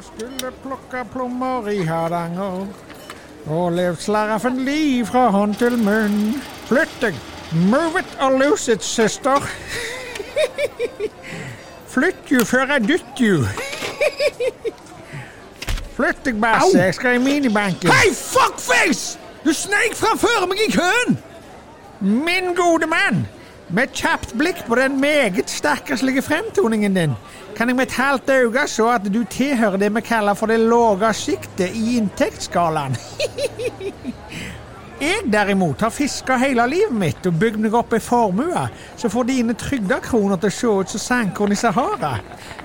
skulle plukka plommer i Hardanger. Og levd slarven liv fra hånd til munn. Flytt deg! Move it or lose it, søster. Flytt you før jeg dytter you. Flytt deg, Basse. Jeg skal i minibanken. Hei, fuckface! Du sneik framfor meg i køen! Min gode mann! Med et kjapt blikk på den meget stakkarslige fremtoningen din, kan jeg med et halvt øye se at du tilhører det vi kaller for det lave sjiktet i inntektsskalaen. Jeg derimot har fiska hele livet mitt og bygd meg opp ei formue som får dine trygdekroner til å se ut som sandkorn i Sahara.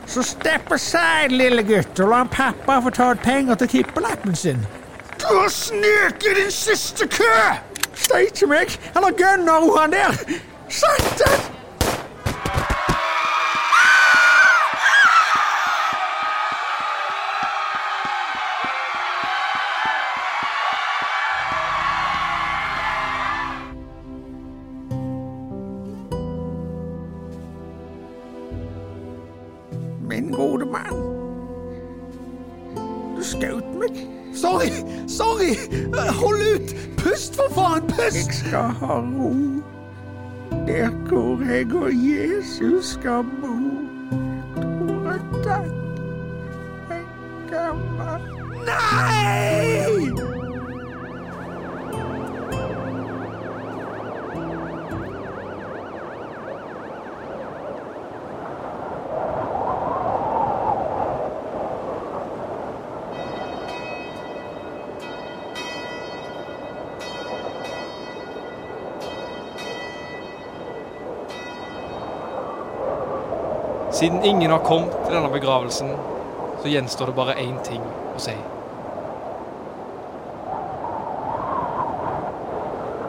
Så step aside, lille gutt, og la en pappa få ta ut penger til tippelappen sin. Du har sneket i din siste kø! Steike meg! Han har gunner, hun han der! Satan! Min gode mann. Du skjøt meg. Sorry, sorry! Hold ut! Pust, for faen! Jeg Pust! skal ha ro der hvor jeg og Jesus skal bo. Tror at han en gammel Nei! Siden ingen har kommet til denne begravelsen, så gjenstår det bare én ting å si.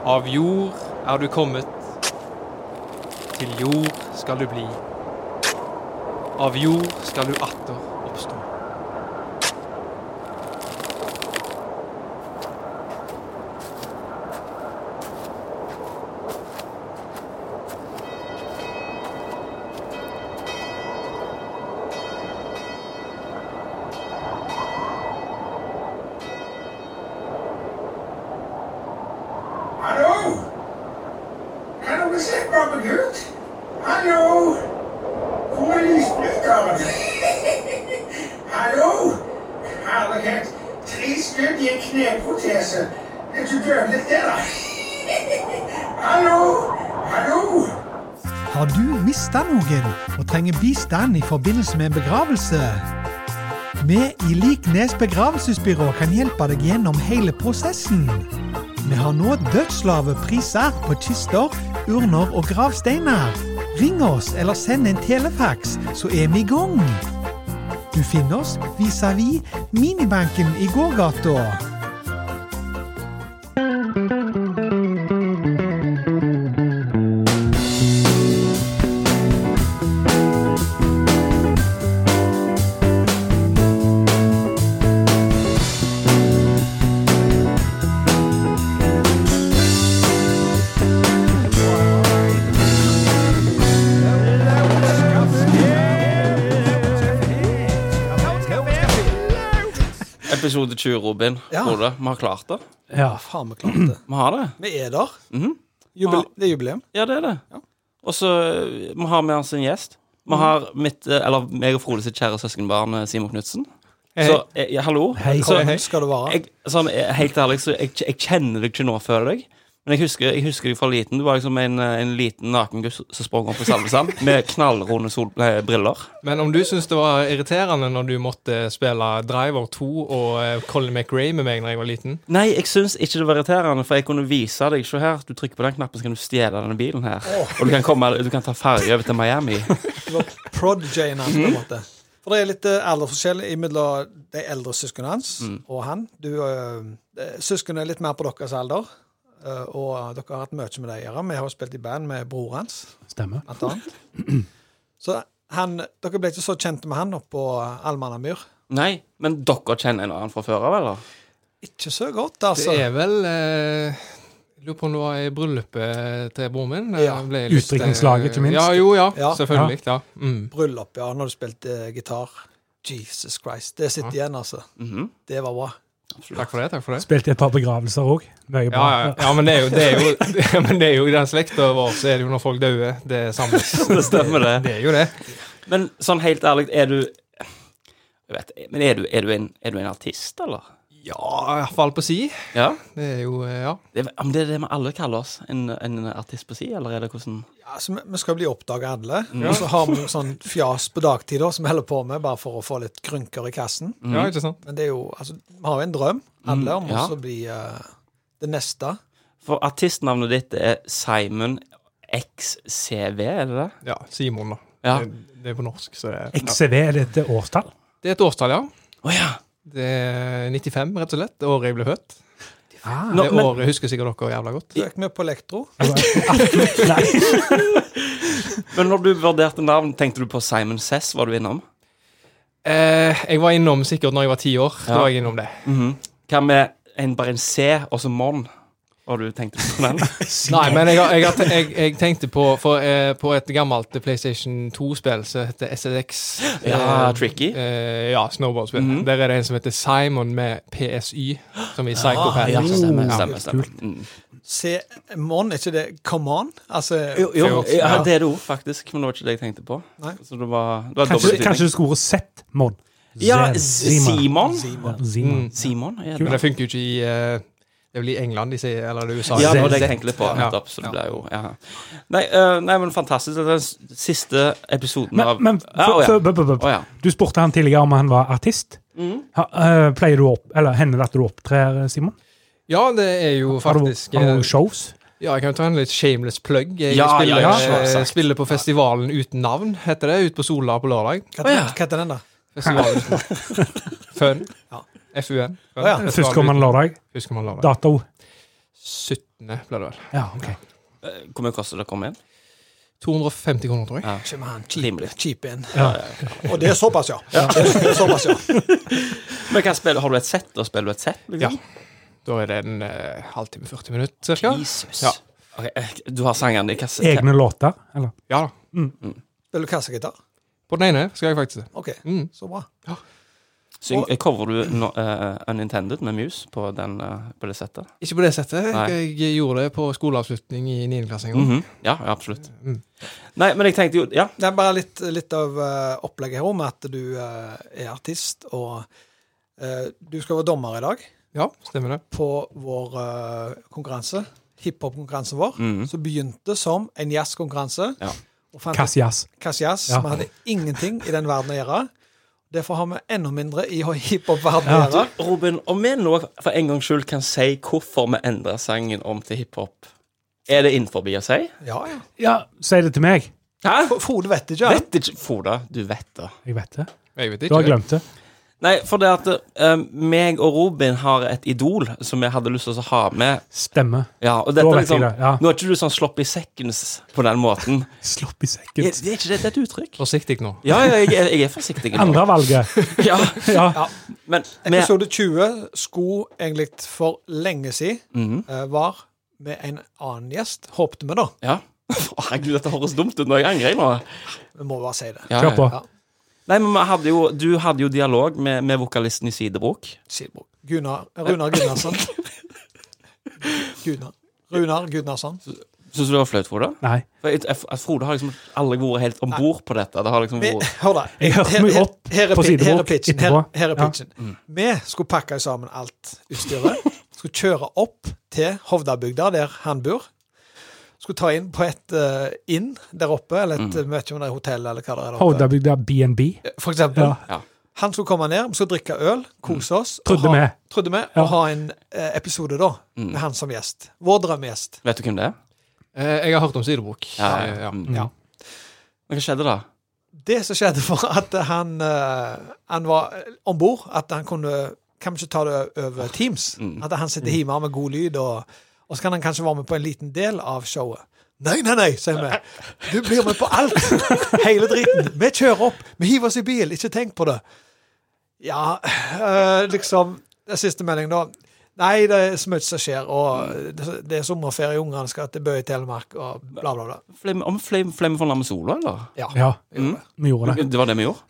Av jord er du kommet, til jord skal du bli. Av jord skal du atter oppstå. Hallo? Kan dere se på meg ut? Hallo? Hvor er lysbryteren? Hallo? Herlighet. Tre skudd i en kneprotese. Er du dødelig der, da? Hallo? Hallo? Har du mista noen og trenger bistand i forbindelse med en begravelse? Vi i Liknes begravelsesbyrå kan hjelpe deg gjennom hele prosessen. Vi har nå dødslave priser på kister, urner og gravsteiner. Ring oss eller send en telefax, så er vi i gang. Du finner oss vis-à-vis minibanken i gågata. Episode 20, Robin. Ja. Frode, vi har klart det. Ja, faen, vi klarte det. Vi har det. Vi er der. Mhm. Jubile Ah. Det er jubileum. Ja, det er det. Og så eh, vi har med oss en gjest. Vi har mitt, eh, eller meg og Frode sitt kjære søskenbarn eh, Simon Knutsen. Så eh, ja, hallo. Hei, så, hei. Skal det være? Jeg, sånn, eh, helt ærlig, så jeg, jeg kjenner deg ikke nå, føler jeg. Men jeg husker, jeg husker deg fra liten. Du var liksom en, eh, en liten naken gutt som sprang rundt på Salvesand med knallrunde sol, nei, briller. Men om du syns det var irriterende når du måtte spille Driver 2 og eh, Colin McRae med meg når jeg var liten Nei, jeg syns ikke det var irriterende, for jeg kunne vise deg Se her, du trykker på den knappen, så kan du stjele denne bilen her. Og du kan, komme, du kan ta ferje over til Miami. Det var prodigy-en hans, på en måte. For det er litt eh, aldersforskjell mellom de eldre søsknene hans og han. Du, eh, eh, søsknene er litt mer på deres alder, eh, og dere har hatt mye med det å gjøre. Vi har jo spilt i band med broren hans, Stemmer. blant annet. Så han, dere ble ikke så kjente med han oppe på Almannamyr. Nei, men dere kjenner en annen fra før av, eller? Ikke så godt, Det altså. er vel eh, jeg Lurer på om det var i bryllupet til broren min. eh, Ja. ble jeg lyst til- Utdrikningslaget, ikke minst. Ja, jo, ja. Ja. Selvfølgelig. Ja. Mm. Bryllup, ja, når du spilte eh, gitar. Jesus Christ. Det sitter igjen, altså. Mhm. Det var bra. Takk for det. takk for det. Spilte et par begravelser òg. Mye Ja, bra. ja, ja men, det er jo, det er jo, men det er jo i den slekta vår, så er det jo når folk dør. Det samles. Det stemmer, det. Det er jo det. Men sånn helt ærlig, er du jeg vet, Men er du, er du, en, er du en artist, eller? Ja, i hvert fall på si. Ja? Det er jo eh, Ja. Det, er- men det er det vi alle kaller oss. En, en artist på si, eller er det hvordan Ja, så Altså, vi, vi skal bli oppdaga alle. Mm. Og så har vi noe sånn fjas på dagtid da, som vi holder på med bare for å få litt grynker i kassen. ja, ikke sant? Men det er jo, altså, vi har jo en drøm, alle, om Mm, ja. også å bli eh, det neste. For artistnavnet ditt er Simon XCV, er det det? Ja, Simon, da. Ja. Å Det, det er på norsk, så det er XCV er det et årstall. Det er et årstall, ja. ja. Det er 95, rett og slett. Det året jeg ble født. Nå, Det Ah, men, året husker sikkert dere jævla godt. Så gikk vi på elektro. men når du vurderte navn, tenkte du på Simon Cess, var du innom? Eh, jeg var innom sikkert når jeg var ti år. Da Ja. var jeg innom det. Mhm. Hva med en, bare en C og så Mon? Og du tenkte på den? Nei, men jeg, har- jeg, har te- jeg, jeg tenkte på for, eh, på et gammelt PlayStation 2-spill som heter SSX. Ja, Eh, tricky. Eh, ja, snowboardspill. Mhm. Der er det en som heter Simon med PSY, som i Psycho Ah, Pass. ja, stemmer. Ja. stemmer, stemmer. Mm. Se, Mon, er ikke det Come On? Altså, Jo, jo, Fjords, ja, ja. det er det òg, faktisk. Men det var ikke det jeg tenkte på. Nei. Så det var, det var Kanskje, dobbeltbetydning. kanskje du skulle sett Mon. Ja, Zen- Z- Simon. Zima. Ja, Zima. Mm. Simon Men er det. det funker jo ikke i eh, Det er vel i England de sier, eller i USA. Ja, det var det jeg Zett. tenkte litt på. Ja. Nettopp, så det ble jo, ja. nei, eh, nei, men fantastisk. Det er den s- siste episoden Men, av men Ja, for, å ja. for, bup, bup, bup. Å ja. du spurte han tidligere om han var artist. Mm. Ha, eh, pleier du å opp, eller Hender det at du opptrer, eh, Simon? Ja, det er jo Har du, faktisk har du eh, noen shows? Ja, jeg kan jo ta en litt shameless plug. Jeg Ja, spiller, ja, ja, eh, selvsagt. spiller på festivalen uten navn, heter det. Ute på Sola på lørdag. hva heter hva heter den, da? Festivalen uten navn. Fun. Ja. FUN. Fun. Å ja, Festivalen Førstkommende uten- lørdag. Førstkommende lørdag. Dato. 17. blir det vel. Ja, ok. Eh, Hvor mye koster det å komme inn? 250 kroner, tror jeg. Ikke med han Rimelig. cheap- cheap in. Ja. Og det er såpass, ja. Det er såpass, ja. Men hva spiller, Har du et sett? Da spiller du et sett? liksom? Ja. Da er det en eh, halvtime, 40 minutter cirka. Jesus. Ja. Ok, eh, du har sangene i kassa? Egne låter? Eller? Ja da. Spiller du kassegitar? På den ene skal jeg faktisk det. OK, Mm. så bra. Syng, eh, cover du no, eh, Unintended med Muse på, den, eh, på det settet? Ikke på det settet. Nei. Jeg eh, gjorde det på skoleavslutning i 9. klasse en gang. Mhm. Ja, ja, absolutt. Mm. Nei, men jeg tenkte jo Ja. Det er bare litt, litt av eh, opplegget her om at du eh, er artist, og eh, du skal være dommer i dag Ja, stemmer det. på vår eh, konkurranse, hiphop-konkurransen vår, Mhm. som begynte som en jazzkonkurranse. Ja. Og fant ut Kass Jazz. Kass jazz. Ja. Vi hadde ingenting i den verden å gjøre. Derfor har vi enda mindre i hiphop-verden å gjøre. Robin, om vi nå for en gangs skyld kan si hvorfor vi endra sangen om til hiphop, er det innenfor å si? Ja, ja. Ja, si det til meg. Hæ? F- Frode vet ikke. han. Vet ikke Frode, du vet det. Jeg vet det. Jeg vet Du ikke. har glemt det. Nei, for det at eh, meg og Robin har et idol som jeg hadde lyst til å ha med. Stemmer. Ja, og Da dette er vet liksom, jeg det. Ja. Nå er ikke du sånn sloppy seconds på den måten. Slopp i Er, sekken. er ikke det, det er et uttrykk? Forsiktig nå. Ja, ja, jeg, er- jeg er forsiktig. nå. Andre valget. Ja, Ja. men vi, Episode 20 skulle egentlig for lenge siden Mhm. eh, var med en annen gjest, håpte vi da. ja. Herregud, dette høres dumt ut når jeg angrer nå. Vi må bare si det. Ja, Kjør på. Ja. Nei, men vi hadde jo, Du hadde jo dialog med, med vokalisten i Sidebrok. Silbro. Gunnar, Runar Gunnarsson. Gunnar. Runar Gunnarsson. Syns du det var flaut, Frode? Nei. For jeg, jeg, jeg- Frode har liksom aldri vært helt om bord på dette. Det har liksom Vi, vært hør da. Jeg hørte meg opp her er på pi- Sidebrok her er pitchen, her, etterpå. her er Ja. pitchen. Vi skulle pakke sammen alt utstyret. Skulle kjøre opp til Hovdabygda, der han bor. Skulle ta inn på et eh, inn der oppe, eller et mm. møte om det er hotell, eller hva det er der oppe. Hovdabygda BNB. For eksempel. Ja. Ja. Han skulle komme ned, vi skulle drikke øl, kose oss. og Trodde ha, vi. Trodde vi. Ja. Og ha en eh, episode, da, med han som gjest. Vår drømmegjest. Vet du hvem det er? Eh, Jeg har hørt om sidebruk. Ja, Eh, ja. ja. Mm. Ja. Men hva skjedde da? det som skjedde var at han, eh, han var om bord, at han kunne Kan vi ikke ta det over Teams? At han sitter hjemme med god lyd, og, og så kan han kanskje være med på en liten del av showet. Nei, nei, nei, sier vi. Du blir med på alt! Hele driten. Vi kjører opp. Vi hiver oss i bil. Ikke tenk på det. Ja, eh, liksom Den siste meldingen, da. Nei, det er så mye som skjer, og det- det er sommerferie, ungene skal til Bø i Telemark, og bla, bla, bla. Flemme, om flemme, flemme for lammet sola, eller? Ja, Mm. Vi gjorde det. vi gjorde det. Det var det vi gjorde?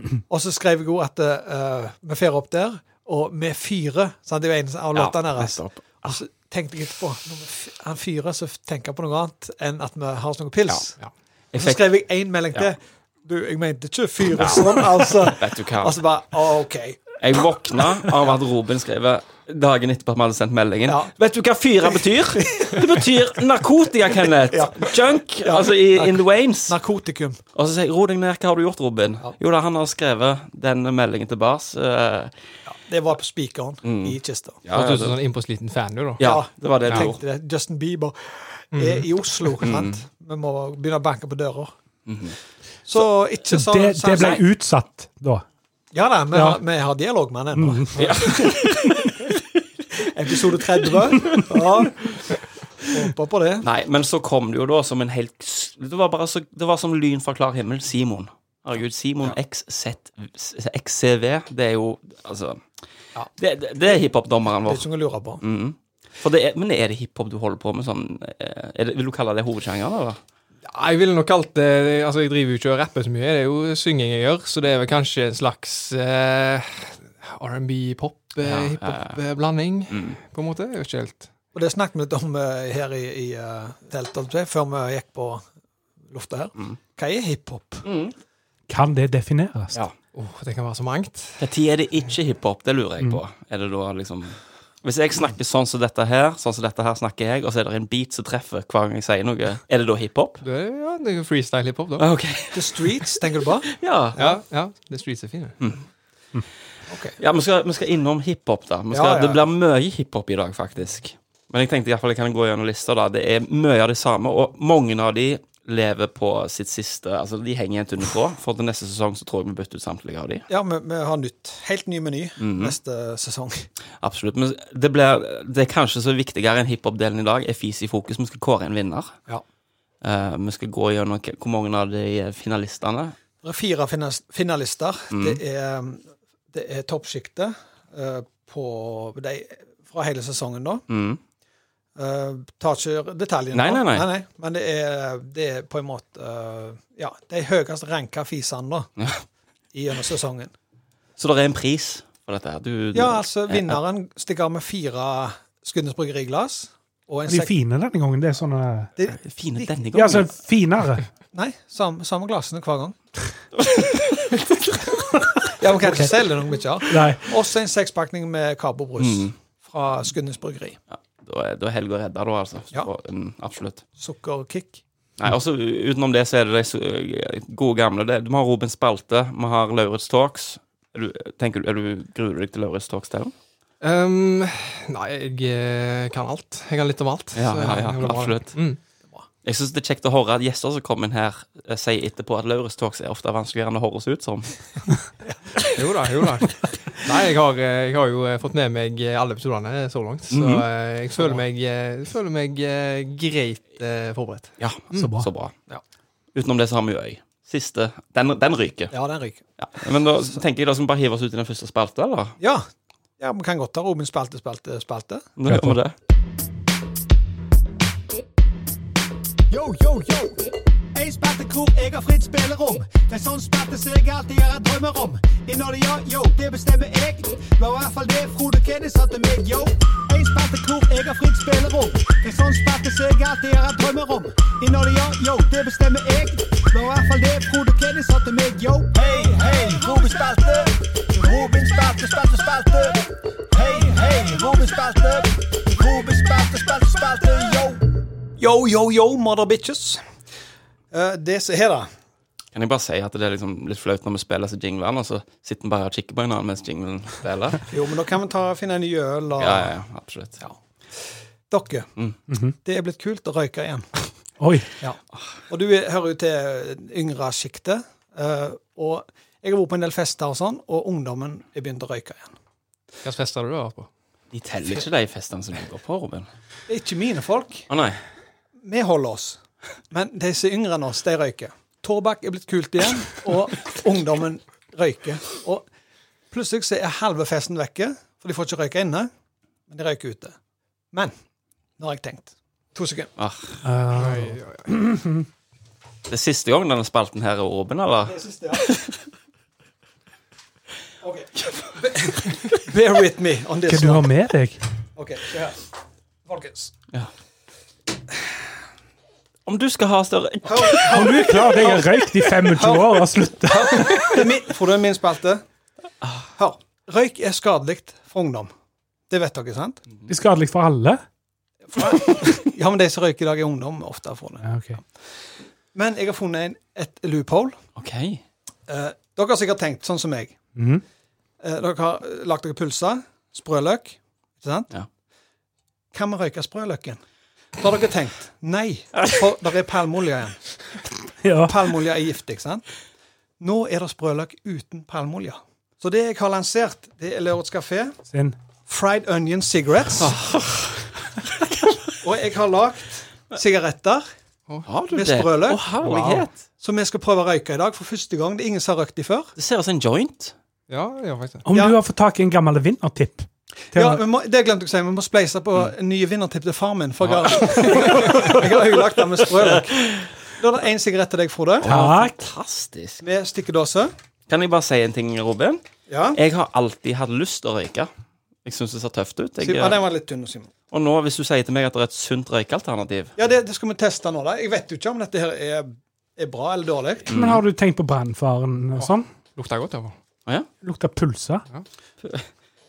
Mm. Og så skrev jeg òg at eh, vi fer opp der, og vi fyrer. Sant? Det er jo en av Ja, låtene deres. nettopp. Og så tenkte jeg etterpå Når vi f- han fyrer, så f- tenker jeg på noe annet enn at vi har oss noe pils. Ja, ja. Og Jeg Så fikk, skrev jeg én melding til. Du, jeg mente ikke fyre sånn, altså. vet du hva? Og så bare OK. Jeg våkna av at Robin skrev dagen etterpå at vi hadde sendt meldingen. Ja. Vet du hva fyra betyr? Det betyr narkotika, Kenneth. Junk. Altså i, in the wains. Narkotikum. Og så sier jeg, ro deg ned, hva har du gjort, Robin? Jo da, han har skrevet den meldingen til Bars. eh, Det var på spikeren i kista. Mm. ja, Hørtes ut som det, en sånn innpåsliten fan, du, da. ja, det var det du Jeg gjorde. tenkte det. Justin Bieber Mm. er i Oslo, sant? Mm. Vi må begynne å banke på dører. Mm-hmm. Så ikke Så sånn det, det sånn- ble utsatt da. Ja da, vi, Ja. Har, vi har dialog med han ennå. Episode 30. Ja. Håper på det. Nei, men så kom det jo da som en helt s- Det var bare så, det var som lyn fra klar himmel. Simon. Herregud, Simon XZ, XCV, det er jo Altså Det, det, det er hiphop-dommeren Det er vår. ikke noe å lure på. Mhm. For det er, men er det hiphop du holder på med sånn eh, er det, Vil du kalle det hovedsjangeren, eller? Ja, Jeg ville nok kalt det Altså, jeg driver jo ikke og rapper så mye. Det er jo synging jeg gjør, så det er vel kanskje en slags eh, R&B-pop, eh, Ja, Mm. hiphop-blanding, på en måte. Jeg vet ikke helt. Og det snakket vi litt om eh, her i, i eh, teltet, holdt jeg på å si, før vi gikk på lufta her. Hva er hiphop? Kan det defineres? Ja. Åh, det kan være så mangt. Når er det ikke hiphop? Det lurer jeg på. Mm. Er det da liksom Hvis jeg snakker sånn som dette her, sånn som dette her snakker jeg, og så er det en beat som treffer hver gang jeg sier noe, er det da hiphop? Det, er- ja, det er jo freestyle hiphop, da. Ah, Ok. The Streets, tenker du på? Ja. Ja, ja, The Streets er fine. Ja, vi skal, vi skal innom hiphop, da. Vi skal, Ja, ja. Det blir mye hiphop i dag, faktisk. Men jeg tenkte i hvert fall jeg kan gå gjennom lista. da Det er mye av de samme, og mange av de lever på sitt siste Altså, de henger en tunne på. For til neste sesong så tror jeg vi bytter ut samtlige av de. Ja, vi, vi har nytt. Helt ny meny neste sesong. Absolutt. Men det, blir, det er kanskje så viktigere enn hiphop-delen i dag, er fis i fokus. Vi skal kåre en vinner. Ja. Eh, vi skal gå gjennom k- hvor mange av de er finalistene. Det er fire finas- finalister. Det er, det er toppsjiktet eh, på de, fra hele sesongen, da. Mm. Eh, tar ikke detaljene. Nei, nei, nei. Men det er, det er på en måte eh, Ja, de høyest ranka fisene, da. Ja. Gjennom sesongen. Så det er en pris for dette her. Du, du Ja, altså, vinneren stikker av med fire Skudenes bryggeriglass. Og en De er sek... fine denne gangen. Det er sånne Det, Fine denne gangen. Ja, altså finere. nei, samme, samme glassene hver gang. ja, man kan ikke selge noe mye av. Nei. Også en sekspakning med Cabo Brus Mm. fra Skudenes Bryggeri. Da er, da er helga redda, da, altså. Så, Ja. mm, absolutt. Sukkerkick. Nei, også Utenom det så er det de så, eh, gode gamle. Det, vi har Robin Spalte, vi har Lauritz Talks. Er du, tenker, du- er du, gruer du deg til Lauritz Talks? Til? Um, nei, jeg eh, kan alt. Jeg kan litt om alt. Ja, så ja, ja, det blir bra. absolutt. Mm. Jeg syns det er kjekt å høre at gjester som kommer inn her, eh, sier etterpå at Lauritz Talks er ofte vanskeligere enn det høres ut som. Jo da, jo da. Nei, jeg har, eh, jeg har jo eh, fått med meg eh, alle episodene så langt, så Mhm. eh, jeg føler meg, eh, føler meg eh, greit eh, forberedt. Ja, Mm. Så bra. Så bra. Ja. Utenom det så har vi jo Øy. Siste. Den, den ryker. Ja, den ryker. Ja. Men da tenker jeg da skal vi bare hive oss ut i den første spalta, eller? Ja. ja, vi kan godt ta Robin spalte, spalte, spalte. Nå gjør vi det. Yo, yo, yo. En spalte hvor jeg har fritt spillerom. Det er sånn spalte som jeg alltid har hatt drømmer om. Innholdet, ja, yo, det bestemmer jeg. Det var i hvert fall det Frode Kenny sa til meg, yo. En spalte hvor jeg har fritt spillerom. Det er sånn spalte som jeg alltid har hatt drømmer om. Innholdet, ja, yo, det bestemmer jeg. Det var i hvert fall det Frode Kenny sa til meg, yo. Hei, hei, Robin spalte. Robin spalte, spalte, spalte. Hei, hei, Robin spalte. Robin spalte, spalte, spalte, yo. Yo, yo, yo, mother bitches. Eh, det som er, da Kan jeg bare si at det er liksom litt flaut når vi spiller så jinglene, og så sitter vi bare og kikker på hverandre mens jinglen spiller? Jo, men da kan vi ta, finne en ny øl og Ja, ja, ja, absolutt. Dere, det er blitt kult å røyke igjen. Oi. Og du er- hører jo til yngre sjiktet. eh, og jeg har vært på en del fester og sånn, og ungdommen er begynt å røyke igjen. Hvilke fester har du vært på? De teller ikke de festene som du går på, Robin. Det er ikke mine folk. Å nei. Vi holder oss. Men de som er yngre enn oss, de røyker. Tobakk er blitt kult igjen, og ungdommen røyker. Og plutselig så er halve festen vekke, for de får ikke røyke inne, men de røyker ute. Men nå har jeg tenkt. To sekunder. Ah. Eh, Det er siste gang denne spalten her er Robin, eller? Det siste, ja. Bear with me on Hva this du one. har med deg? Ok, se her. Folkens. Om du skal ha større Om du er klar, jeg har røykt i 25 år og slutta. Det er min, Frode, det er min spalte. Hør. Røyk er skadelig for ungdom. Det vet dere, sant? Det er skadelig for alle. Ja, men de som røyker i dag, er ungdom ofte. Frode. Ja, ok. Men jeg har funnet en, et loophole. OK. Eh, dere har sikkert tenkt sånn som meg. Mhm. Eh, dere har eh, lagt dere pølser, sprøløk, ikke sant? Ja. Kan vi røyke sprøløken? Da har dere tenkt nei, for det er palmeolje igjen. Ja. Palmeolje er giftig, sant? Nå er det sprøløk uten palmeolje. Så det jeg har lansert, det er Lerots kafé. Sin. Fried onion cigarettes. Og jeg har lagd sigaretter Har du Med det? sprøløk? Å, herlighet. som vi skal prøve å røyke i dag for første gang. Det er ingen som har røykt de før. Det ser ut som en joint. Ja, ja, faktisk. Om Ja. du har fått tak i en gammel vinnertipp til Ja, å- vi må, det Mm. glemte jeg å si. Vi må spleise på nye vinnertipp til far min. For jeg har- jeg har ødelagt den med sprøløk. Da er det én sigarett til deg, Frode. Takk. Fantastisk. Med stikkedåse. Kan jeg bare si en ting, Robin? Ja. Jeg har alltid hatt lyst til å røyke. Jeg syns det ser tøft ut. Sim- ja, Jeg, den eh, var litt tynn. Simon. og nå, hvis du sier til meg at det er et sunt røykealternativ Ja, det, det skal vi teste nå, da. Jeg vet jo ikke om dette her er, er bra eller dårlig. Men har du tenkt på brannfaren og sånn? Lukter godt, iallfall. Lukter pølse?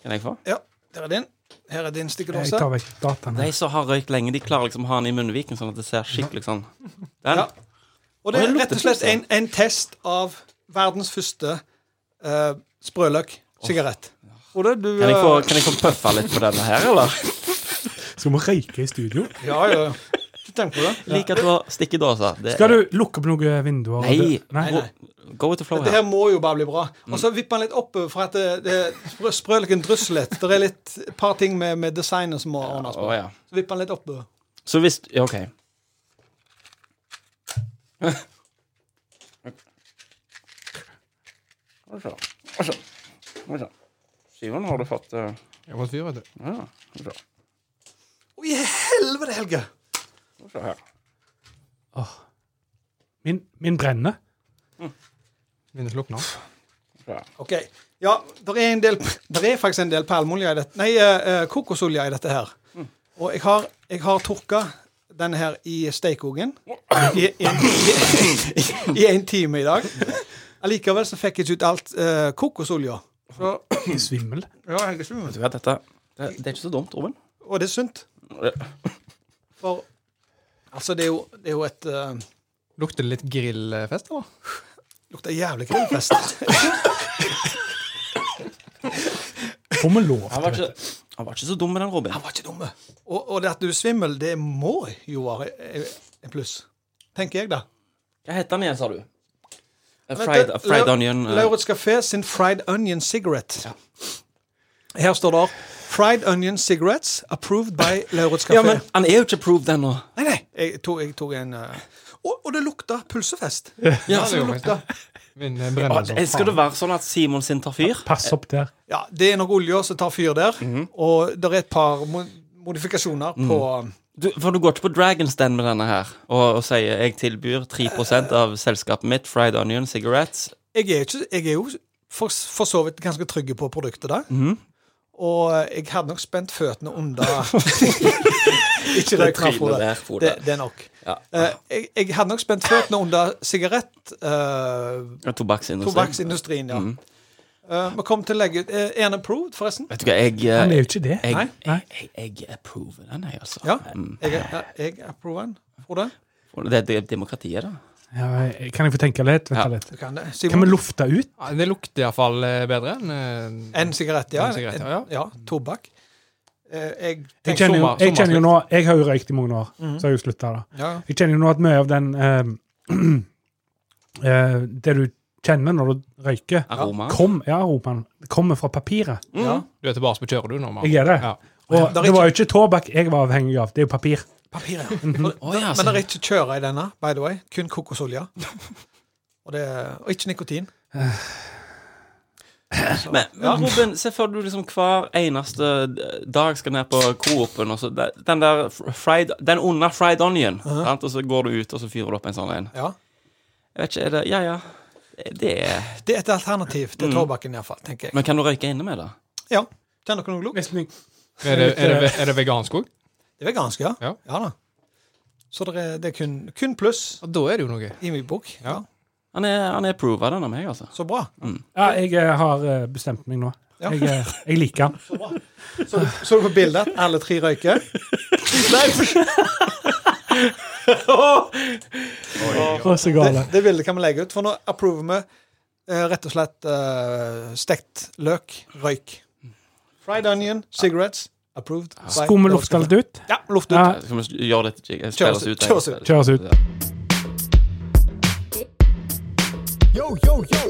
Kan jeg få? Ja, der er din. Her er din Jeg stikkedåse. tar vekk dataene. De som har røykt lenge, de klarer liksom å ha den i munnviken, sånn at det ser skikkelig sånn Den. Ja. Og det Å, er det rett og lukter slett en, en test av verdens første uh, sprøløk-sigarett. Frode, du Kan jeg få, eh, kan jeg få puffa litt på denne her, eller? Skal vi røyke i studio? eh, Ja, ja. ja. Du tenker på det. Liker at du har stikkedåser. Det Skal du lukke opp noen vinduer? Nei. Nei. nei. Go with the flow Dette her her. må jo bare bli bra. Og så vipper han litt opp for at det, det, sprø- sprøløken drysser litt. Det er litt et par ting med, med designet som må ordnes Å på. ja. Så vipper han litt opp. Så hvis ja, OK. Skal vi se. Skal vi se. Skal vi se. Simen, har du fått eh, Jeg var fyr, vet du. Ja, skal vi se. Å, i helvete, Helge! Skal vi se her. Min, min brenner. Mine slukner. OK. Ja, det er, en del, der er faktisk en del palmeolje i dette Nei, eh, eh, kokosolje i dette her. Og jeg har, jeg har tørka denne her i stekeogen i, i, en- i, i en time i dag. Allikevel så fikk jeg ikke ut alt eh, kokosolja. Så- Jeg er Svimmel. Ja, jeg er svimmel. Du vet dette det, det er ikke så dumt, Robin. Og det er sunt. Ja. For altså, det er jo, det er jo et eh, Lukter det litt grillfest, eller? Lukter jævlig grillfest. Får vi lov Han til var det? ikke, han var ikke så dum med den, Robin. Han var ikke dumme. Og, og det at du er svimmel, det må jo være et pluss. Tenker jeg, da. Hva heter han igjen, sa du? A Vent, fried, det- a fried Lau- onion eh, Lauritz Café sin Fried Onion Cigarette. Her står det Fried Onion Cigarettes approved by Lauritz Café. Ja, men han er jo ikke approved ennå. Nei, nei, jeg tok, jeg tok en eh, Og, og det lukta pølsefest. Ja, det lukta. Min eh, brenner som Skal det faen. være sånn at Simon sin tar fyr? Pass opp der. Ja, det er nok olja som tar fyr der, og det er et par mo modifikasjoner på um, Du, for du går ikke på Dragons Den med denne her og, og sier jeg tilbyr Eh, 3 av selskapet mitt fried onion cigarettes. jeg er, ikke, jeg er jo for, for så vidt ganske trygg på produktet der. Mhm. Og jeg hadde nok spent føttene under Ikke røyk fra trynet Frode. der, Frode. Det, det er nok. Ja. Eh, jeg, jeg hadde nok spent føttene under sigarett-tobakksindustrien, Ja, Tobakksindustrien. ja. Eh, Vi kom til å legge ut eh, Er den approved, forresten? Vet du hva, jeg Han er eh, jo ikke det. jeg, Nei. jeg, jeg, jeg approver den, jeg, altså. Ja. Mm. Jeg, jeg, jeg approver den. Frode? Og Det, det er demokratiet, da. Ja, jeg- kan jeg få tenke litt? Vent Ja. litt. Du kan det. Kan vi Simon? lufte ut? Ja, det lukter iallfall eh, bedre enn eh, En sigarett, ja. En sigarett, ja, ja. Tobakk. Eh, jeg Jeg tenker kjenner jo, sommer- jeg kjenner jo nå sommerslutt. Jeg har jo røykt i mange år, så har jeg jo slutta. da. ja. Jeg kjenner jo nå at mye av den eh, eh, Det du kjenner når du røyker, Aroma. kom, ja, Roman, det kommer fra papiret. ja. Du er tilbake på kjøret, du, nå, mann. Jeg er det. Ja. Og er det var jo ikke tobakk jeg var avhengig av, det er jo papir. Papir, ja. Mhm. Å, ja, altså. Men så- det er ikke kjøre i denne, by the way. Kun kokosolje. Og, det, og ikke nikotin. Men, men Robin, se for du liksom hver eneste dag skal ned på Coop-en, og så de- den der fr- fried, den onde fried onion, sant? og så går du ut, og så fyrer du opp en sånn en. Ja. Jeg vet ikke, er det Ja, ja. Det er Det er et alternativ til tobakken, iallfall, tenker jeg. Men kan du røyke inne med det? Ja. Tenner dere noe glok? Hvis vi Er det, er det, er det vegansk òg? Det er vegansk, ja. Ja. da. Så det er, det er kun, kun pluss Da er det jo noe. i min bok. Ja. Han er, han er approva, den av meg, altså. Så bra. Ja, jeg eh, har eh, bestemt meg nå. Ja. Jeg, eh, jeg liker den. Så, så du på bildet at alle tre røyker? Nei, for- Å, så det, gale. det bildet kan vi legge ut, for nå approver vi eh, rett og slett eh, stekt løk, røyk. Fried onion, cigarettes, approved. by- Skummel luftskalt ut. Ja, luft ut. Ja, Skal vi gjøre det til- Kjør spille oss oss ut? ut, kjør oss ut. egentlig? Kjør oss ut. Yo, yo, yo.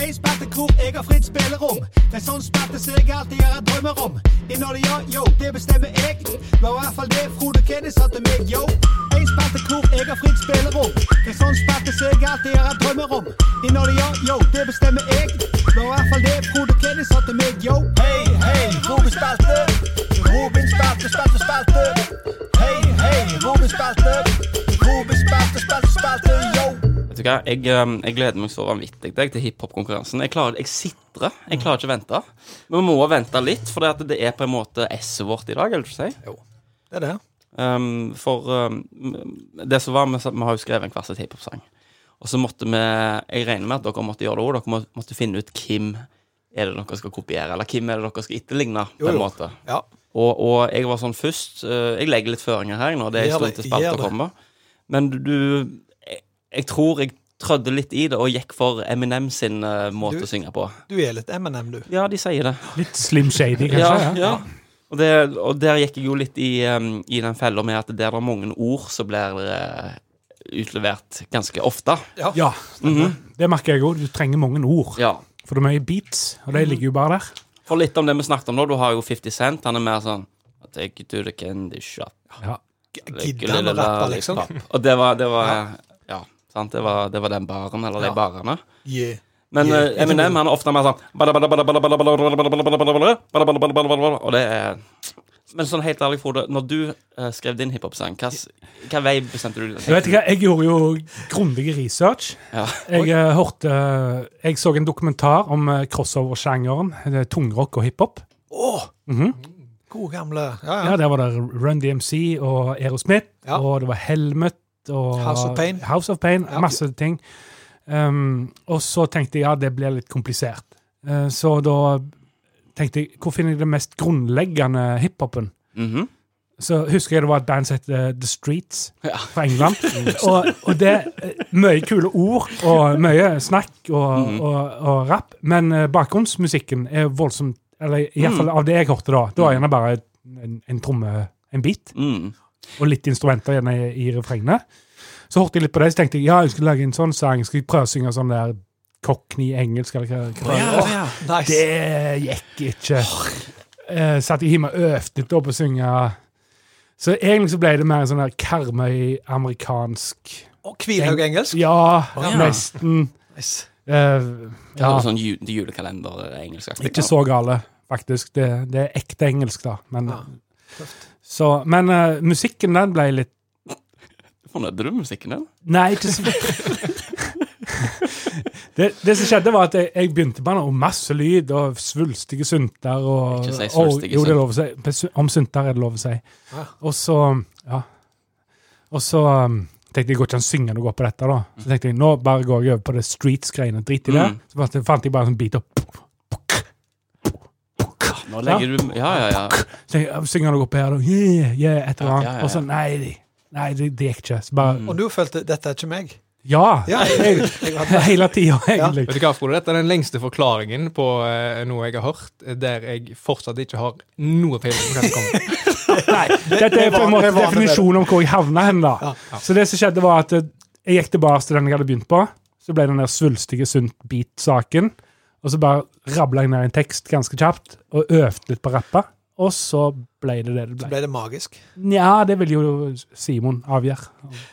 En spaltekrok, jeg har fritt spillerom. Det er sånn spalte som jeg alltid har drømmer om. Innholdet, ja, yo, det bestemmer jeg. Det var i hvert fall det Frode Kennis sa til meg, yo. En spaltekrok, jeg har fritt spillerom. Det er sånn spalte som jeg alltid har drømmer om. Innholdet, ja, yo, det bestemmer jeg. Det var i hvert fall det Frode Kennis sa til meg, yo. Hei, hei, Robin spalte. Robin spalte, spalte, spalte. Hei, hei, Robin spalte. Robin spalte, spalte, spalte, yo. Vet du hva? Jeg, ehm, jeg gleder meg så vanvittig jeg, til hiphop-konkurransen. Jeg, klarer- jeg sitrer. Jeg klarer ikke å vente. Men vi må vente litt, for det, at det er på en måte esset vårt i dag. Eller hva du sier. Det er det. Ehm, for ehm, det som var med, Vi har jo skrevet en hver sin hiphop-sang. Og så måtte vi Jeg regner med at dere måtte gjøre det òg. Dere må, måtte finne ut hvem er det dere skal kopiere, eller hvem er det dere skal etterligne. på en Jo, jo. måte Ja. Og, og jeg var sånn først eh, Jeg legger litt føringer her nå. Det er en Gjør stund det, til gjør spalta det. kommer. Men du jeg, jeg tror jeg trødde litt i det og gikk for Eminem sin eh, måte Du- å synge på. Du er litt M&M, du. Ja, de sier det. Litt slim shady, Ja, kanskje. Ja, ja. Og, det, og der gikk jeg jo litt i, eh, i den fella med at der er det mange ord som blir eh, utlevert ganske ofte. ja. Det merker jeg òg. Du trenger mange ord. Ja. For det er mye beats, og de ligger jo bare der. For litt om det vi snakket om nå, du har jo 50 Cent. Han er mer sånn I take you to the candy shop. Gidder han å rappe, liksom? Og det var, det var ja. sant? Det var, det var den baren, eller de barene. Yeah. Men eh, Eminem han er ofte mer sånn Og det er Men sånn helt ærlig, Frode, når du eh, skrev din hiphop-sang, hva s- hva vei bestemte du Du deg? vet ikke, Jeg gjorde jo grundig research. Ja. Jeg eh, hørte Jeg så en dokumentar om eh, crossover-sjangeren. det er Tungrock og hiphop. God gamle ja, ja. Ja, Der var det Run DMC og Aerosmith, Ja. og det var Helmet og House of Pain. House of Pain, Ja. Masse ting. Um, og så tenkte jeg ja, det blir litt komplisert. Eh, så da tenkte jeg hvor finner jeg den mest grunnleggende hiphopen? Mhm. så husker jeg det var et band som het eh, The Streets Ja. fra England. og, og det eh, Mye kule ord og mye snakk og, og, og rap, men eh, bakgrunnsmusikken er voldsomt Eller iallfall av det jeg hørte da. Det var gjerne bare en, en tromme, en bit, Mm. og litt instrumenter gjerne i, i refrengene. Så hørte jeg litt på det, så tenkte jeg ja, jeg skulle lage en sånn sang. Skal jeg prøve å synge sånn der Cockney engelsk, eller hva, hva det er? Nice. Det gikk ikke. Eh, satt jeg hjemme og øvde litt da på å synge. Så egentlig så ble det mer sånn her Karmøy-amerikansk Og Hvilhaug-engelsk. Ja, ja. nesten. Nice. Eh, Ja. ja, Sånn ju- julekalender-engelskaktig. ikke så gale, faktisk. Det, det er ekte engelsk, da. Men, så, men eh, musikken, den ble litt Fornøyde du med musikken din? Nei, ikke så det, det som skjedde, var at jeg, jeg begynte bare med masse lyd og svulstige synter. Og, Ikke si og, svulstige jo, det er lov å si. På sy- Om synter er det lov å si. Ja. Og så ja. Og så um, tenkte jeg det går ikke an å synge noe på dette. da. Så tenkte jeg nå bare går jeg over på det streets-greiene. Drit i det. Mm. Så bare- fant jeg bare en sånn bit opp. Ah, Nå legger du Ja, ja, ja. Så tenkte jeg, ja, Synger noe opp her, da. Yeah, yeah, et eller Ja, annet. ja, Mm. ja, Og så nei, nei det, det gikk ikke. Så bare Og du følte 'dette er ikke meg'? Ja! Ja, jeg, jeg var Hele tida, egentlig. Vet du hva, Frode? Dette er den lengste forklaringen på eh, noe jeg har hørt, der jeg fortsatt ikke har noe peiling på hva som kommer. Nei, dette er på en måte definisjonen om hvor jeg havna hen. da. Så det som skjedde, var at eh, jeg gikk tilbake til den jeg hadde begynt på. Så ble den der svulstige sunt-beat-saken. Og så bare rabla jeg ned en tekst ganske kjapt og øvde litt på rappa. Og så ble det det det ble. ble det magisk. Nja, det vil jo Simon avgjøre.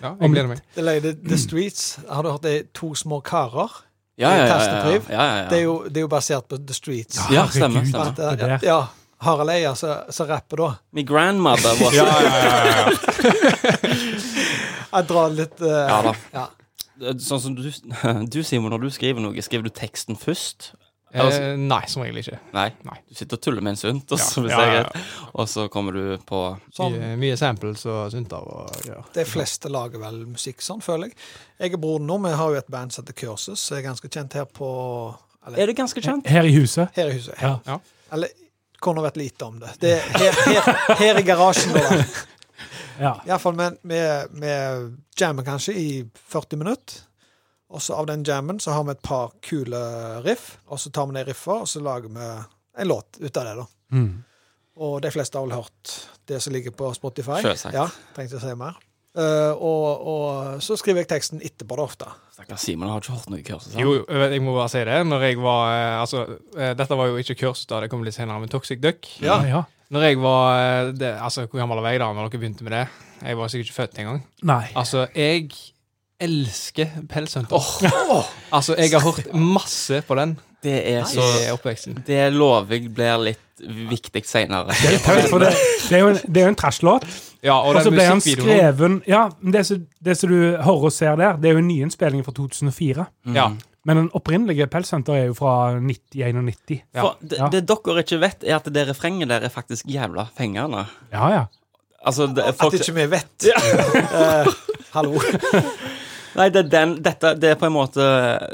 Ja, jeg gleder meg. Det lagde The Streets. Har du hørt det? To små karer. Ja, ja, ja, ja, ja. Tastepriv. ja, ja, Det, er ja. jo, det er jo basert på The Streets. ja stemmer. Herregud. stemmer. At, det ja, der. ja, Harald Eia som som rapper da. My grandmother was ja, ja, ja. Jeg drar litt eh, Ja da. ja. Sånn som du, du Simon, når du skriver noe, skriver du teksten først? Eh, nei, som regel ikke. Nei. Nei. Du sitter og tuller med en sunt, og så, hvis Ja, jeg ja, er- og så kommer du på Sånn, Mye, mye samples og synter og greier. De fleste lager vel musikk sånn, føler jeg. Jeg og broren nå, vi har jo et band som heter Kursus, som er ganske kjent her på Er eller, det ganske kjent? Her i huset. Her i huset. Ja. Ja. Eller kunne vært lite om det. det er her, her, her i garasjen. vår. Ja. Iallfall med, med, med jammen kanskje i 40 minutter. Og så av den jammen så har vi et par kule riff, og så tar vi de riffa, og så lager vi en låt ut av det, da. Mm. Og de fleste har vel hørt det som ligger på Spotify. Selvsagt. Ja, tenkte jeg å si mer. Eh, og, og så skriver jeg teksten etterpå det ofte. Stakkars Simon, har ikke hørt noe kurs? sant? Jo, jo, jeg vet- jeg må bare si det. Når jeg var eh, Altså, eh, dette var jo ikke kurs, da det kom litt senere, men Toxic Duck. Ja, ja. Når jeg var eh, det, Altså, hvor gammel var jeg da når dere begynte med det? Jeg var sikkert ikke født engang. Nei. Altså, jeg elsker pelshunter. Altså, jeg har hørt masse på den Det er så i oppveksten. Det lover jeg blir litt viktig seinere. Det er, litt tøft, for det, det er jo en, det er jo en trash-låt. Ja, Og så og den Altså, ble han musikkvideoen. skreven Ja, men det som det som du hører og ser der, det er jo en nyinnspilling fra 2004. Ja. Mm. Men den opprinnelige Pelssenter er jo fra 90-91. For det, Ja. det dere ikke vet, er at det refrenget der er faktisk jævla fengende. Ja, ja. Altså, det, At folk, ikke vi vet. Eh, hallo. nei, det er den Dette det er på en måte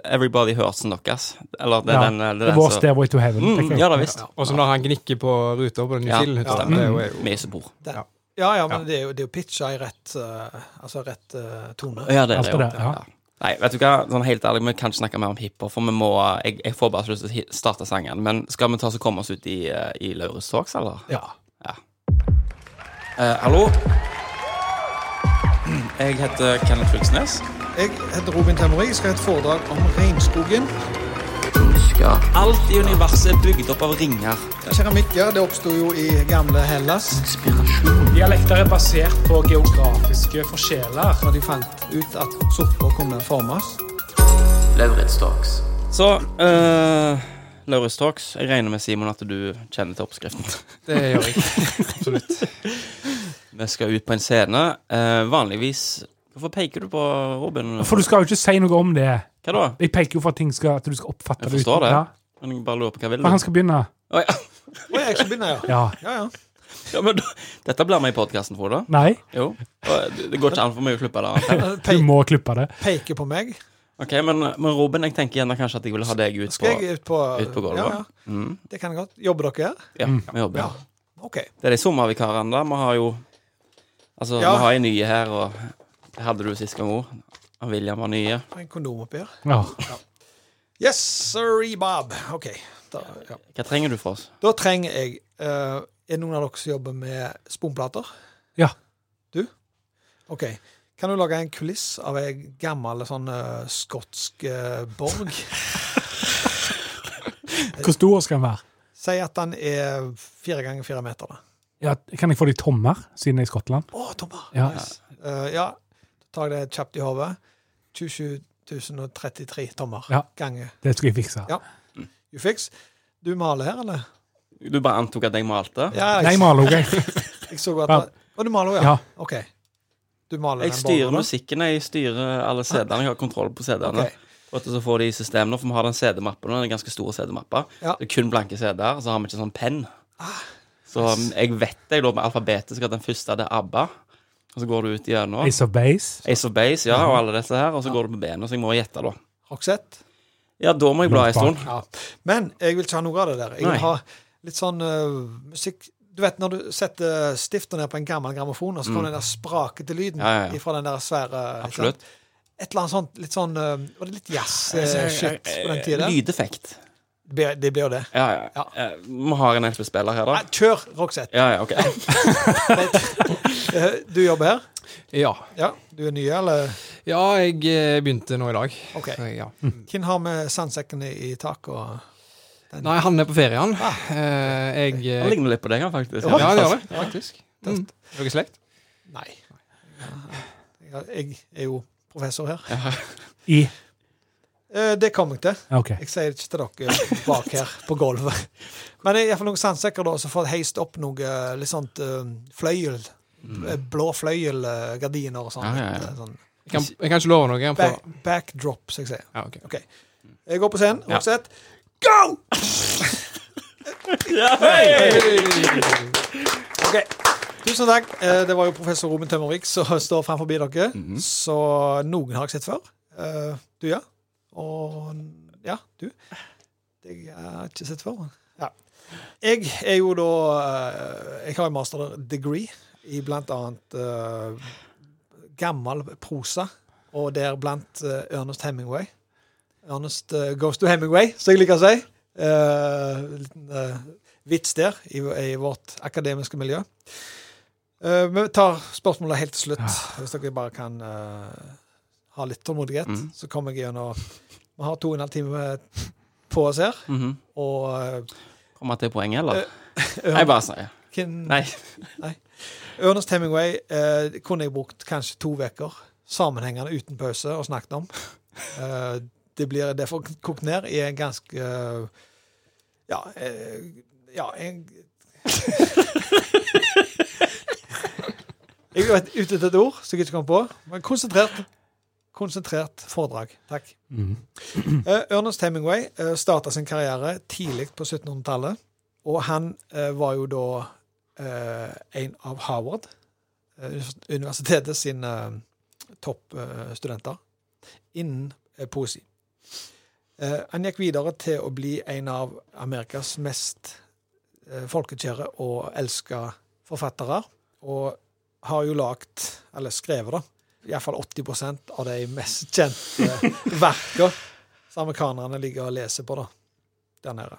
Everybody Hurtsen deres. Eller det er Ja. den, det Det er den var som- Stairway to Heaven. mm, tenker jeg. Ja da visst. Og så når han gnikker på ruta på den nye Ja, Mm. kilden, så stemmer. det er jo- er jo Mesebord. Den. Ja, ja, men det er jo, det er jo pitcha i rett, eh, altså rett eh, tone. Ja, det er det Altså, jo. det, ja. Nei, vet du hva, sånn helt ærlig, vi kan ikke snakke mer om hiphop, for vi må Jeg, jeg får bare så lyst til å hi- starte sangen. Men skal vi ta oss og komme oss ut i, eh, i Lauritz Talks, eller? Ja. Eh, hallo? Jeg heter Kenneth Fylkesnes. Jeg heter Robin Temori, jeg skal ha et foredrag om regnskogen. Ja. Alt i universet er bygd opp av ringer. Keramikker det oppsto jo i gamle Hellas. Dialekter er basert på geografiske forskjeller. Når de fant ut at sopper kunne formes. Så uh, Lauritz Talks, jeg regner med Simon at du kjenner til oppskriften. Det gjør jeg. Absolutt. Vi skal ut på en scene. Eh, vanligvis Hvorfor peker du på Robin? For du skal jo ikke si noe om det. Hva da? Jeg peker jo for at ting skal, at du skal oppfatte Jeg det. forstår uten- det. Ja. Men jeg bare lurer på hva vil du? For han skal begynne. Å, ja. Å, jeg skal begynne, ja. Ja. Ja, ja. Ja, men, da- dette blir med i podkasten, Frode. Nei, Jo. Og Det det går ikke an for meg å klippe det. Eh, du Pe må klippe det. peker på meg. Ok, men, men Robin, jeg tenker gjerne kanskje at jeg vil ha deg ut på Skal jeg ut på, ut på gulvet? Ja, ja. Mm. Det kan jeg godt. Jobber dere her? Ja, Mm. vi jobber. Ja. OK. Det er de sommervikarene, da. Vi har jo Altså, Ja. vi har en ny her, og det hadde du sist gang òg. William var nye. Jeg har En kondom oppi her. Ja. Yes, sorry, Bob. OK. Da, ja. Hva trenger du for oss? da trenger jeg eh, Er det noen av dere som jobber med sponplater? Ja. Du? OK. Kan du lage en kuliss av ei gammel sånn eh, skotsk eh, borg? Hvor stor skal den være? Si at den er fire ganger fire meter. da. Ja, kan jeg få de tommer, siden jeg er i Skottland? Å, Tommer! Ja. Nice. Eh, ja, da tar jeg det kjapt i hodet. 27033 tommer. Ja. Ganger. Det skal jeg fikse. Ja. You fix? Du maler her, eller? Du bare antok at jeg malte? Ja, Nei, jeg, maler òg, jeg. jeg så at Ja. Å, du maler òg, ja. Ja. OK. Du maler Jeg den styrer banen, da? musikken, jeg styrer alle CD-ene. Jeg har kontroll på CD-ene. Ok. Og så får de i systemet, for vi har den CD-mappen, og den er ganske stor CD-mappe. Ja. Ah, Det er kun blanke CD-er, og så har vi ikke sånn penn. Så um, jeg vet det, jeg lå med alfabetet, så at den første det er ABBA. Og så går du ut igjennom. Ace of Base. Ace of Base, ja, og alle disse her. Og så går du på benet, så jeg må gjette, da. Roxette? Ja, da må jeg bla en stund. Ja. Men jeg vil ikke ha noe av det der. Jeg Nei. vil ha litt sånn eh, musikk Du vet når du setter stifter ned på en gammel grammofon, og så kommer den der sprakete lyden Mm. Ja, ja, ja. fra den der svære ikke sant? Absolutt. Et eller annet sånt litt sånn eh, Var det litt Eh, jazz-shit på den tida? eh, Lydeffekt. Det blir- Det blir jo det. Ja, ja. Ja. Eh, Vi har en LP-spiller her, Nei, da. Kjør, Roxette. Ja, ja, ok. Eh, Du jobber her? Ja. Ja. Du er ny, eller? ja, jeg eh, begynte nå i dag. OK. Så, Ja. Hvem har med sandsekkene i taket og Nei, han er på ferie, han. Eh, Jeg eh, Han ligner litt på deg, han, faktisk. Ja, han gjør det, faktisk. Mm. Er dere slekt? Nei. Ja, Jeg er jo professor her. I Eh, Det kommer jeg til. Ja, OK. Jeg sier det ikke til dere bak her på gulvet. Men det er iallfall noen sandsekker da, som får heist opp noe litt sånt eh, fløyel. eh, Blå eh, fløyelgardiner og sånn. Mm. Ja, ja, ja. eh, sånn. Jeg kan, jeg kan ikke love noe. Jeg kan Back, prøve. backdrop, som jeg sier. Ja, ok. OK. Jeg går på scenen. Ja. Roxette, go! OK. Tusen takk. Eh, Det var jo professor Robin Tømmervik som står framfor dere. Mhm. Så noen har jeg sett før. Eh, Du, ja. Og ja, du. Deg har jeg ikke sett før. Ja. Jeg er jo da eh, Jeg har en master degree i blant annet eh, gammel prosa, og der blant eh, Ernest Hemingway. Ernest eh, goes to Hemingway, som jeg liker å si. Eh, liten eh, vits der i, i vårt akademiske miljø. Eh, vi tar spørsmålet helt til slutt, hvis dere bare kan eh, ha litt tålmodighet. Mhm. Så kommer jeg gjennom Vi har to og en halv time på oss her, Mhm. og eh, Kommer jeg til poenget, eller? Ør- Jeg bare sier hvem- Nei. Ernest Hemingway eh, kunne jeg brukt kanskje to uker sammenhengende uten pause og snakket om. Eh, det blir derfor kokt ned i en ganske eh, Ja, eh, ja en Jeg er ute etter et ord som jeg ikke kom på, men konsentrert. Konsentrert foredrag. Takk. Eh, Ernest Hemingway eh, starta sin karriere tidlig på 1700-tallet, og han eh, var jo da eh, en av Harvard, eh, universitetet sine eh, toppstudenter, innen eh, poesi. Eh, han gikk videre til å bli en av Amerikas mest eh, folkekjære og elska forfattere, og har jo lagt, eller skrevet, da, iallfall 80 av de mest kjente verka som amerikanerne ligger og leser på, da, der nede.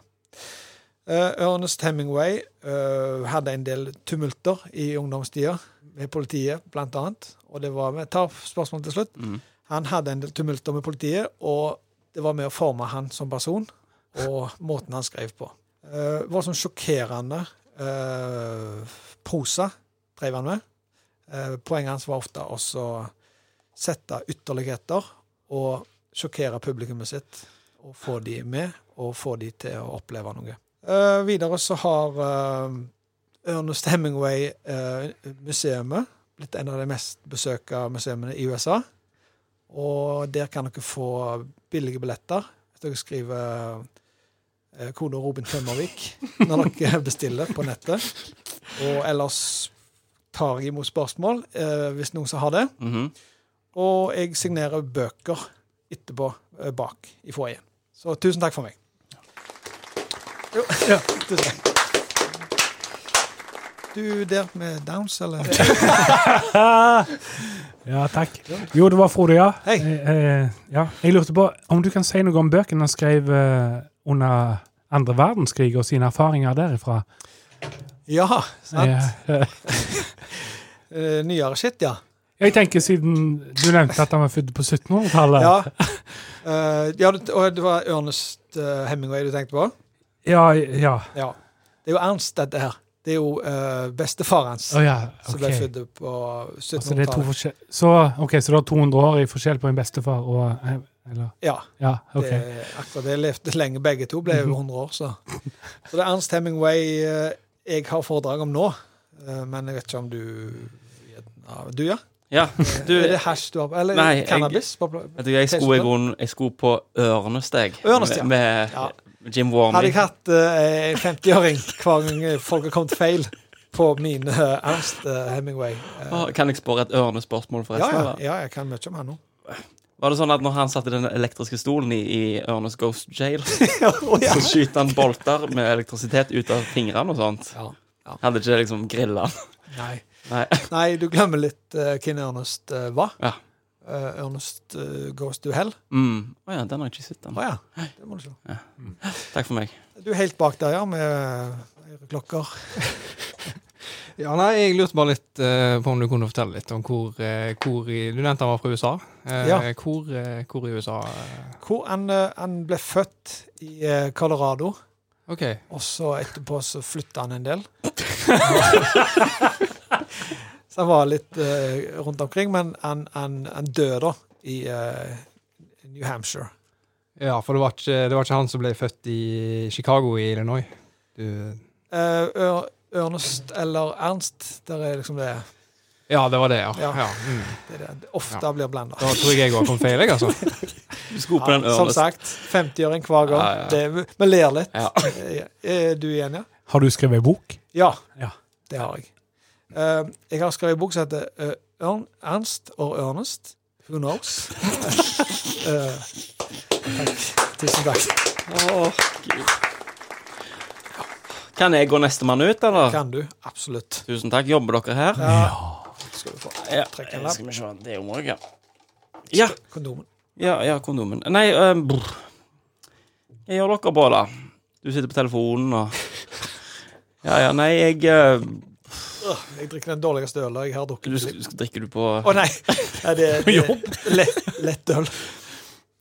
Eh, Ernest Hemingway eh, hadde en del tumulter i ungdomstida, med politiet blant annet. Og det var med, ta spørsmålet til slutt. Mhm. Han hadde en del tumulter med politiet, og det var med å forme han som person, og måten han skrev på. Eh, var sånn sjokkerende eh, prosa drev han med. Eh, poenget hans var ofte også å sette ytterligheter og sjokkere publikummet sitt, og få de med, og få de til å oppleve noe. Eh, videre så har uh, Ernest Hemingway-museet blitt en av de mest besøka museene i USA. Og der kan dere få billige billetter hvis dere skriver eh, kode Robin Tømmervik når dere bestiller på nettet. Og ellers tar jeg imot spørsmål eh, hvis noen som har det. Mhm. Og jeg signerer bøker etterpå eh, bak i foajeen. Så tusen takk for meg. Jo, ja, tusen takk. Du der med downs, eller? Ja, takk. Jo, det var Frode, ja. Hei. Eh, eh, ja. Jeg lurte på om du kan si noe om bøkene han skrev eh, under andre verdenskrig, og sine erfaringer derifra. Ja, sant? Eh, eh, Eh, Nyere shit, ja. jeg tenker siden du nevnte at han var født på 1700-tallet. Ja, Eh, ja det, og det var Ernest eh, Hemingway du tenkte på? ja. ja. Ja. Det er jo Ernst, dette her. Det er jo eh, bestefar hans Å ja, som ok. ble født på Altså, det er to 1700-tallet. forskjell... Så, ok, så du har 200 år i forskjell på en bestefar og eh, eller, ja, Ja, ok. det, akkurat det levde lenge. Begge to ble Mhm. jo 100 år, så. Så det er Ernst Hemingway eh, jeg har foredrag om nå, eh, men jeg vet ikke om du ja, Du, ja? Ja, du er det hash du har på? Eller Nei, jeg- cannabis? På- Eh, Vet du, jeg sko, i grunnen- jeg sko på Ørnesteg Ørnest, ja. med, med Ja. Jim Warney. Hadde jeg hatt eh, en 50-åring hver gang eh, folk har kommet feil på min eh, Ernst eh, Hemingway eh, Å, Kan jeg spørre et ørnespørsmål, ja, forresten? ja, eller? ja, jeg kan mye om han nå. Var det sånn at når han satt i den elektriske stolen i, i Ernest Goes to Jail, Å, ja. så skyter han bolter med elektrisitet ut av fingrene og sånt? Ja, ja. Hadde ikke liksom grilla han? Nei. Nei. Nei, du glemmer litt eh, hvem Ernest eh, var. Ja. Eh, Ernest eh, Goes to Hell. Mm. Å ja, den har jeg ikke sett. Å Den. ja. Det må du se. Takk for meg. Du er helt bak der, ja, med eh, klokker. Ja, nei, jeg lurte bare litt eh, på om du kunne fortelle litt om hvor, eh, hvor i, Du nevnte han var fra USA. Eh, Ja. hvor, eh, hvor i USA eh, Hvor han, eh, han ble født i eh, Colorado, OK. og så etterpå så flytta han en del. så han var litt eh, rundt omkring, men han, han, han døde da i eh, New Hampshire. Ja, for det var, ikke, det var ikke han som ble født i Chicago i Illinois. Du, Eh, Ør Ørnest eller Ernst, der er liksom det Ja, det var det, ja. Ja. ja. Mm. Det, er det. det ofte Ja. blir blanda. Da tror jeg jeg òg kom feil, jeg, altså. Du skal opp på den Ja, sånn som ørnes. sagt, 50-åring hver gang. Ja, ja. Det, vi ler litt. Ja. Eh, Er du igjen, ja? Har du skrevet ei bok? Ja, Ja. det har jeg. Eh, jeg har skrevet en bok som heter eh, Ørn, Ernst og Ernest. Who knows? Eh, takk. Tusen takk. Kan jeg gå nestemann ut, eller? Kan du? Absolutt. Tusen takk. Jobber dere her? Skal du få Ja. Trekk en lapp. Skal vi se. Det er jo morgen. Ja, kondomen. ja, ja kondomen. Nei, uh, brr. Hva gjør dere på, da? Du sitter på telefonen og Ja, ja, nei, jeg eh, Åh, Jeg drikker den dårligste ølen jeg har drukket. du, i mitt liv. sk- sk- Drikker du på Å nei! nei det, det, lett, lett øl.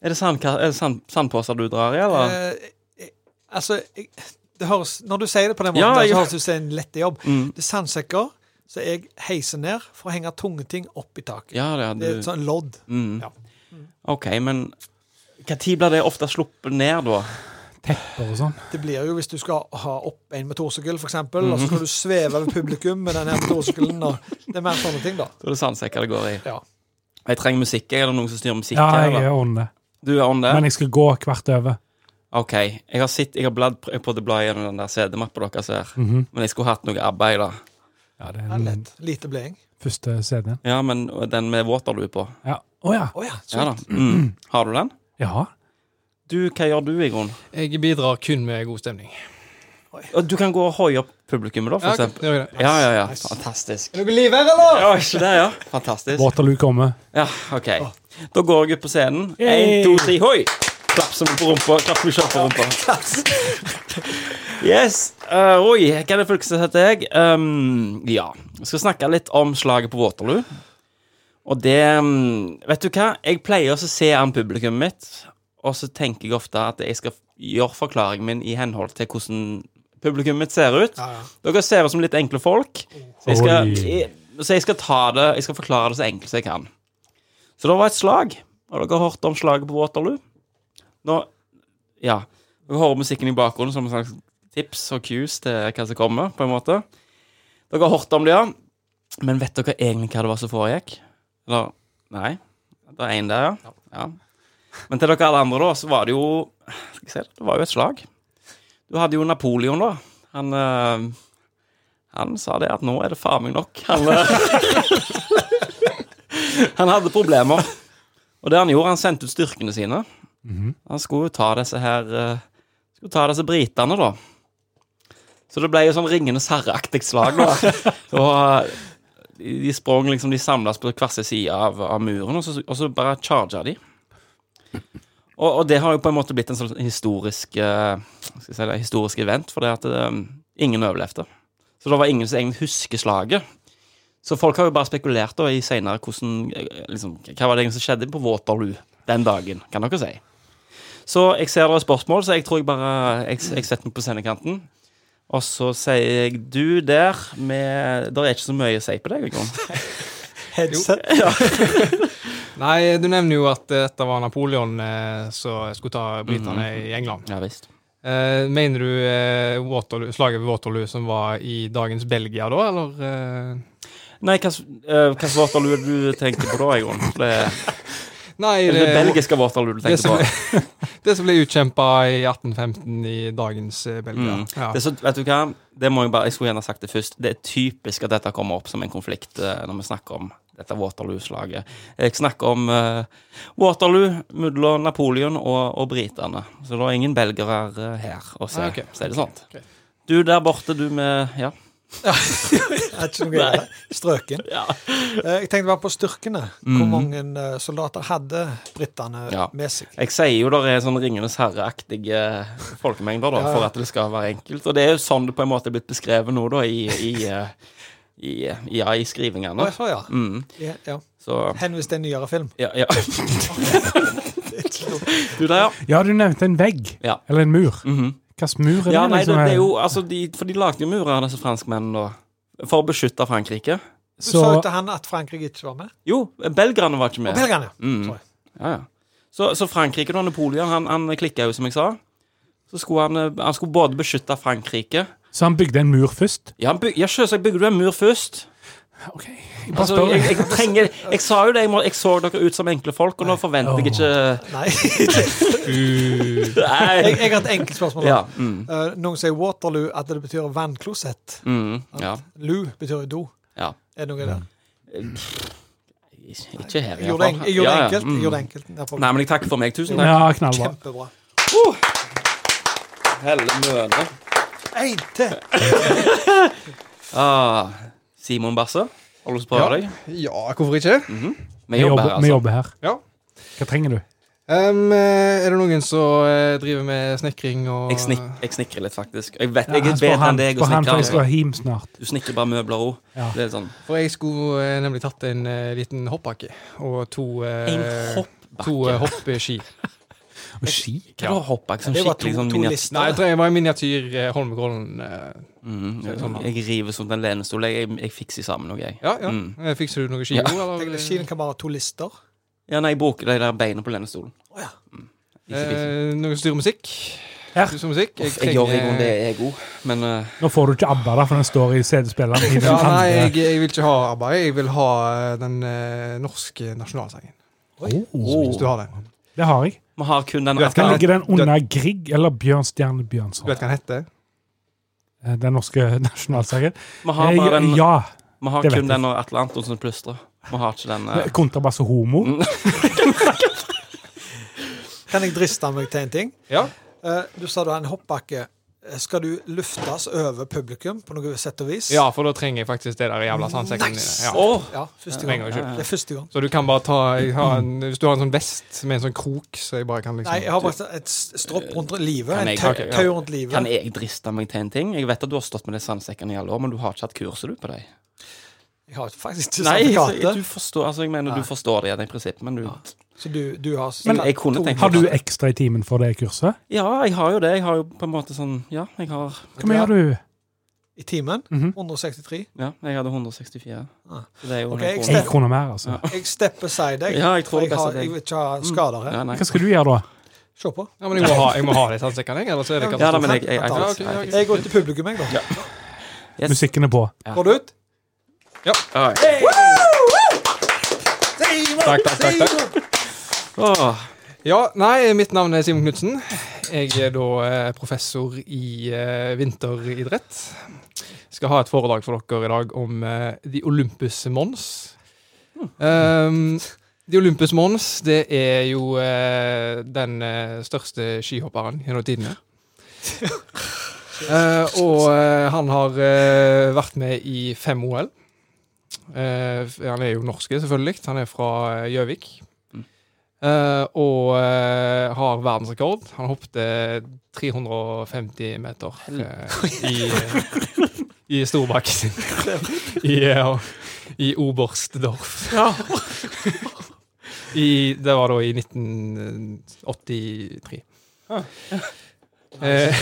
Er det sandka- er det sand, sandposer du drar i, eller? Eh, jeg- altså, jeg, det høres, når du sier det på den måten, Ja, der, jeg- så høres det ut som en lett jobb. Mm. Det er sandsekker som jeg heiser ned for å henge tunge ting opp i taket. Ja, det Det er er et du. sånn lodd. Mm. Ja. OK, men når blir det ofte sluppet ned, da? Tepper og sånn? Det blir jo hvis du skal ha opp en motorsykkel, for eksempel, Mhm. og så skal du sveve ved publikum med den her motorsykkelen. Og det er mer sånne ting, da. Da er det sandsekker det går i. Ja. Jeg trenger musikk. jeg. Er det noen som styrer musikk Ja, her? jeg eller? er on det. Du er on det? Men jeg skal gå hvert over. OK. Jeg har sett, jeg har bladd jeg har prøvd å bla gjennom den der CD-mappa deres her. Mhm. Men jeg skulle hatt noe arbeid, da. Ja, det Det er Mm. er den lett. Lite bleing. første CD-en. Ja, men den med Waterloo på. Ja. Å ja. Å ja. Så, Ja da. Mm. Har du den? Ja. Du, hva gjør du, Igon? Jeg bidrar kun med god stemning. Du kan gå og hoie opp publikummet, da, for Ja, ok, eksempel. det gjør jeg. Ja, ja, ja. Fantastisk. Er dere liv her, eller? Ja, ikke det, ja? Fantastisk. Waterloo kommer. Ja, OK. Da går jeg ut på scenen. Yay! Én, to, tre, hoi! Klapp som på rumpa. Klapp meg selv på rumpa. Yes. eh, oi, hva er det fylket heter jeg? Um, ja. Jeg skal snakke litt om slaget på Waterloo. Og det mm, Vet du hva? Jeg pleier også å se an publikummet mitt, og så tenker jeg ofte at jeg skal gjøre forklaringen min i henhold til hvordan publikummet mitt ser ut. Dere ser ut som litt enkle folk, så jeg skal, Oi. jeg, så jeg skal ta det Jeg skal forklare det så enkelt som jeg kan. Så det var et slag. Og dere har hørt om slaget på Waterloo? Nå Ja. Dere hører musikken i bakgrunnen som en slags tips og cues til hva som kommer, på en måte. Dere har hørt om det, ja. Men vet dere egentlig hva det var som foregikk? Eller Nei. Det er én der, ja. ja. Men til dere alle andre, da, så var det jo Skal jeg se, det var jo et slag. Du hadde jo Napoleon, da. Han eh, Han sa det at nå er det faen meg nok. Han, eh, han hadde problemer. Og det han gjorde, han sendte ut styrkene sine. Han skulle jo ta disse her eh, Skulle ta disse britene, da. Så det ble jo sånn Ringenes herre-aktig slag, da. Og eh, de de sprang liksom, de samles på hver sin side av, av muren, og så, og så bare charga de. Og, og det har jo på en måte blitt en sånn historisk eh, hva skal jeg si det, historisk event, fordi at eh, ingen overlevde. Så det var ingen som egentlig husker slaget. Så folk har jo bare spekulert da, i senere hvordan, eh, liksom, hva var det egentlig som skjedde på Waterloo den dagen, kan dere si. Så jeg ser dere har spørsmål, så jeg tror jeg bare jeg, jeg setter meg på sendekanten. Og så sier jeg du der med Det er ikke så mye å si på deg. i grunnen. Headset. Nei, du nevner jo at eh, dette var Napoleon eh, som skulle ta britene i England. Ja visst. Eh, mener du eh, Waterloo, slaget ved Waterloo som var i dagens Belgia da, eller? Eh, Nei, hva s- eh, hva slags Waterloo er det du tenker på da, Egon? Det, nei, er det det belgiske Waterloo du det tenker som, på? det som ble utkjempa i 1815 i dagens eh, Belgia. Mm. Ja. Det er så, vet du hva? Det må jeg bare, jeg skulle gjerne sagt det først. Det er typisk at dette kommer opp som en konflikt eh, når vi snakker om dette Waterloo-slaget. Jeg snakker om eh, Waterloo mellom Napoleon og, og britene. Så det er ingen belgere eh, her å se, Ah, ok. så er det sånt. Ok. Du der borte, du med Ja. Er ikke noe greier. Strøken. Eh, Jeg tenkte bare på styrkene. Hvor mange eh, soldater hadde britene Mm. Ja. med seg? Jeg sier jo det er sånn Ringenes herre-aktige folkemengder, da, Ja, ja. for at det skal være enkelt. Og det er jo sånn det på en måte er blitt beskrevet nå, da, i, i, eh, i, ja, i Å, skrivingene. jeg sa ja. Mm. ja, ja. Så Henvis til en nyere film. Ja, ja. du der, ja. Ja, du nevnte en vegg. Ja. Eller en mur. Mhm. Hvilken mur er det? ja nei, det, liksom? det er jo, altså, de, for de lagde jo murer, disse franskmennene, da. For å beskytte Frankrike. Du Så, sa jo til han at Frankrike ikke var med. Jo, belgerne var ikke Og med. Belgierne. Mm. Sorry. Ja, ja. Så, så Frankrike og Napoleon, han, han klikka jo, som jeg sa. Så skulle han, eh, han skulle både beskytte Frankrike så han bygde en mur først? Ja, han byg, ja selvsagt bygde du en mur først. OK. Jeg bare Altså, spør. jeg, jeg trenger Jeg sa jo det, jeg, må, jeg så dere ut som enkle folk, og nå forventer jeg ikke Nei. jeg, Nei. jeg har et enkelt spørsmål. Ja. da. Mm, Eh, noen sier Waterloo, at det betyr vannklosett. mm, ja. Loo betyr do. Ja. Er det noe i det? Ikke her, Jeg gjorde det, en, jeg gjorde Mm. Ja, ja, det enkelt. mm. Jeg gjorde det enkelt. Det er folk- Nei, men jeg takker for meg. Tusen takk. Ja, knallbra. Kjempebra. Helle møne. En til. Ah, Simon Basse, har du lyst til å prøve deg? Ja, hvorfor ikke? Vi Vi jobber jobber, her, vi altså. jobber her. Ja. Hva trenger du? Ehm, eh, er det noen som eh, driver med snekring og Jeg, snik, jeg snikrer litt, faktisk. Jeg vet, Ja, jeg er spør bedre han, enn deg spør å han, for jeg skal snikre. hjem snart. Du snikrer bare møbler òg. Ja. Det er sånn For jeg skulle eh, nemlig tatt en eh, liten hoppbakke og to eh, En hoppbakke? To eh, hoppeski. Og ski? Hva da, hoppbakke? Sånn Det var skikkelig to, sånn to miniatyr... lister. Nei, jeg trenger bare en miniatyr eh, Holmenkollen. eh. Mm, jeg, jeg river som den lenestol. Jeg, jeg, jeg fikser sammen noe, jeg. Ja, ja. Mm. Eh, Fikser du noe ski Ja. òg, Tenk eller? deg, Skiven kan bare ha to lister. Ja, nei, jeg bruker de der beina på lenestolen. Å ja. Mm. Ikke fikser. Eh, noen som styrer musikk? Her. Du som musikk? Uff, jeg gjør i grunnen det jeg er god, men eh, Nå får du ikke ABBA, da, for den står i CD-spilleren. i den Ja, nei, andre. jeg, jeg vil ikke ha ABBA. Jeg vil ha eh, den eh, norske nasjonalsangen. oh, Hvis du har den. Det har jeg. Vi har kun den Du vet Kan Ja, ligge den du- under Grieg eller Bjørnstjerne Du Bjørnson? vet hva den heter? Eh, Den norske nasjonalsangen? Vi har bare Eh, den Ja. Vi har Det vet kun jeg. den og Atle Antonsen plystrer. Vi har ikke den eh, Kontrabass og homo? Kan jeg driste meg til en ting? Ja. Eh, Du sa du har en hoppbakke. Eh, Skal du luftes over publikum på noe sett og vis? Ja, for da trenger jeg faktisk det der jævla sandsekken din. Nice! Ja. Åh! Ja, første Med en gang. gang skyld. Det er første gang. Så du kan bare ta jeg har en, Hvis du har en sånn vest med en sånn krok, så jeg bare kan liksom Nei, jeg har bare et stropp rundt livet. Kan En jeg- tau ok, ja. tau rundt livet. Kan jeg driste meg til en ting? Jeg vet at du har stått med de sandsekkene i alle år, men du har ikke hatt kurset du på deg. Jeg har faktisk ikke Nei, så, sertifikatet. du forstår, altså, jeg mener du forstår det i det prinsippet, men du Så du, du har Men jeg kunne to- tenkt meg- Har du ekstra i timen for det kurset? Ja, jeg har jo det. Jeg har jo på en måte sånn Ja, jeg har Hva mer gjør du? i timen. Mhm. 163. Ja, jeg hadde 164. Ah. Så det er jo Ok, helt jeg konge. Én krone mer, altså. Jeg stepper seg deg. Ja, jeg tror for det jeg, har, passer deg. jeg vil ikke ha skader her. ja, nei. Hva skal du gjøre, da? Se på. Ja, men jeg må ha, jeg må ha de sandsekkene, jeg, ellers er det Ja, ja da, katastrofe. men jeg, jeg, jeg, Ja, jeg, ok, ja, ok. Jeg går til publikum, jeg, da. Yes. Musikken er på. Ja. Går du ut? Ja, ja. Takk, takk, takk, takk. Åh, Ja, nei, mitt navn er Simon Knutsen. Jeg er da eh, professor i eh, vinteridrett. Skal ha et foredrag for dere i dag om eh, The Olympus Mons. Um, The Olympus Mons, det er jo eh, den eh, største skihopperen gjennom tidene. Eh, og eh, han har eh, vært med i fem OL. Eh, f- han er jo norske, selvfølgelig. Han er fra eh, Gjøvik. Eh, og eh, har verdensrekord. Han hoppet eh, 350 meter eh, i, i storbakken sin. I, eh, i Oberstdorf. I, det var da i 1983. Eh,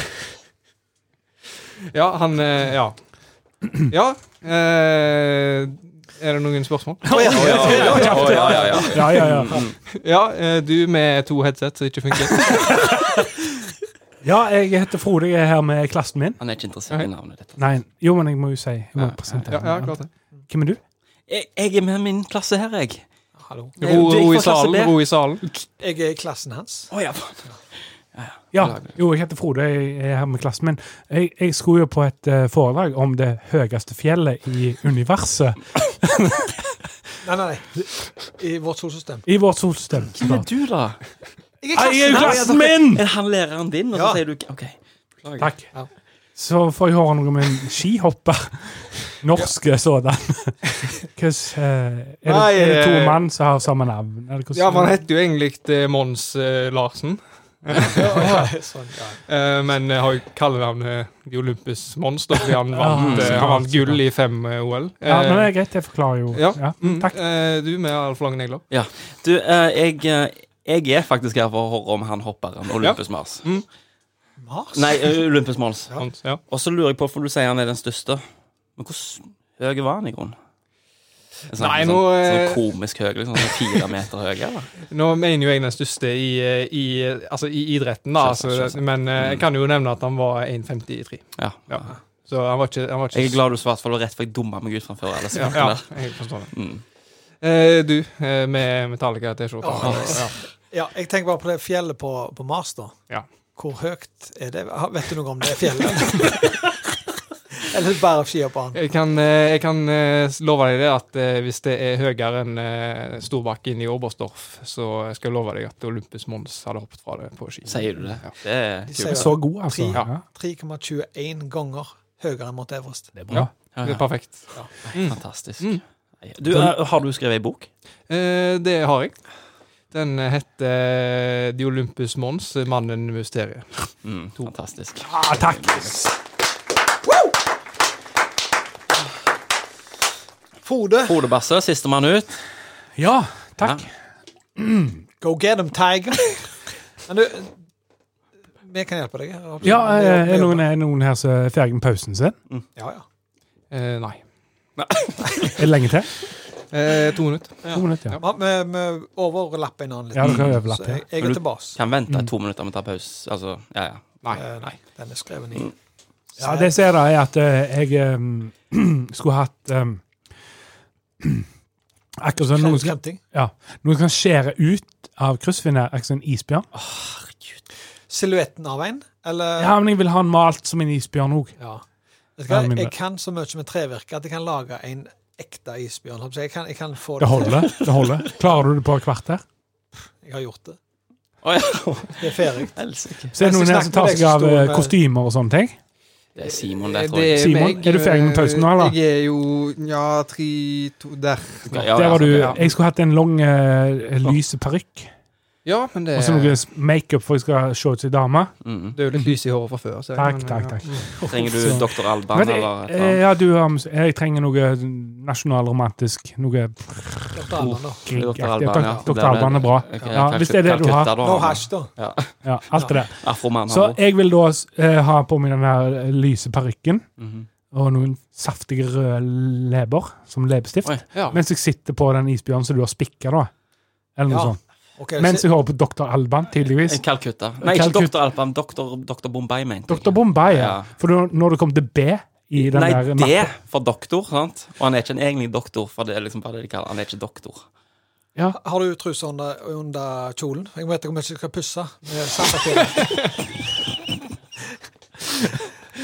ja, han eh, Ja. Ja. eh, er det noen spørsmål? Åh, ja, ja, ja. Ja, ja, ja. Ja, eh, du med to headset som ikke funker. ja jeg heter Frode, jeg er her med klassen min. Han er ikke interessert i navnet ditt. Nei, jo, men jeg må jo si Jeg må Ja, presentere Ja, ja, klart det. Hvem er du? Jeg, jeg er med min klasse her, jeg. Hallo. Nei, du Ro, er ro i fra klasse salen. B. Ro i salen. Jeg er i klassen hans. Åh, ja. Ja, jo, jeg heter Frode, jeg er her med klassen min. Jeg, jeg skulle jo på et eh, foredrag om det høyeste fjellet i universet. Nei, nei, nei. I vårt solsystem. I vårt solsystem. Hvem er du, da? Jeg Nei, jeg er jo klassen min! Er han læreren din? Og så Ja. sier du ikke OK. Beklager. Takk. Ja. Så får jeg høre noe om en skihopper. Norske sådan. Hvordan, eh, er, det, Nei, er det to eh, mann som har samme navn? Eller hvordan- Ja, for han heter jo egentlig eh, Mons eh, Larsen. sånn, ja. Eh, men jeg har jo kallenavnet The Olympus Mons, da, fordi han Ah, vant, eh, så han vant bra, så gull i fem eh, OL. Eh, Ja, men det er greit, det forklarer jo. ja. Ja, mm, takk. eh, du med altfor lange negler. Du, eh, jeg, eh, jeg er faktisk her for å høre om han hopperen Olympus Mars. Mars? Nei, eh, Olympus Mons. Mons, Ja. Og så lurer jeg på, for du sier han er den største. Men hvor høy var han i grunnen? En Sånn, Nei, sånn, nå, eh, sånn komisk høy, liksom. Sånn fire meter høy, eller? Nå mener jo jeg den største i, eh, i, eh, altså, i idretten, da, Selvsagt, altså, selvsagt. men eh, jeg kan jo nevne at han var 1,53. Ja. Ja. Så han var ikke, han var ikke Jeg er glad du svarte, for det var rett for jeg dumma meg ut fra før. Ellers. Ja, ja, jeg forstår det. Mm. Eh, du, eh, med Metallica-T-skjorte. Ja. Ja. Ja, jeg tenker bare på det fjellet på, på Mars, da. Ja. Hvor høyt er det? Ha- Vet du noe om det fjellet? Eller bare skia på han? Jeg kan, eh, jeg kan eh, s- love deg det at eh, hvis det er høyere enn eh, Storbakken i Oberstdorf, så skal jeg love deg at Olympus Mons hadde hoppet fra det på ski. Sier du det? Ja. Det er De kult. sier Så god, altså. Tre. Ja. 3,21 ganger høyere enn Mount Everest. Det er Ja. bra. Ja, Det er ja. perfekt. Fantastisk. Mm. Du, eh, har du skrevet ei bok? Eh, det har jeg. Den heter eh, The Olympus Mons, mannen med mysteriet. Mm, fantastisk. Ah, takk! Frode, Frode Basse, sistemann ut. Ja, takk. go get him, tiger! Men du, vi kan hjelpe deg. absolutt. Ja, Vi eh, jobber- er noen, er noen her som er ferdig med pausen sin? Ja, ja. Eh, nei. Er det lenge til? Eh, to minutter. To minutter, ja. Vi- Vi vi overlapper en annen litt. Ja, dere har overlapp, Så ja. jeg, jeg Men er du- tilbake. Kan vente to minutter med å ta pause. Altså, ja, ja. Nei. Eh, nei, den er skrevet i Ja, det som er da, er at eh, jeg em, skulle hatt em, Akkurat som noen, skal- Kremting. ja, noen kan skjære ut av kryssfinnet, akkurat som en isbjørn. Silhuetten av en, eller Ja, men jeg vil ha den malt som en isbjørn òg. Ja. Vet du hva? Ja, min- Jeg kan så mye med trevirke at jeg kan lage en ekte isbjørn. håper Jeg Jeg kan, jeg kan få det. Det holder. det holder. Klarer du det på et kvarter? Jeg har gjort det. Å ja. Det er ferdig. Helsike. Så er det Jeg noen her snakket som tar med deg seg av som sto eh, med- kostymer og sånne ting. Det er Simon Eh, der, tror jeg. er Simon, er du ferdig med pausen nå, eller? Jeg er jo nja, tre, to Der. Ja, ja, Der var du, ja. jeg skulle hatt en lang, eh, lyse parykk Ja, men det, og så noe makeup for jeg skal se ut som en dame. Mm. det er jo litt lys i håret fra før. Så jeg Takk, kan- takk, ja. takk. Trenger du Så- Dr. Alban Men, Sånn eller et eh, eller annet? ja, du, har- jeg trenger noe nasjonalromantisk. Noe Dr. Alban, da. grinkaktig. Dr. Alban, ja. Dr. Alban er bra. Ok, Ja, hvis det er det du Calcutta, har. da, No han. hash, da. Ja. Ja, alt det der. Afroman Så har jeg vil da eh, ha på meg den her eh, lyse parykken Mm, og noen saftige røde leber som leppestift. Oi. Ja. Mens jeg sitter på den isbjørnen som du har spikka, da. Eller noe Ja. sånn. Ok, så- Mens jeg hører på Dr. Alban, tydeligvis. Calcutta. Nei, ikke Calcutta. Dr. Alban. Dr. Dr. Bombay, mente jeg. Dr. Bombay, ja. Ja. For du- når du kom til B i den Nei, der det mappen- for doktor, sant? Og han er ikke en egentlig doktor, for det er liksom bare det de kaller Han er ikke doktor. ja. Har du trusa under, under kjolen? Jeg vet ikke om jeg skal pusse med sandpapir.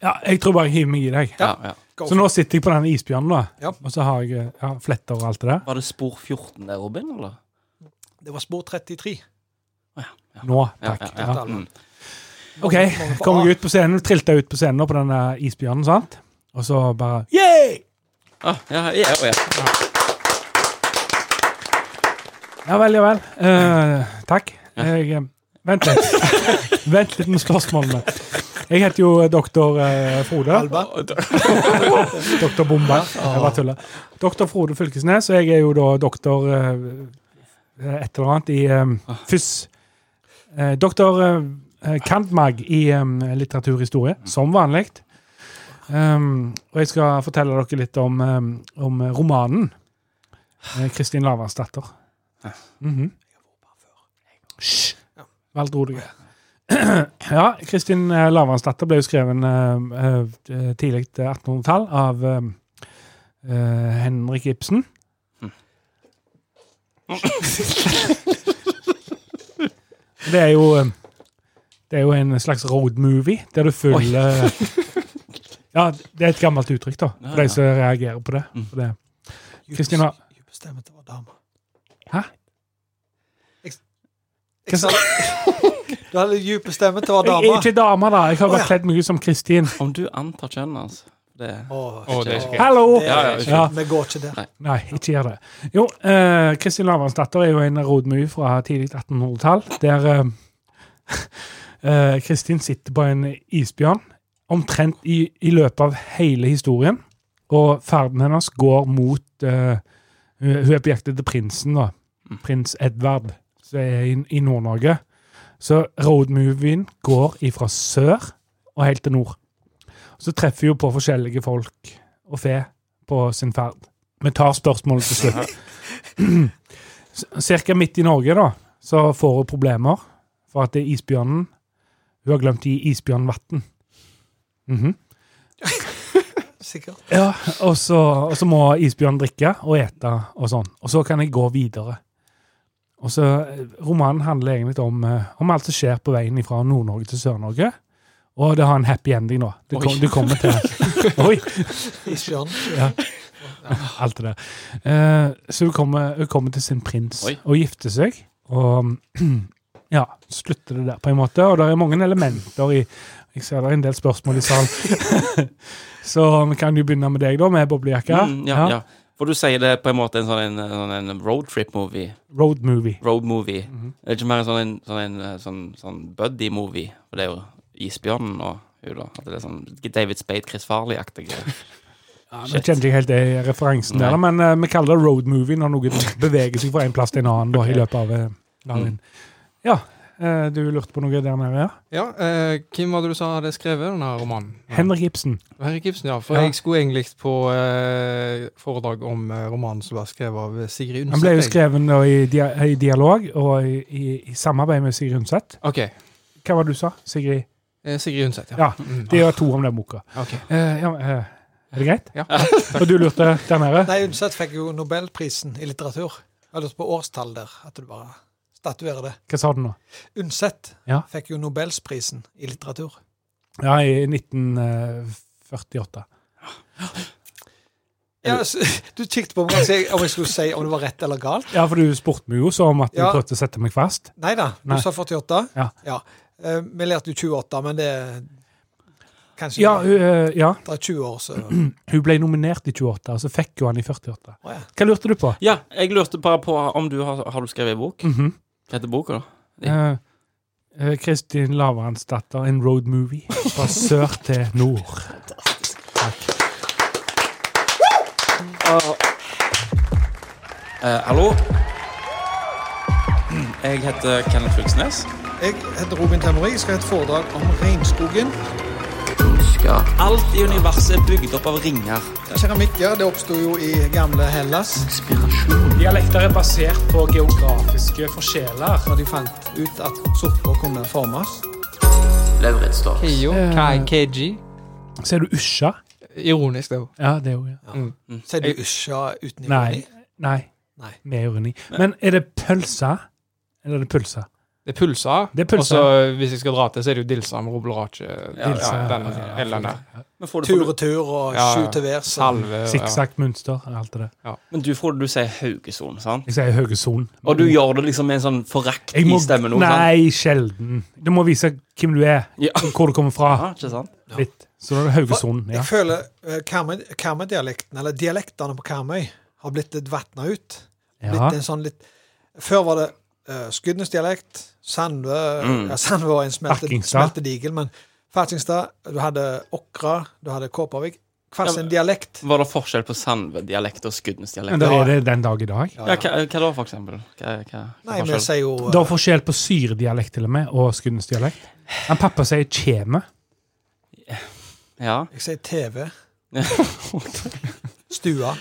ja, jeg tror bare jeg hiver meg i deg. Ja, ja. Go Så for nå sitter jeg på den isbjørnen, da. Ja. Og så har jeg eh, ja, fletter og alt det der. Var det spor 14 der, Robin, eller? it. Det var spor 33. Nå, takk. Ja, Ja, ja, ja. Mm. OK. Mange på Kom A. jeg ut på scenen, trilte jeg ut på scenen nå på den eh, isbjørnen, sant? Og så bare Yeah! Ah, ja, ja, ja, ja. Ja vel, ja vel. Eh, takk. Jeg eh, Vent litt. Vent litt med spørsmålene. Jeg heter jo eh, doktor eh, Frode. Alban. Doktor Bomba. Jeg bare tuller. Doktor Frode Fylkesnes, og jeg er jo da doktor eh, et eller annet i eh, FUS. Eh, doktor eh, Kantmag i eh, litteraturhistorie, som vanlig. Um, og jeg skal fortelle dere litt om, eh, om romanen eh, Kristin Lavansdatter. Mhm. Hysj! Vel dro deg. Ja, Kristin eh, Lavansdatter ble jo skrevet eh, eh, tidlig til 1800-tall av eh, eh, Henrik Ibsen. Mm. Det er jo eh, Det er jo en slags road movie, der du følger eh, Ja, det er et gammelt uttrykk, da, Ja, for ja. de som reagerer på det. Mm. For det. Kristina. Du bestemmer at det var dame. Hæ? Jeg, Hva jeg sa Du hadde dyp stemme til å være Jeg er dame. ikke dame, da. Jeg har Å, bare ja. kledd meg ut som Kristin. Om du antar kjønnet hans det... Åh, Åh, det er ikke åh, greit. Hallo! det- Ja, ja, ja. Vi går ikke der. Nei, ikke gjør det. Jo, eh, Kristin Lavansdatter er jo en rodmue fra tidlig 1800-tall, der eh, eh, Kristin sitter på en isbjørn omtrent i, i løpet av hele historien, og ferden hennes går mot eh, Hun hun er på jakt etter prinsen, da. Prins Edvard, som er i, i Nord-Norge. Så roadmovien går ifra sør og helt til nord. Så treffer hun på forskjellige folk og fe på sin ferd. Vi tar spørsmålet til slutt. S- Cirka midt i Norge da, så får hun problemer for at det er isbjørnen Hun har glemt å gi isbjørnen vann. Mhm. Sikkert. Ja, og så, og så må isbjørn drikke og ete og sånn. Og så kan jeg gå videre. Og så, eh, Romanen handler egentlig om, eh, om alt som skjer på veien fra Nord-Norge til Sør-Norge. Og det har en happy ending nå. Du, kom, du kommer til Oi! Isbjørn. Alt det der. Eh, så hun kommer, hun kommer til sin prins Oi. og gifter seg. Og ja, slutter det der på en måte. Og det er mange elementer i Jeg ser det er en del spørsmål i salen. så vi kan jo begynne med deg, da, med boblejakka. Mm, ja, ja. For du sier det er på en måte en sånn en, sånn en roadtrip-movie. Road movie. Road-movie. Det er ikke mer en sånn, en, sånn, en, eh, sånn, sånn buddy-movie. For det er jo Isbjørnen og hun, da. At Det er sånn David Spade, Chris Farley-aktig. Nå kjente jeg helt det i referansen der, da, men eh, vi kaller det road movie når noe beveger seg fra en plass til en annen da, i løpet av eh, dagen. Ja, eh, du lurte på noe der nede? ja? Ja, eh, Hvem var det du sa hadde skrevet denne romanen? Henrik Ibsen. Henrik Ibsen, ja. For Ja. jeg skulle egentlig på eh, foredrag om eh, romanen som ble skrevet av eh, Sigrid Undset. Han ble jo jeg. skrevet da i, dia i dialog og i, i, i samarbeid med Sigrid Undset. Ok. Hva var det du sa, Sigrid? eh, Sigrid Undset, ja. Ja, det er to om den boka. Ok. Eh, ja, eh, er det greit? Ja. og du lurte der nede? Nei, Undset fikk jo Nobelprisen i litteratur. Jeg lurte på årstall der, at du bare statuerer det. Hva sa du nå? Undset Ja. fikk jo Nobelsprisen i litteratur. Ja, i 1948. Ja, så, du kikket på meg og sa om jeg skulle si om det var rett eller galt. Ja, for du spurte meg jo så om at du Ja. prøvde å sette meg fast. Nei da, du Nei. sa 48. Ja. Eh, Vi lærte jo 28, men det er Kanskje Ja, hun, eh, ja, det er 20 år, så hun ble nominert i 28, og så fikk hun han i 48. Å ja. Hva lurte du på? Ja, jeg lurte bare på om du har, har du skrevet en bok? Mhm. Hva heter boka, da? Eh, eh, Kristin Lavransdatter, en road movie fra sør til nord. Eh, hallo? Jeg heter Kenneth Fylkesnes. Jeg heter Robin Temori. Jeg skal ha et foredrag om regnskogen. Alt i universet er bygd opp av ringer. Keramikker det oppsto jo i gamle Hellas. Dialekter er basert på geografiske forskjeller. Når de fant ut at sopper kunne formes. Keio. Kai, KG. Ser du Usja? Ironisk, det òg. Ja, det er jo ja. Sier du usja uten ironi? Nei. Nei. Nei. Med ironi. Men er det pølse? Eller er det pølse? Det er pulsa. Det er pulsa. Og så, eh, hvis jeg skal dra til, så er det jo dilsa med roblerake. Ja, Dilsa, ja, den, ja, ja. eller den der. Men Frode, Tur Frode, og tur og Ja, ja. sju til værs. Salve. ja. Sikksakk-mønster og alt det der. men du, Frode, du sier Haugesund, sant? Jeg sier Haugesund. Og du gjør det liksom med en sånn forakt Mm. Jeg må- i stemmen nå, sant? Nei, sjelden. Du må vise hvem du er, Ja. hvor du kommer fra. Ja, ikke sant? Litt. Så da er det Haugesund. Ja. Jeg føler eh, Karmøy- Karmøy-dialekten, eller dialektene på Karmøy, har blitt litt vatna ut. ja. Blitt en sånn litt Før var det uh, Skudenes-dialekt. Sandve ja, Sandve var en smelte, Fakkingstad. smelte digel, men Fatsingstad Du hadde Åkra, du hadde Kåpervik. Hver sin dialekt. Var det forskjell på Sandve-dialekt og Skudenes-dialekt? Men da er det den dag i dag. Ja, hva, hva da, for eksempel? Hva, hva, Nei, hva vi forskjell? sier jo eh, Det er forskjell på syredialekt til og med, og skuddensdialekt. Men pappa sier kjeme. Ja. Jeg sier TV. Stua.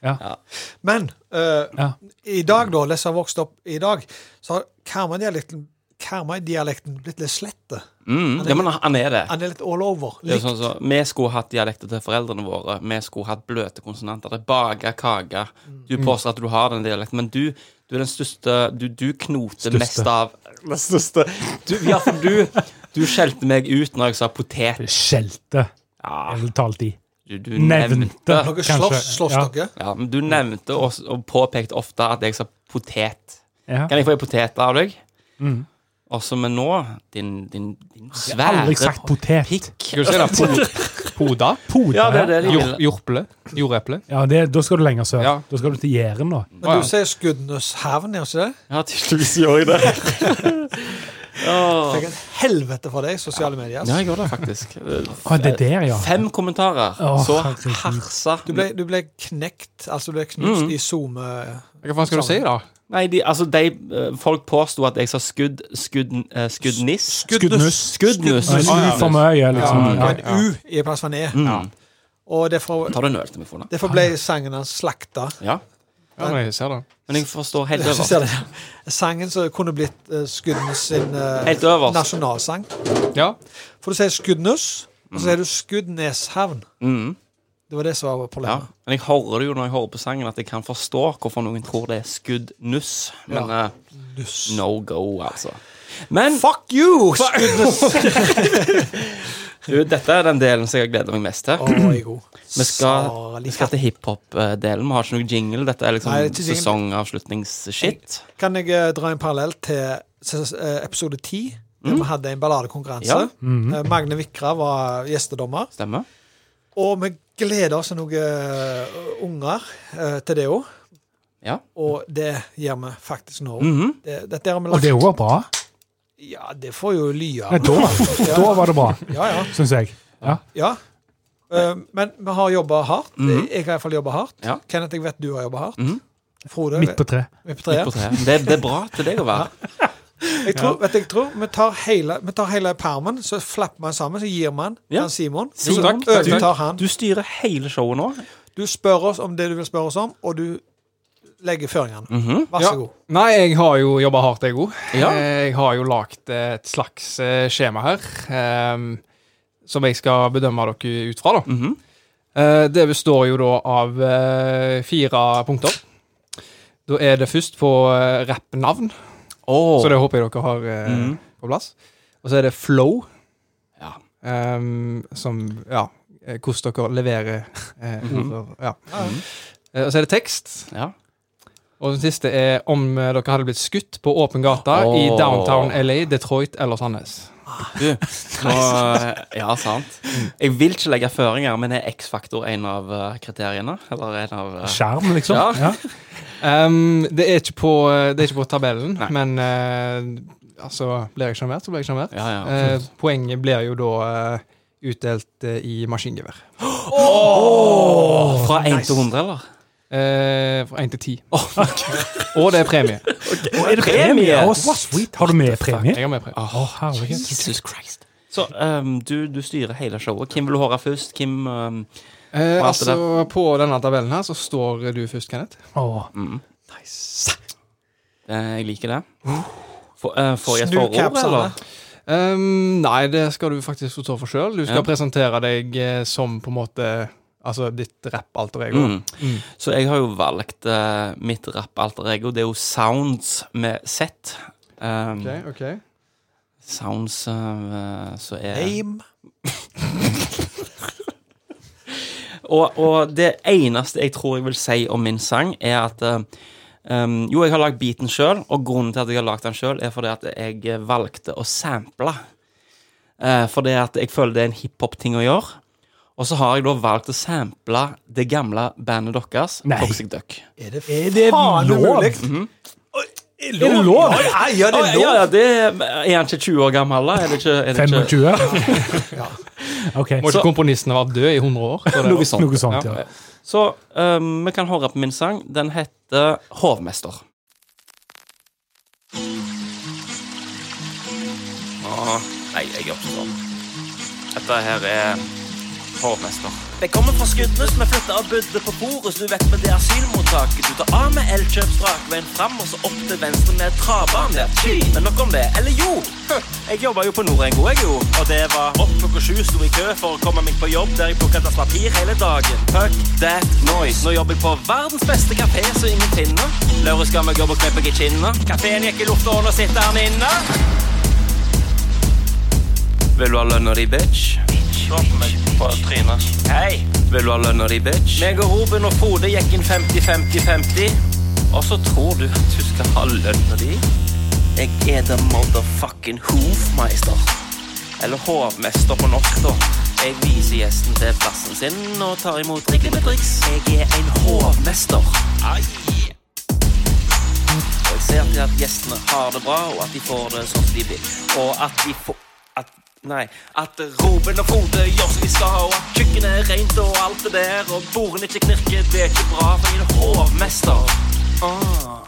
Ja. Ja. Men eh, Ja. i dag, da, de som har vokst opp i dag, så har Karmøy-dialekten Karmøy-dialekten blitt litt slette. Mm, ja, men han er det. Han er litt all over. Det er Likt. sånn så, vi skulle hatt dialekter til foreldrene våre. Vi skulle hatt bløte konsonanter. Det er bake, kake. Du Mm. påstår at du har den dialekten, men du, du er den største Du, du knoter Største. mest av Den største. Du, ja, for du, du skjelte meg ut når jeg sa potet. Skjelte. Ja, Eller talt i. du, du Nevnte. nevnte Dere Kanskje, slåss, slåss ja. dere? Ja, men du nevnte og, og påpekte ofte at jeg sa potet. Ja. Kan jeg få en potet av deg? Mm. Også med nå, din, din, din svære Aldri sagt potet. pikk. Skal du si det? Po- Poda? Pote. Ja, det er det de Jor- vil. Jorple? Jordeple? Ja, det, da skal du lenger sør. Ja. Da skal du til Jæren, da. Men Å, ja. du sier Skudeneshavn, gjør ikke det? Ja, tydeligvis gjør jeg det. Åh. Fikk et helvete for deg, sosiale medier. Ja, jeg gjør det faktisk. Eh, Å, det er der, ja. Fem kommentarer. Åh, så herregud. hersa Du ble, du ble knekt, altså du ble Mm. knust i Zoom eh, Hva faen skal du si, da? Nei, de, altså, de eh, Folk påsto at jeg sa skudd skudd, eh, skuddniss. Skuddnuss. Skuddnuss. En U for mye, liksom. Ja, Det Ja. var en U i plass for en E. Mm. Og derfor, Tar du en øl til meg, Frode? Mm. derfor ble sangen hans slakta. Ja. Ja, men jeg ser det. Men jeg forstår helt Så ser øverst. det. Sangen som kunne blitt uh, Skudenes sin eh, Helt øverst. nasjonalsang. Ja. For du sier Skudenes, Og så er Mm. du Skudeneshavn. Mhm. Det var det som var Ja. problemet. Men jeg hører det jo når jeg hører på sangen, at jeg kan forstå hvorfor noen tror det er skuddnuss. Men eh, no go, altså. Men Fuck you! du, dette er den delen som jeg gleder meg mest til. Å, jeg er god. Vi skal, Salig vi skal til hiphop-delen. Vi har ikke noe jingle. Dette er liksom Nei, det er ikke jingle. sesongavslutningsshit. Kan jeg eh, dra en parallell til ses- eh, episode 10, der vi hadde en balladekonkurranse? Mm. Ja. Eh, Magne Vikra var gjestedommer. Stemmer? Og vi gleder oss til noen eh, unger eh, til det òg. Ja. Og det gjør vi faktisk nå. Mhm. det, dette har vi Og lagt det var bra. Ja, det får jo lye. Nei, da, da var det bra, Ja, ja. syns jeg. ja. Eh, men vi har jobba hardt. Jeg har iallfall jobba hardt. Mhm. Ja. Kenneth, jeg vet du har jobba hardt. Mhm. Frode, Midt på tre. vi er på treet. På tre. Det, det er bra til deg å være. Jeg tror, vet du, jeg tror vi tar hele, vi tar hele permen, så flapper vi den sammen, så gir vi den Ja. til Simon. Simon, Simon takk, takk, overtar han. Du styrer hele showet nå. Du spør oss om det du vil spørre oss om, og du legger føringene. Mhm. Vær så god. Nei, jeg har jo jobba hardt, jeg òg. Ja. Jeg har jo lagt eh, et slags eh, skjema her, ehm, som jeg skal bedømme dere ut fra, da. Mhm. Eh, Det består jo da av eh, fire punkter. Da er det først på eh, rappnavn, Åh. så det håper jeg dere har eh, Mhm. på plass. Og så er det flow, Ja. ehm, som Ja, eh, hvordan dere leverer eh, Mhm. ord. Ja. Mhm. Eh, Og så er det tekst. ja. Og den siste er om eh, dere hadde blitt skutt på åpen gate i Åh. downtown LA, Detroit eller Sandnes. Du, nå, ja, sant. Jeg vil ikke legge føringer, men er X-faktor en av eh, kriteriene? Eller en av eh, Skjerm, liksom. Ja. Ja. Ehm, det, er ikke på, eh, det er ikke på tabellen, Nei. men eh, altså Blir jeg sjarmert, så blir jeg sjarmert. Ja, ja. Eh, poenget blir jo da eh, utdelt eh, i maskingevær. Fra 1 til 100, eller? Eh, fra én til ti. Og det er premie. Og er det premie? Å, sweet. Har du med premie? Jeg har med premie. Ah, Å, herregud. Jesus Christ. Så ehm, du, du styrer hele showet. Hvem vil du høre først? Hvem ehm, Eh, Hva heter altså, på denne tabellen her så står du først, Kenneth. Å, mm. eh, Jeg liker det. Får eh, får jeg et Snu forord, capsene. eller? Ehm, nei, det skal du faktisk få stå for sjøl. Du skal Ja. presentere deg eh, som på en måte Altså ditt rapp-alter ego. Mm. Så jeg har jo valgt eh, mitt rapp-alter ego. Det er jo Sounds med Z. Ehm, Ok, ok. Sounds eh, så er Aim. Og, og det eneste jeg tror jeg vil si om min sang, er at eh, um, Jo, jeg har lagd beaten sjøl, og grunnen til at jeg har lagd den sjøl, er fordi at jeg valgte å sample. Uh, fordi at jeg føler det er en hiphop-ting å gjøre. Og så har jeg da valgt å sample det gamle bandet deres, Nei. Toxic Duck. Er det, faen lov? mulig? Oi, Er det det lov? Ja, ja, Å, ja, det er lov. Mhm. ja, ja, det er, er han ikke 20 år gammel, da? Er det ikke, er det ikke 25? OK. Må ikke komponisten ha vært død i 100 år? Så det- noe sånt? Noe sånt, ja. Så um, vi kan høre på min sang. Den heter Hovmester. Åh, nei, jeg gjør ikke sånn. Dette her er Hovmester. Jeg kommer fra Skudenes, vi flytta og bodde på Forus. Du vet med det asylmottaket. Du tar av med Elkjøps rakveien fram, og så opp til venstre med travbanen der. Tji, Men nok om det. Eller jo, Hø, jeg jobba jo på Norengo, jeg jo. Og det var opp klokka sju, sto i kø for å komme meg på jobb, der jeg plukka dasspapir hele dagen. Fuck that noise. Nå jobber jeg på verdens beste kafé som ingen finner. Lørdag skal vi gå på knepp i kinna. Kafeen gikk i lufta, og nå sitter han inne. Vil du ha lønna di, bitch? Slå på meg på trynet. Hei. Vil du ha lønna di, bitch? Meg og Ruben og Frode gikk inn 50-50-50. Og så tror du at du skal ha lønna di? Jeg er the motherfucking hoofmeister. Eller hovmester på norsk, da. Jeg viser gjesten til plassen sin og tar imot drikke med triks. Jeg er en hovmester. Ai. Og jeg ser til at gjestene har det bra, og at de får det sånn som de vil. Og at de får at Nei. At Robin og Frode gjør som de skal, og at kjøkkenet er rent og alt det der, og bordene ikke knirker, det er ikke bra for en hovmester. Ah.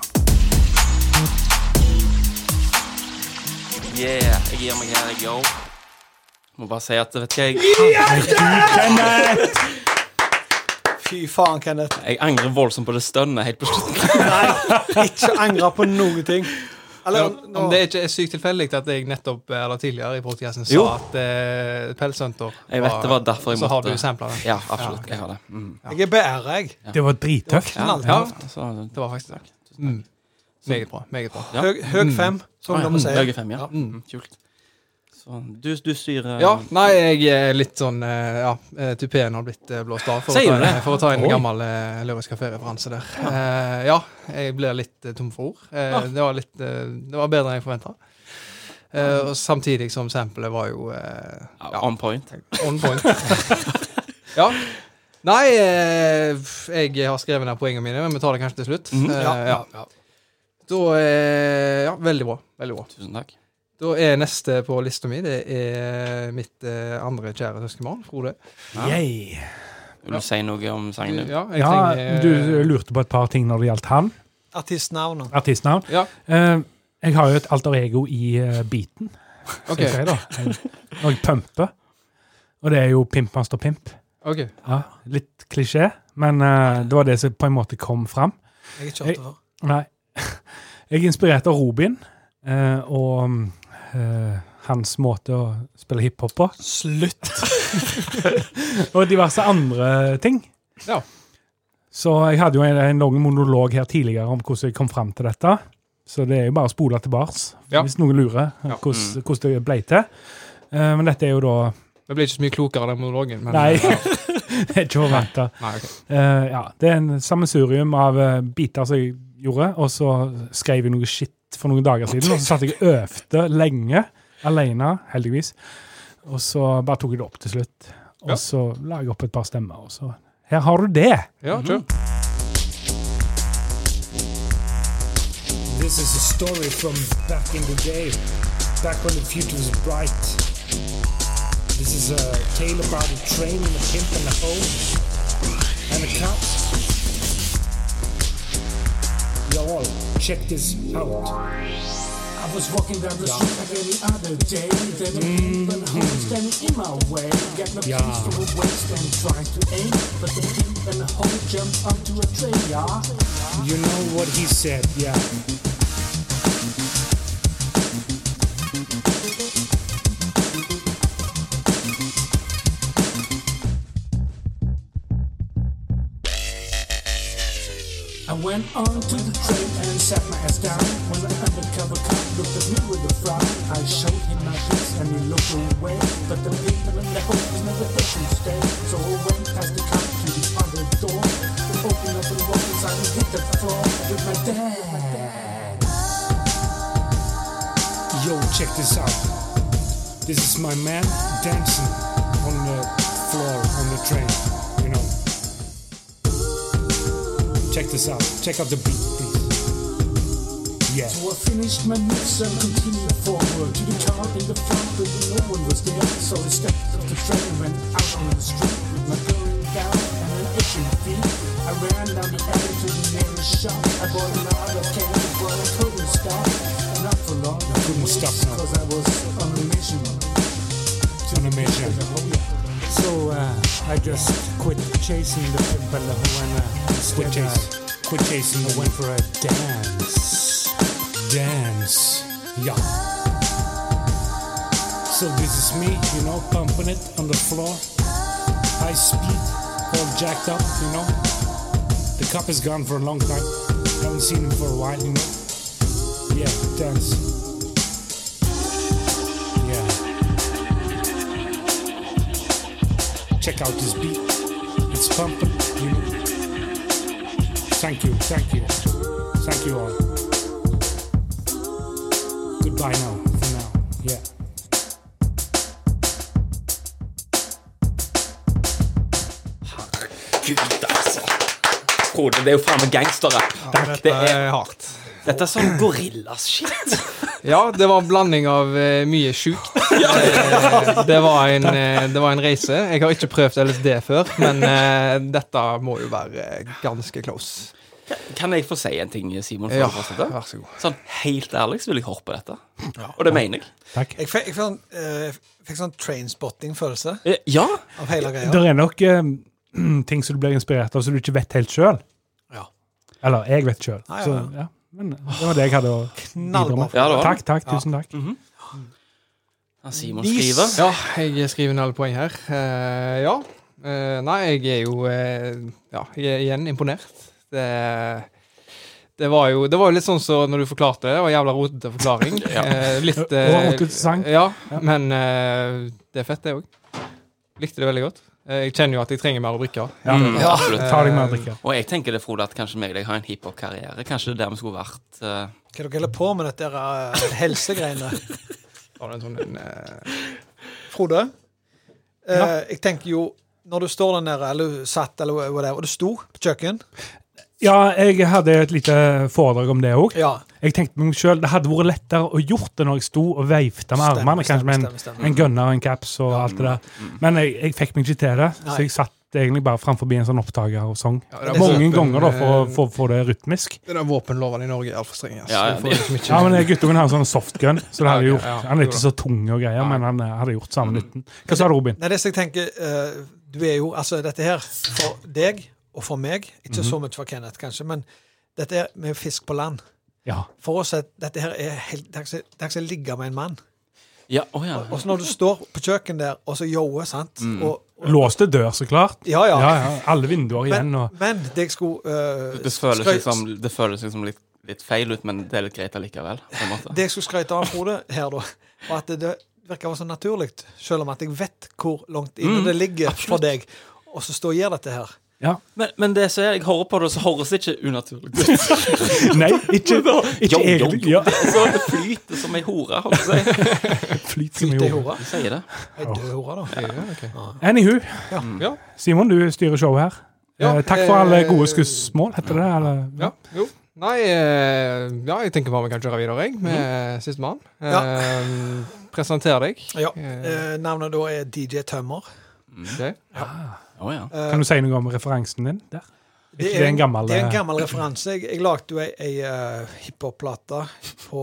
Yeah, jeg gir meg her, jeg òg. Må bare si at vet du hva, jeg, Fy faen, Kenneth. jeg angrer voldsomt på det stønnet helt på slutten. Ikke angre på noen ting. Eller, Men om, nå, om det ikke er sykt tilfeldig at jeg nettopp eh, eller tidligere i podcasten sa Jo. at eh, Pelshunter Jeg vet det var derfor jeg Så har måtte- du sampla den. Ja, absolutt. Jeg har det. Mm. jeg er beæra, jeg. Det var drittøft. Ja, Så, det var faktisk det. Mm. Meget bra. meget bra. Ja. Høg, høg Mm. fem, som Ah, ja. de sier. Høge fem, ja. Mm, Kult. Så du, du styrer Ja, nei, jeg er litt sånn eh, Ja, eh, tupeen har blitt eh, blåst av, for, Sier å du ta, en- det? for å ta en Oi. gammel eh, Lyrisk kafé-referanse der. Eh, ja, jeg blir litt eh, tom for ord. Eh, Ah. det, var litt, eh, det var bedre enn jeg forventa. og samtidig som samplet var jo eh, Ja, on point. On point. ja. Nei, eh, f- jeg har skrevet ned poengene mine, men vi tar det kanskje til slutt. Mhm. Eh, ja. Da eh, Ja, veldig bra. Veldig bra. Tusen takk. Da er neste på lista mi, det er mitt eh, andre kjære søskenbarn, Frode. Yay. Vil du si noe om sangen din? Ja, jeg Ja, trenger eh, du lurte på et par ting når det gjaldt han. Artistnavnet. Artistnavn. Ja. Eh, jeg har jo et alter ego i eh, beaten, Ok, okay. jeg, da. Eh, Når jeg pumper. Og det er jo Pimp Master Pimp. ok. Ja, litt klisjé, men eh, det var det som på en måte kom fram. Jeg har ikke hørt det før. Nei. Jeg er inspirert av Robin eh, og eh, hans måte å spille hiphop på. Slutt! Og diverse andre ting. Ja. Så jeg hadde jo en, en lang monolog her tidligere om hvordan jeg kom fram til dette. Så det er jo bare å spole tilbake Ja. hvis noen lurer Ja. Mm. hvordan, hvordan det ble til. Eh, men dette er jo da Vi blir ikke så mye klokere av den monologen. Men, eh, Nei. Ja. det er ikke forventa. Nei, ok. Eh, ja, det er en sammensurium av eh, biter som jeg gjorde, og så skrev jeg noe shit for noen dager siden, og så satt jeg og øvde lenge, alene, heldigvis, og så bare tok jeg det opp til slutt, og Ja. så la jeg opp et par stemmer, og så her har du det! Ja, kjør. This is a story from back in the day, back when the future was bright. This is a tale about a train and a pimp and a hoe and a cat. Y'all, check this out. I was walking down the street like any other day. There were people who were standing in my way. Got my yeah. piece from a waist and trying to aim. But the pimp and the hoe jumped onto a train, yeah. You know what he said, yeah. I went on to the train and sat my ass down. When the undercover cop looked at me with a frown, I showed him my face and he looked away. But the people in the hope was never there to stay. So I went past the cop to the other door. Then opened up and walked inside and hit the floor with my dad. Yo, check this out. This is my man dancing on the floor on the train, you know. Check this out. Check out the beat, please. Yeah. So I finished my moves and continued forward to the car in the front, but no one was there. So I stepped off the train and went out on the street with my going down and an itching feet. I ran down the alley to the nearest shop. I bought an order of candy, but I couldn't stop. Not for long. I couldn't stop now. Because I was on a mission. On a mission. So uh, I just quit chasing the Balahuana. Quit chasing. Quit chasing. I went for a dance. Dance. Yeah. So this is me, you know, pumping it on the floor. High speed, all jacked up, you know. The cup is gone for a long time. Haven't seen him for a while, you know. Yeah, dance. Yeah. check out this beat. It's pumping, you know. Thank you, thank you, thank you all. Goodbye now, for now, yeah. Gud, altså. Frode, det er jo faen meg gangsterrapp. Dette er hardt. Dette er sånn gorillas-shit. Ja, det var en blanding av eh, mye sjukt. Eh, det, var en, eh, det var en reise. Jeg har ikke prøvd LSD før, men eh, dette må jo være eh, ganske close. Kan jeg få si en ting, Simon? før Ja, du fortsetter? vær så god. Sånn helt ærlig så vil jeg hoppe dette. Og det mener jeg. Jeg fikk, jeg fikk, sånn, eh, jeg fikk sånn trainspotting-følelse Eh, Ja, av hele greia. Det er nok eh, ting som du blir inspirert av, som du ikke vet helt sjøl. Ja. Eller jeg vet sjøl. Ja, ja, Så ja. ja, Men det var det jeg hadde å bidra med. Ja, det var det. Takk, takk, tusen takk. Ja, Simon skriver. Ja, jeg skriver ned alle poeng her. Eh, ja. Eh, nei, jeg er jo eh, Ja, jeg er igjen imponert. Det, det var jo Det var jo litt sånn som når du forklarte det. Det var en jævla rotete forklaring. Ja. Eh, litt Og rotete sang. Ja, men eh, det er fett, det òg. Likte det veldig godt. Eh, jeg kjenner jo at jeg trenger mer å drikke. av. Ja. Mm, absolutt. Ta deg med å drikke. Og jeg tenker det, Frode, at kanskje meg og deg har en hiphop-karriere. Kanskje det er der vi skulle vært. eh, Hva dere holder på med dette der, eh, helsegreiene? Har du en sånn en, eh, Frode, eh, jeg tenker jo Når du står der nede, eller satt, eller whatever, og du sto på kjøkken Ja, jeg hadde et lite foredrag om det òg. Ja, Jeg tenkte med meg selv, Det hadde vært lettere å gjort det når jeg sto og veifta med stemmer, armene. Kanskje med en, stemmer, Mm-hmm. stemmer. en gunner og en caps og alt det der. Men jeg, jeg fikk meg ikke til det, så Nei. jeg satt egentlig bare framfor en sånn opptaker og sang. ja, det er Mange våpen, ganger da, for å eh, for å få det rytmisk. Det der våpenlovene i Norge er altfor strenge. ass. Ja, ja, Du får liksom ikke- Ja, men eh, Guttungen har en sånn softgun, så det Ja, hadde ok, gjort, ja, Mm. han er jo ikke da. så tung og greier, men han eh, hadde gjort samme nytten. Hva sa du, Robin? Nei, det som jeg tenker eh, Du er jo Altså, dette her for deg og for meg Mhm. Ikke så mye for Kenneth, kanskje, men dette er med fisk på land. Ja. For oss er dette her er helt Det er ikke så- det er ikke så å ligge med en mann. Ja, å ja. Og så når du står på kjøkkenet der, og så yoe, sant og, og, Låste dør, så klart. Ja, ja. Ja, ja. Alle vinduer Men, igjen. Og, men det jeg skulle eh, Det føles skrøy- liksom, det føles liksom litt, litt feil ut, men det er litt greit allikevel. På en måte. Det jeg skulle skryte av, Frode, her, da, var at det, det virker være så naturlig, selv om at jeg vet hvor langt inne det ligger for deg, og så står og gjør dette her. ja. Men, men det som er, jeg hører på det, så høres det ikke unaturlig ut. Nei, ikke, ikke Jo, jo, egentlig. jo. Ja. Det, altså, det flyter som ei hore, holdt jeg på å si. Flyt som i Det er jorda. hora. Du sier det. Jeg dør hora, da. Ja, ok. Anywho, Ja. Simon, du styrer showet her. Ja, Eh, takk for alle eh, gode skussmål, heter det det? Eller? Ja, jo. Nei, eh, ja, jeg tenker bare vi kan kjøre videre, jeg, med sistemann. Ja. Eh, presenter deg. Ja. Eh, Eh, navnet da er DJ Tømmer. ok. Å ja. Eh, Kan du si noe om referansen din der? Ikke det er en gammel, det er en eh, gammel referanse. Jeg, jeg lagde jo ei, ei eh, hiphop-plate på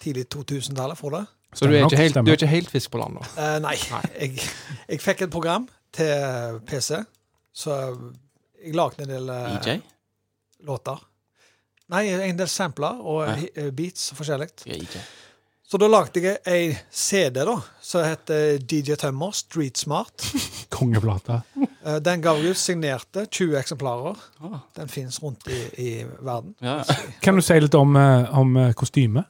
tidlig 2000-tallet, Frode. Så du Stemmer er, ikke nok, helt, stemmer. du er ikke helt fisk på land, da? Eh, nei. Jeg, jeg fikk et program til PC, så jeg lagde en del eh, EJ? låter. Nei, en del sampler og Ja. hi- eh, beats og forskjellig. Du er EJ. Så da lagde jeg ei CD da, som heter DJ Tømmer, Street Smart. Kongeplate. Eh, Den ga jeg ut, signerte 20 eksemplarer. Ah. Den finnes rundt i, i verden. Ja. Kan du si litt om, eh, om eh, kostyme?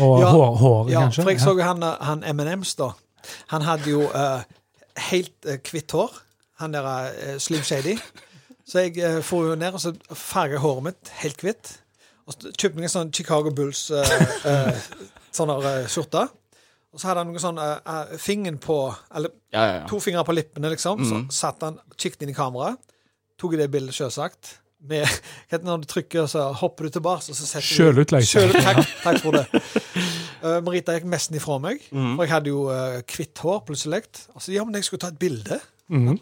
Og Ja. hår, håret, Ja, kanskje? for jeg så jo han, eh, han M&M's da. Han hadde jo eh, helt eh, hvitt hår. Han der eh, Slim Shady. Så jeg eh, for jo ned, og så farger jeg håret mitt helt hvitt. Og så kjøpte jeg en sånn Chicago Bulls eh, eh, sånn der, eh, skjorte. Og så hadde han noe sånn eh, eh, fingeren på Eller Ja, ja, ja. to fingre på lippene, liksom. Så Mhm. satt han, kikket inn i kameraet. Tok det bildet, selvsagt. Med, hva heter det når du trykker, så hopper du tilbake, og så setter du Sjølutleie. Sjøl, takk, takk for det. Eh, Marita gikk nesten ifra meg, for jeg hadde jo eh, hvitt hår plutselig. Altså, ja, men jeg skulle ta et bilde. Mhm.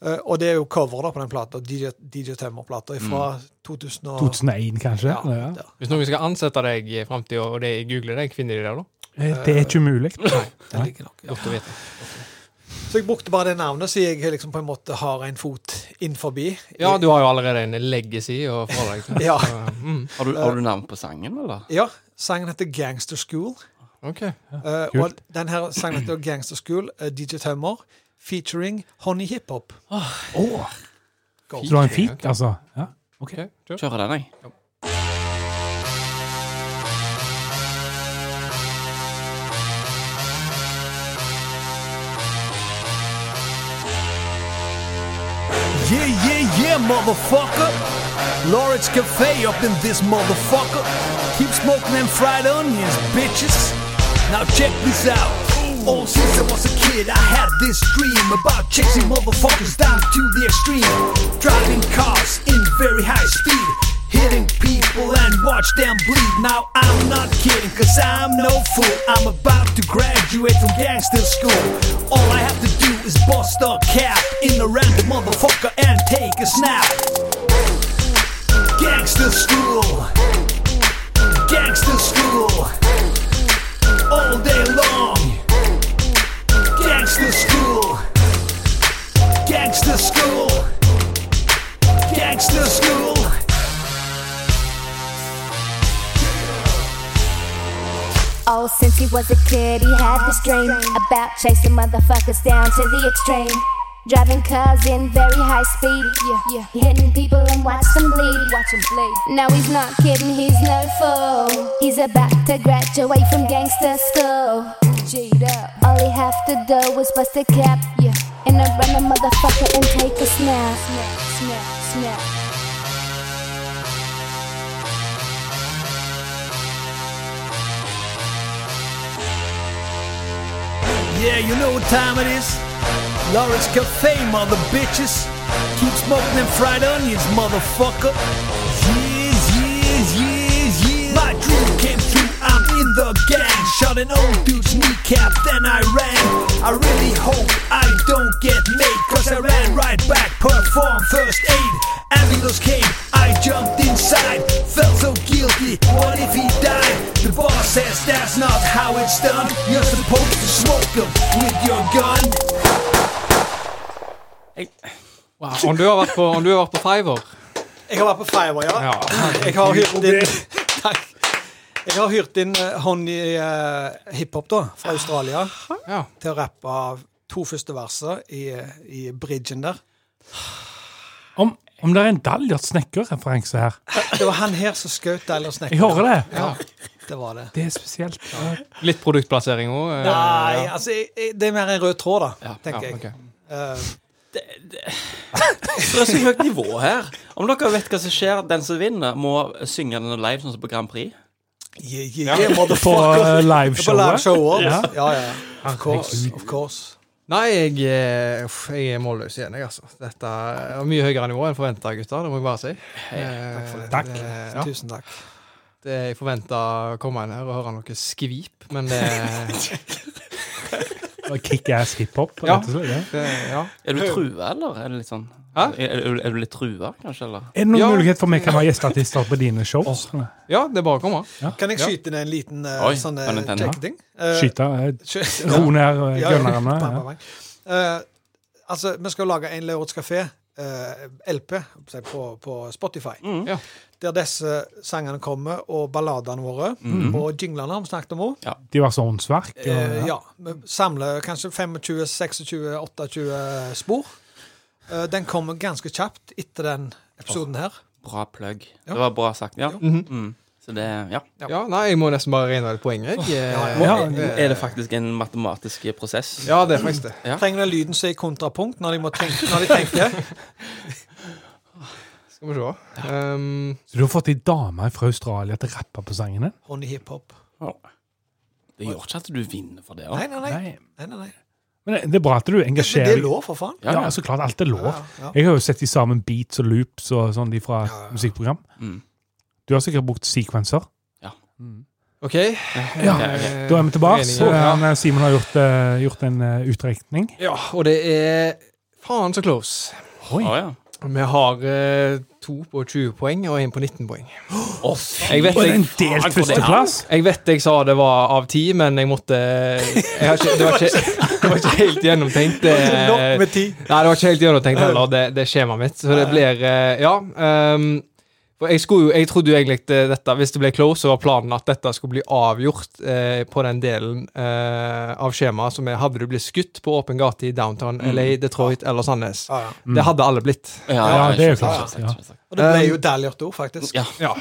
Eh, og det er jo cover da på den plata, DJ, DJ Tømmer-plata fra 2000 og... 2001, kanskje? Ja, Ja. der. Hvis noen skal ansette deg i framtida, og det googler deg, finner de deg da? Eh, Det er ikke umulig. Det ligger nok. Ja. Godt å vite. Så jeg brukte bare det navnet, så jeg liksom på en måte har en fot inn forbi. Ja, du har jo allerede en legacy å forholde deg til. Ja. Så, mm, Har, du, har du navn på sangen, eller? Ja, sangen heter Gangster School. ok. Eh, og Kult. den her sangen heter Gangster School, eh, DJ Tømmer, featuring Honey Hiphop. Så du har en feat, altså? Ja. ok, kjør. Kjører den, jeg. Yeah, yeah, yeah, motherfucker. Lawrence Cafe up in this motherfucker. Keep smoking them fried onions, bitches. Now check this out. Oh, since I was a kid, I had this dream about chasing motherfuckers down to the extreme. Driving cars in very high speed, hitting people and watch them bleed. Now I'm not kidding, cause I'm no fool. I'm about to graduate from gangster school. All I have to do is bust a cap in a random motherfucker and take a snap. Gangster school. Gangster school. All day long. Gangster school. Gangster school. Gangster school. Oh, since he was a kid, he had this dream about chasing motherfuckers down to the extreme. Driving cars in very high speed, yeah, yeah. hitting people and watch them bleed. Watch them bleed. No, he's not kidding, he's no fool. He's about to graduate from gangster school. G'd up. All he have to do is bust a cap, yeah, and then run a motherfucker and take a snap, snap, snap, snap. Yeah, you know what time it is. Lawrence Cafe, mother bitches. Keep smoking them fried onions, motherfucker. Years, years, years, years. My dream came true. I'm in the gang. Shot an old dude's kneecap, then I ran. I really hope I don't get made. Cause I ran right back, performed first aid. Ambulance came, I jumped inside. Felt so guilty, what if he died? The boss says that's not how it's done. You're supposed to smoke him with your gun. Om du har vært på, om du har vært på Fiverr Jeg har vært på Fiverr, ja. ja. Jeg har hyrt inn Takk. Jeg har hyrt inn eh, Honey eh, Hiphop da, fra Australia ja. til å rappe to første verser i, i bridgen der. Om, om det er en Daljot Snekker-referanse her. Det var han her som skjøt Deiler Snekker. Jeg hører det. Ja, det var det. Det er spesielt. Litt produktplassering eh. òg. Nei, altså jeg, jeg, Det er mer en rød tråd, da, tenker jeg. Eh, Det er så høyt nivå her. Om dere vet hva som skjer, den som vinner, må synge den live, sånn som på Grand Prix. yeah, yeah, yeah, På motherfucker. eh, På live liveshowet. showet. Ja. Ja, ja. ja. Of course. Of course. Nei, jeg, eh, uff, jeg er målløs igjen, jeg, altså. Dette er mye høyere nivå enn forventa, gutter. Det må jeg bare si. Eh, Takk for det. Takk. ja. Eh, Tusen takk. Det eh, jeg forventa å komme inn her og høre noe skvip, men det, Og Kickass hiphop, Ja. rett og slett. ja. det Ja. Er du trua, eller? Er det litt sånn Hæ? Er, er, er du litt trua, kanskje? eller? Er det noen Ja. mulighet for meg kan være gjesteartister på dine shows? Sånn, eh, ja, det er bare å komme. Kan jeg Ja. skyte ned en liten eh, Oi, sånn kan du tenne? check-ting? Eh, Skyte? eh, skyt- Ro ned eh, Ja, ja. gunnerne? Bang, ja. bang, bang. Eh, altså, vi skal lage en Lauritz Café, eh, LP, si, på, på Spotify. Ja. Der disse sangene kommer, og balladene våre, og jinglene har vi snakket om òg. Diverse åndsverk? og- Eh, ja. Vi samler kanskje 25, 26, 28 spor. Eh, den kommer ganske kjapt etter den episoden her. Bra plugg. Ja. Det var bra sagt. Ja. Mm. Så det Ja. Ja, nei, jeg må nesten bare regne ut poenget, jeg. Eh, ja. Er det faktisk en matematisk prosess? Ja, det er faktisk det. Trenger den lyden som er i kontrapunkt når de, må tenke, når de tenker? Skal vi se. Um, Så du har fått ei dame fra Australia til å rappe på sangen din? Honey hiphop. Det gjør ikke at du vinner for det. Nei, Også. nei, nei. nei, nei, nei. Men det- det er bra at du Det engasjerer er deg. lov, for faen. Ja, så klart. Alt er lov. Ja, ja. Jeg har jo sett de sammen beats og loops og sånn de fra musikkprogram. Mm. Du har sikkert brukt sekvenser. Mm. OK. Ja, Eh, Da er vi tilbake. Så, regningen, ja. eh, Simon har gjort, eh, gjort en eh, utrekning. Ja, og det er faen så close. Oi. Å ja. Vi har eh, to på 20 poeng og én på 19 poeng. Å, fy Jeg vet Og det er jeg, en delt førsteplass! jeg vet jeg sa det var av ti, men jeg måtte jeg har ikke, det, var ikke, det var ikke helt gjennomtenkt. eh, Nok med ti. Nei, det var ikke helt gjennomtenkt heller, det, det er skjemaet mitt. Så det blir eh, Ja. ehm, for jeg, skulle, jo- jeg trodde jo egentlig at eh, dette, hvis det ble close, så var planen at dette skulle bli avgjort eh, på den delen eh, av skjemaet som er Hadde du blitt skutt på åpen gate i downtown LA, Detroit eller Sandnes? Ja, Mm. Ah, ja. Det hadde alle blitt. Ja, Ja, det er jo selvsagt, klart, selvsagt, ja. selvsagt. Og det ble Um, jo dæljert òg, faktisk. Ja. Ja.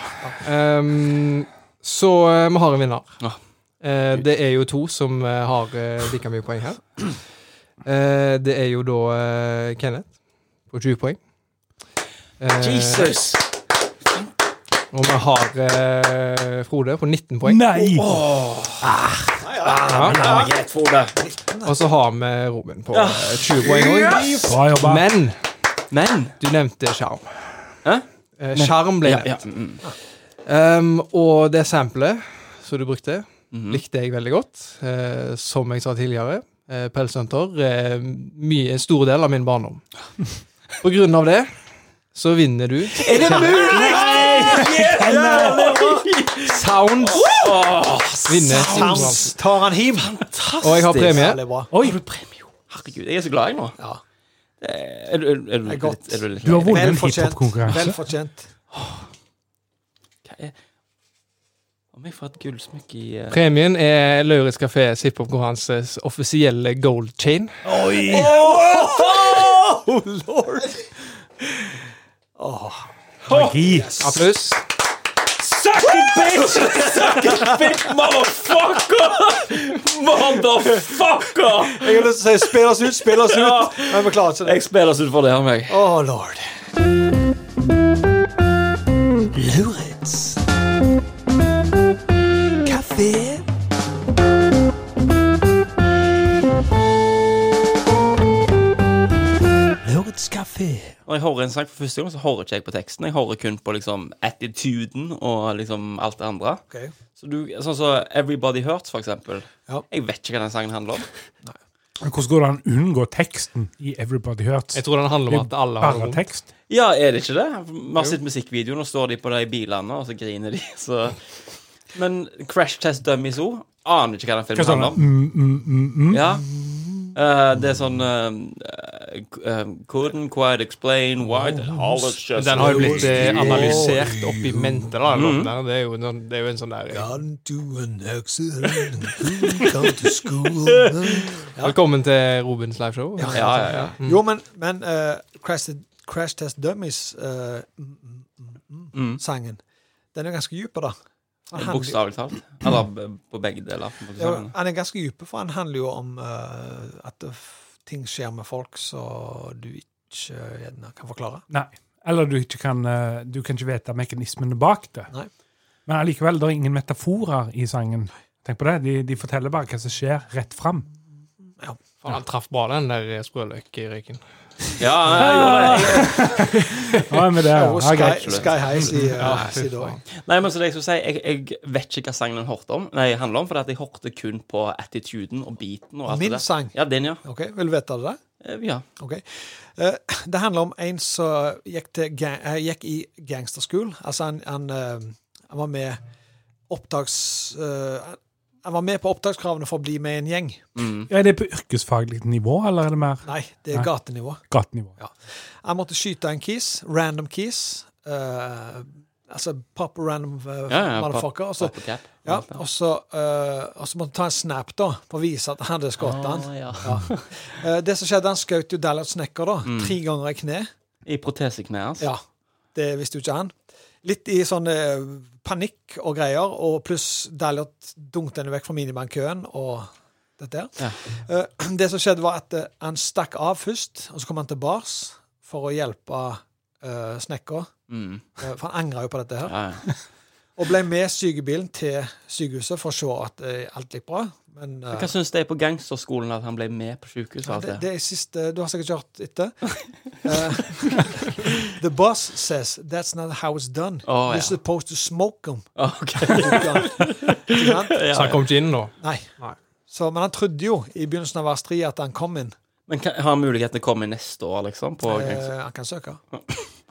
Ehm, så eh, vi har en vinner. Ja. Eh, det er jo to som eh, har eh, like mye poeng her. Eh, det er jo da eh, Kenneth på 20 poeng. Eh, Jesus! Og vi har eh, Frode på 19 poeng. Nei! Ja, greit, Frode. Og så har vi Robin på eh, 20 poeng òg. Bra jobba. Men Men du nevnte sjarm. Hæ? Eh, Sjarm ble ja, nevnt. ja. mm, Ehm, og det samplet som du brukte, likte jeg veldig godt. Eh, som jeg sa tidligere, uh, pelshunter er mye en stor del av min barndom. På grunn av det så vinner du. Er det mulig?! Sounds vinner konkurransen. Sounds tar han hjem. Og jeg har premie. Ja, det er bra. Oi! Har du premie? Herregud, jeg er så glad jeg nå. Ja. Det Er, er, du- er, du er godt. litt- er du litt Du har vunnet en Velfortjent. hiphopkonkurranse. Velfortjent. Hva er- Om jeg får et gullsmykke i eh, Premien er Lauritz kafés hiphopkonkurranses offisielle gold chain. Oi! Oh lord! Magi. Applaus. Suck it, bitch! Suck it, bitch, motherfucker! Motherfucker! Jeg har lyst til å si spill oss ut, spill oss Ja. ut! Men vi klarer ikke det. Jeg spiller oss ut for det her, meg. Oh lord. Når jeg hører en sang for første gang, så hører ikke jeg på teksten. Jeg hører kun på liksom attituden og liksom alt det andre. Ok. Så du, sånn som Everybody Hurts, for eksempel. Ja. Jeg vet ikke hva den sangen handler om. Men Hvordan går det an å unngå teksten i Everybody Hurts? Jeg tror den handler om at alle har Bare vondt. tekst. Ja, er det ikke det? Vi har sett musikkvideoen, og står de på de bilene, og så griner de. Så. Men Crash Test Dummies òg. Aner ikke hva den Hva filmen sa du? handler om. Mm, mm, mm, mm. Ja. Eh, det er sånn eh, k- eh, Couldn't quite explain why the Oh, hell it's just- Den har jo blitt eh, analysert opp i mente. Da, den låten der. det, er jo, noen- det er jo en sånn der Gone to an accident. Come to school. Velkommen til Robins liveshow. Ja, ja, ja. Mm. Jo, men, men eh, Crash, Crash Test Dummies eh, mm, mm, mm, mm, Sangen Den er ganske dyp, da. Han handler- Bokstavelig talt. Eller b- på begge deler. på en måte. Ja, han er ganske dyp, for han handler jo om eh, at det f- ting skjer med folk som du ikke eh, gjerne kan forklare. Nei. Eller du, ikke kan, eh, du kan ikke vite mekanismene bak det. Nei. Men allikevel, det er ingen metaforer i sangen. Tenk på det, De, de forteller bare hva som skjer rett fram. Faen, han traff bra, den der eh, sprøløkrøyken. Ja, jeg gjorde det. Ja, men det, Og ja, greit. Sky, Sky eh, High sier Ja, fy sier da. faen. Nei, men så det jeg skulle si, jeg, jeg vet ikke hva sangen den hørte om. Nei, handler om, fordi at jeg hørte kun på attituden og beaten og alt Min det der. sang. Ja, din, ja. OK, vil du vite det? Eh, Ja. Ok. Eh, det handler om en som gikk, til ga eh, gikk i gangsterskolen. Altså, han, han, eh, han var med opptaks... eh, han- han var med på opptakskravene for å bli med i en gjeng. Ja, Er det på yrkesfaglig nivå, eller er det mer Nei, det er Nei. gatenivå. gatenivå? Han måtte skyte en kis. Random kis. eh, altså pop random eh, Ja, ja, motherfucker. Og så, Pop og cap. ja, altså, og, så, eh, og så måtte han ta en snap da, for å vise at han hadde skutt han. Ah, ja. Eh, det som skjedde, han skjøt jo Dallas Snekker da, Mm. tre ganger i kne. I altså. protesekneet hans. Ja, det visste jo ikke han. Litt i sånn eh, panikk og greier, og pluss Dallert dunkte henne vekk fra minibankkøen og dette der. Eh, det som skjedde, var at eh, han stakk av først, og så kom han til bars for å hjelpe uh, snekka. Mm. Eh, for han angra jo på dette her. Ja, ja. Og ble med sykebilen til sykehuset for å se at eh, alt gikk bra. Men eh, Hva syns de på gangsterskolen at han ble med på sjukehuset? og alt det, det? det er siste Du har sikkert hørt etter. Eh, the boss says that's not how it's done. Å, ja. You're supposed to smoke them. Ah, ok. Ikke sant? Ja, Så ja. han kom ikke inn nå. Nei. Så, men han trodde jo i begynnelsen av vers 3 at han kom inn. Men kan, har han mulighet til å komme neste år, liksom? På gangster? Eh, han kan søke.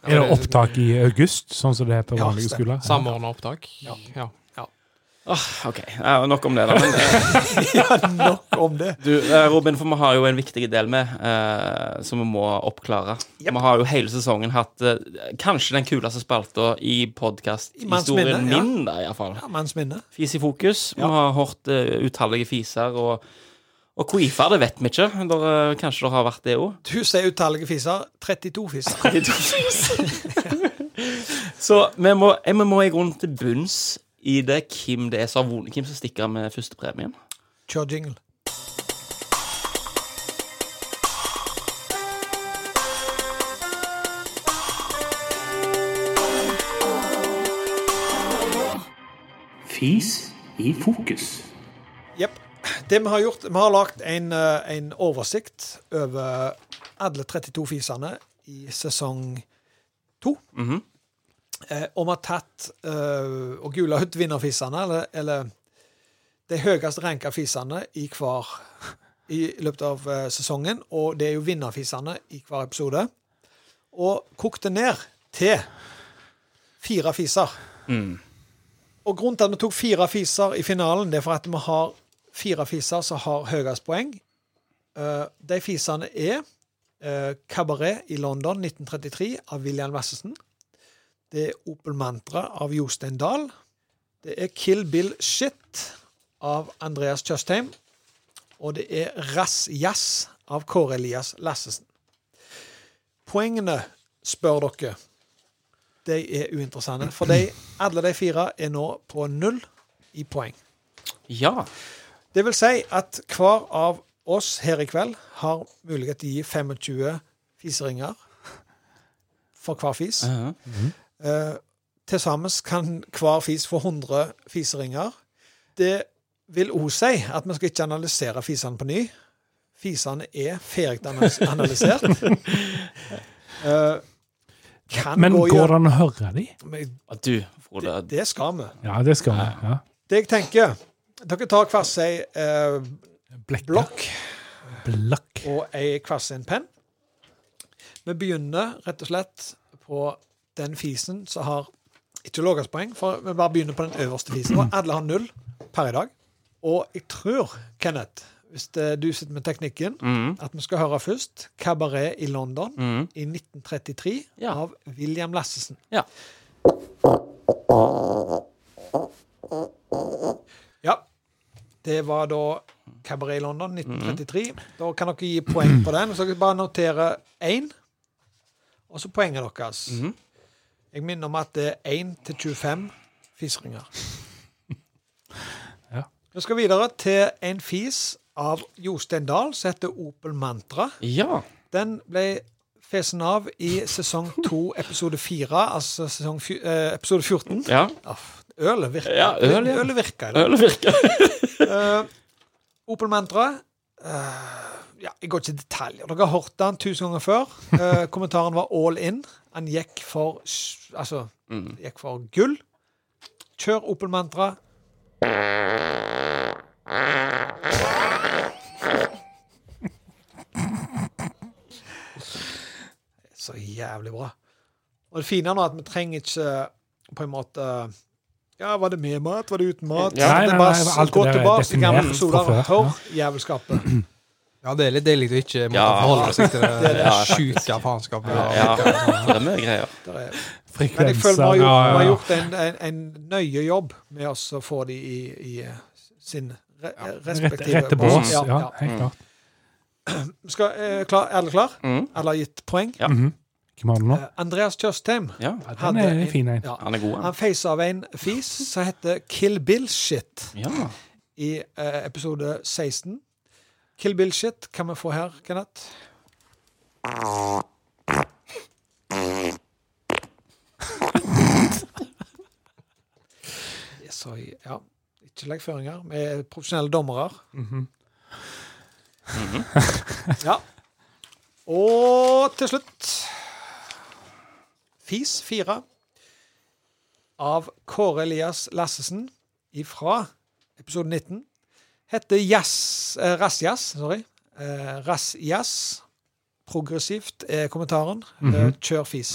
Er det opptak i august, sånn som det er på Ja, vanlige stemmer. skoler? Samordna opptak. Ja. Ah, OK. Ja, nok om det, da. Men, eh, Nok om det. Du, eh, Robin, for vi har jo en viktig del med eh, som vi må oppklare. Vi har jo hele sesongen hatt eh, kanskje den kuleste spalta i manns podkast-historien minne, ja. min, da, i hvert fall. Ja, Manns minne. Fis i fokus. Vi har hørt eh, utallige fiser, og, og queefer, det vet vi ikke. Der, eh, kanskje det har vært det òg. Du sier utallige fiser. 32 fiser. Så vi må, eh, vi må i grunnen til bunns i det hvem det er som har vunnet, hvem som stikker av med førstepremien. Kjør jingle. Fis i fokus. Jepp. Det vi har gjort, vi har lagd en, eh, en oversikt over alle 32 fisene i sesong 2. Mhm. eh, og vi har tatt eh, og gula ut vinnerfisene, eller, eller de høyest ranka fisene i hver i løpet av eh, sesongen. Og det er jo vinnerfisene i hver episode. Og kokt det ned til fire fiser. Og grunnen til at vi tok fire fiser i finalen, det er for at vi har fire fiser som har høyest poeng. Eh, de fisene er eh, Cabaret i London 1933 av William Wassesen. Det er Opel Mantra av Jostein Dahl. Det er Kill Bill Shit av Andreas Tjøstheim. Og det er Rass Jazz av Kåre Elias Lassesen. Poengene, spør dere, de er uinteressante. For de, alle de fire er nå på null i poeng. Ja. Det vil si at hver av oss her i kveld har mulighet til å gi 25 fiseringer for hver fis. Mhm. Eh, Til sammen kan hver fis få 100 fiseringer. Det vil òg si at vi skal ikke analysere fisene på ny. Fisene er ferdig analys- analysert. Eh, kan Men gå går det an å høre de? Men Ja, Du, Frode. Det skal vi. Ja, det skal vi. Ja. Det jeg tenker Dere tar hver sin eh, Blekka. blokk Blakk. og ei hver sin penn. Vi begynner rett og slett på den fisen som har ikke lavest poeng, for vi bare begynner på den øverste fisen. Og alle har null per i dag. Og jeg tror, Kenneth, hvis det, du sitter med teknikken, Mhm. at vi skal høre først 'Kabaret i London' Mhm. i 1933 Ja. av William Lassesen. Ja. Ja. Det var da Cabaret i London 1933. Da kan dere gi poeng på den. Så dere bare notere én, og så poenget deres. Jeg minner om at det er 1 til 25 fisringer. Ja. Vi skal videre til en fis av Jostein Dahl som heter Opel Mantra. Ja. Den ble fesen av i sesong 2, episode 4, altså sesong fj- eh, episode 14. Ja. Aff, Ølet virker. Ja, øl, ja. Ølet virker i dag. Ølet virker. Eh, Opel Mantra eh, ja, Jeg går ikke i detaljer. Dere har hørt den tusen ganger før. Eh, kommentaren var all in. Han gikk for s- Altså, gikk for gull. Kjør Opel Mantra. Så jævlig bra. Og det fine er nå at vi trenger ikke eh, på en måte Ja, var det med mat? Var det uten mat? Ja. det Nei, nei, er nei, bare alt Gå det der er tilbake til gamle definert fra episoder. før, Hør jævelskapet. Ja, det er litt deilig å ikke måtte Ja. forholde seg til det, Ja, sjuke faenskapet. Ja, det er mye greier. Der er Men jeg føler vi Frekvenser har gjort, vi har ja, ja. gjort en, en, en nøye jobb med oss å få de i, i eh, sin re, eh, Rett, respektive rette bås. Ja, Ja, ja. helt klart. Skal, eh, klar, er alle klar? Mm. Alle har gitt poeng? Ja. Mhm. Hvem har du nå? Eh, Andreas Tjøstheim Ja, Den hadde er en fin en. ja, han er god, han. Han feisa av en fis som heter Kill Bill Shit Ja. i eh, episode 16. Kill Bill Shit kan vi få her, Kenneth. Så, ja. Ikke legg føringer. Vi er profesjonelle dommere. Mhm. ja. Og til slutt Fis 4 av Kåre Elias Lassesen ifra episode 19 heter Jazz eh, Rassjazz, sorry. Eh, Rassjazz. Progressivt er kommentaren. eh, kjør fis.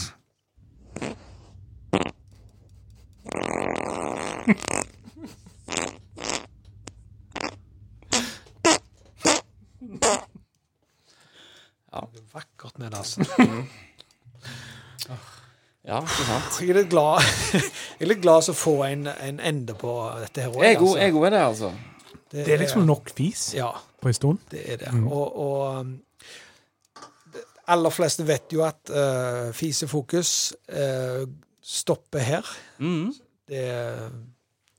Ja. Det er Vakkert med det, altså. Ja, ikke sant. Jeg er litt glad Jeg er litt glad som får en, en ende på dette her også, Jeg er god, altså. jeg er god i det, altså. Det er liksom Mm. nok fis Ja, på en stund. det er det. Og, og um, de aller fleste vet jo at eh, fisefokus eh, stopper her. Mhm. Det,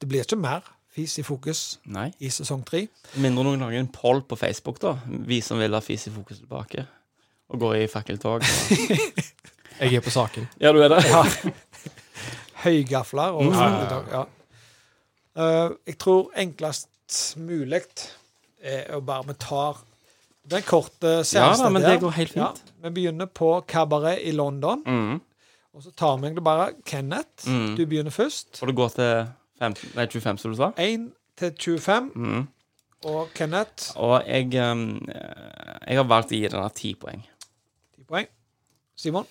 det blir ikke mer fis i fokus Nei. i sesong tre. Mindre noen lager en poll på Facebook, da. Vi som vil ha fis i fokus tilbake. Og går i fakkeltog. Jeg er på saken. Ja, du er det? Ja. Høygafler Mm. og fugletak. Ja. Eh, jeg tror enklest mulig er å bare vi tar den korte seansen da, men der. det går helt fint. Ja, vi begynner på Cabaret i London. Mm. Og så tar vi egentlig bare Kenneth. Mm. Du begynner først. Og det går til 15, nei, 25, som du sa? 1 til 25. Mm. Og Kenneth Og jeg, ehm, jeg har valgt å gi denne ti poeng. 10 poeng. Simon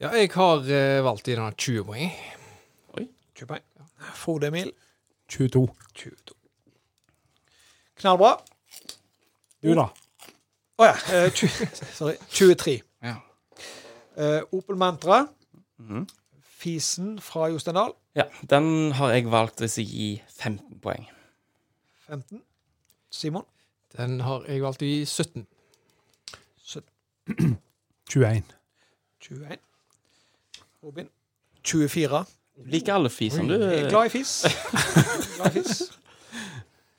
Ja, jeg har eh, valgt i denne 20 poeng. 20 poeng. Frode Emil 22. 22. Knallbra. Du, da? Å ja. eh, 20, sorry. 23. Ja. Eh, Opel Mantra. Mhm. Fisen fra Jostein Dahl. Ja, den har jeg valgt hvis jeg gir 15 poeng. 15. Simon. Den har jeg valgt i 17. 21. 21. Robin. 24. Liker alle fisene, du. Jeg er glad i fis. glad i fis.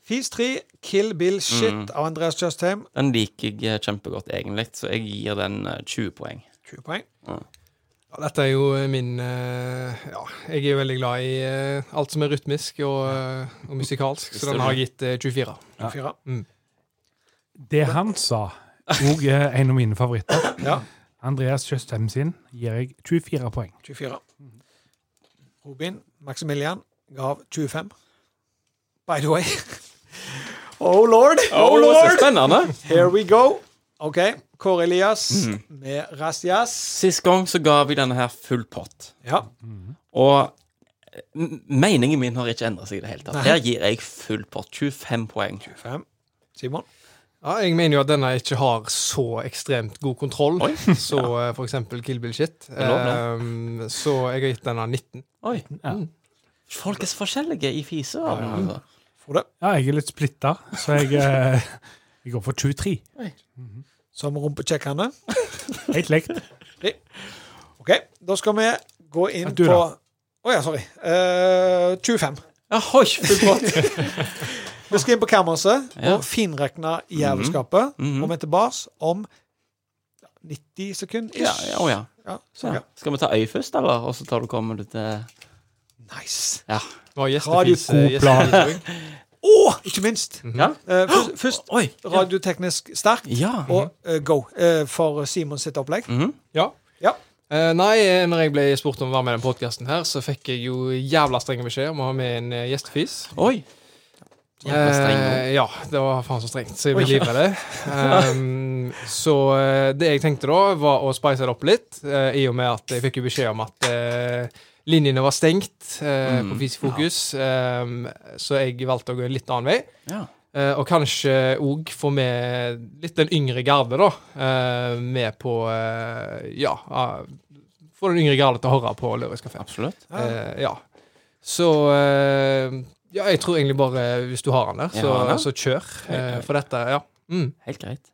Fis 3, Kill Bill Shit Mm. av Andreas Tjøstheim. Den liker jeg eh, kjempegodt, egentlig, så jeg gir den eh, 20 poeng. 20 poeng. Ja, dette er jo min eh, Ja, jeg er jo veldig glad i eh, alt som er rytmisk og, eh, og musikalsk, så den har jeg gitt eh, 24. 24. Det han sa, òg en av mine favoritter. Ja. Andreas Tjøstheim sin gir jeg 24 poeng. 24. Robin Maximilian gav 25. By the way. Oh lord! Å, Så spennende! Here we go. OK. Kåre Elias med Rastias. Sist gang så ga vi denne her full pott, Ja. og m- meningen min har ikke endret seg i det hele tatt. Her gir jeg full pott. 25 poeng. 25. Simon. Ja, jeg mener jo at denne ikke har så ekstremt god kontroll, Oi. så eh, for eksempel Kill Bill Shit. er lov, det. Ehm, så jeg har gitt denne 19. Oi. Folk er så forskjellige i fiseverdenen, altså. Frode. Ja, jeg er litt splitta, så jeg, eh, jeg går for 23. Som rumpekjekkerne. Helt likt. OK. Da skal vi gå inn Ja, du på da. Å ja, sorry. Eh, 25. Ahoi, Altså. full pott. Vi skal inn på kammerset Ja. og finrekne jævelskapet. Mhm. Og vi er tilbake om 90 sekunder Ja, ish. ja, å ja. Ja, så, ja. ja. Skal vi ta øy først, eller? Og så tar du kommer du til Nice. Ja. Nå har gjestefis, Radio- eh, gjestefis. Og ikke minst Mhm. Ja. eh, først, først Oi. Mhm. radioteknisk sterkt Ja. og eh, go eh, for Simon sitt opplegg. Mhm. Ja. Ja. Eh, nei, eh, når jeg ble spurt om å være med i den podkasten her, så fikk jeg jo jævla streng beskjed om å ha med en eh, gjestefis. Oi. Jævla streng nå. Eh, ja, det var faen så strengt, så jeg ble livredd. Um, så eh, det jeg tenkte da, var å spice det opp litt, eh, i og med at jeg fikk jo beskjed om at eh, linjene var stengt eh, på Mm, Fisefokus, um, så jeg valgte å gå en litt annen vei. Ja. Eh, og kanskje òg få med litt den yngre garde, da. eh, med på eh, Ja. ah, få den yngre garde til å høre på Lørdagskafeen. Absolutt. Eh, ja. Så eh, Ja, jeg tror egentlig bare hvis du har den der, Jeg så, har den. så kjør. eh, for dette, ja. Mm. Helt greit.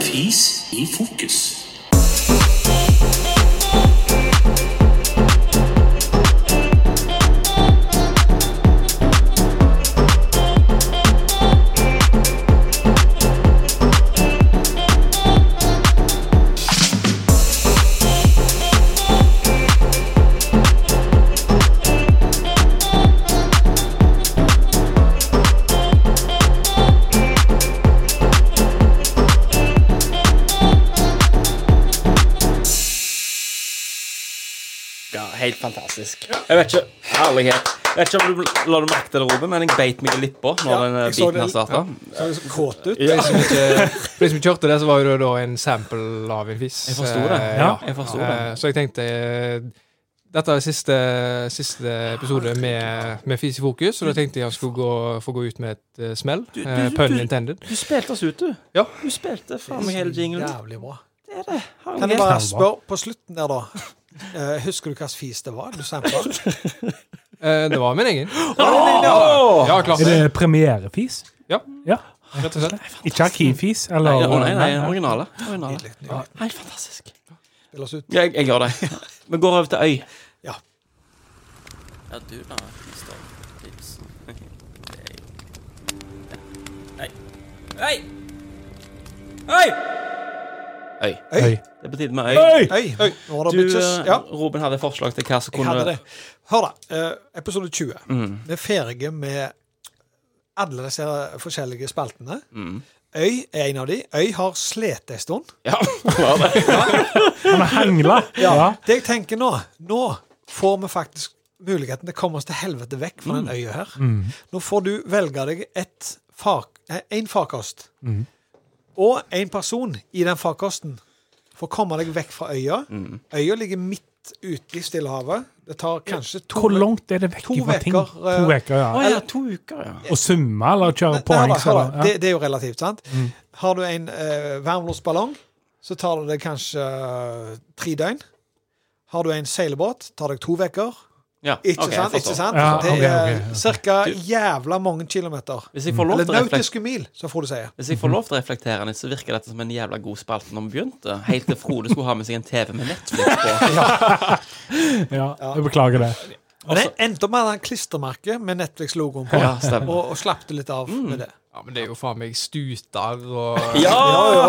Fis i fokus. Ja, helt fantastisk. Jeg vet ikke Herlighet. Jeg vet ikke om du la du merke til det, Robin, men jeg beit meg litt på når Ja, den eh, jeg så biten det. her starta. Så er det så kåt ut. For de som ikke- for de som ikke hørte det, så var jo det da en sample av en fis. Jeg forsto det. Eh, Jeg forsto det. Eh, så jeg tenkte eh, Dette er siste, siste episode med, med Fis i fokus, og da tenkte jeg jeg skulle gå, få gå ut med et eh, smell. Du- du- eh, du- pun du- intended. Du spilte oss ut, du. Ja. Du spilte faen meg hele jinglen. Jævlig bra. Kan jeg Herlighet. bare spørre på slutten der, da? Eh, husker du hvilken fis det var du sampla? Eh, det var min egen. Ja, klart Er det. det premierefis? Ja. Ja. Rett og slett. Ikke arkivfis? Eller, Nei, nei, nei, originale. originale. Nydelig. Helt fantastisk. Spill oss ut. Jeg, jeg gjør det. Vi går over til øy. Ja, du da, Kristoff. Tips. Hei. Hei! Hei! Øy. Øy. Det Det er på tide med Øy! øy. Øy! Nå har det Du, bitches. Ja, eh, Robin hadde et forslag til hva som jeg hadde kunne det. Hør, da. eh, Episode 20. Mhm. Vi er ferdige med alle disse her forskjellige spaltene. Mhm. Øy er en av de. Øy har slitt en stund. Ja, hva var det? Han er hengla. Ja. Det jeg tenker nå Nå får vi faktisk muligheten til å komme oss til helvete vekk fra Mm. den øya her. Nå får du velge deg et far, eh, en farkost. Mm. Og en person i den farkosten for å komme deg vekk fra øya. Mm. Øya ligger midt ute i Stillehavet. Det tar kanskje to Hvor langt er det vekk To fra ting? veker, eh, To uker, ja. Å ja, to uker, ja. Å summe eller kjøre Nei, hør da, poeng? hør så- da. Ja. Det, det er jo relativt, sant? Mm. Har du en eh, værmlosballong, så tar det deg kanskje eh, tre døgn. Har du en seilbåt, tar det deg to uker. ja. Ikke ok, jeg sant? forstår. ikke sant? Ja, det ok, er ok, ok. cirka jævla mange kilometer. Hvis jeg får lov Eller til å reflektere nautiske mil, så får du si. Hvis jeg får lov til å reflektere litt, så virker dette som en jævla god spalte når vi begynte. Helt til Frode skulle ha med seg en TV med Netflix på. Ja, jeg beklager det. Men jeg endte opp med det klistremerket med Netflix-logoen på, Ja, stemmer. Mm. og, og slapp det litt av med det. Ja, men det er jo faen meg stuter og Ja,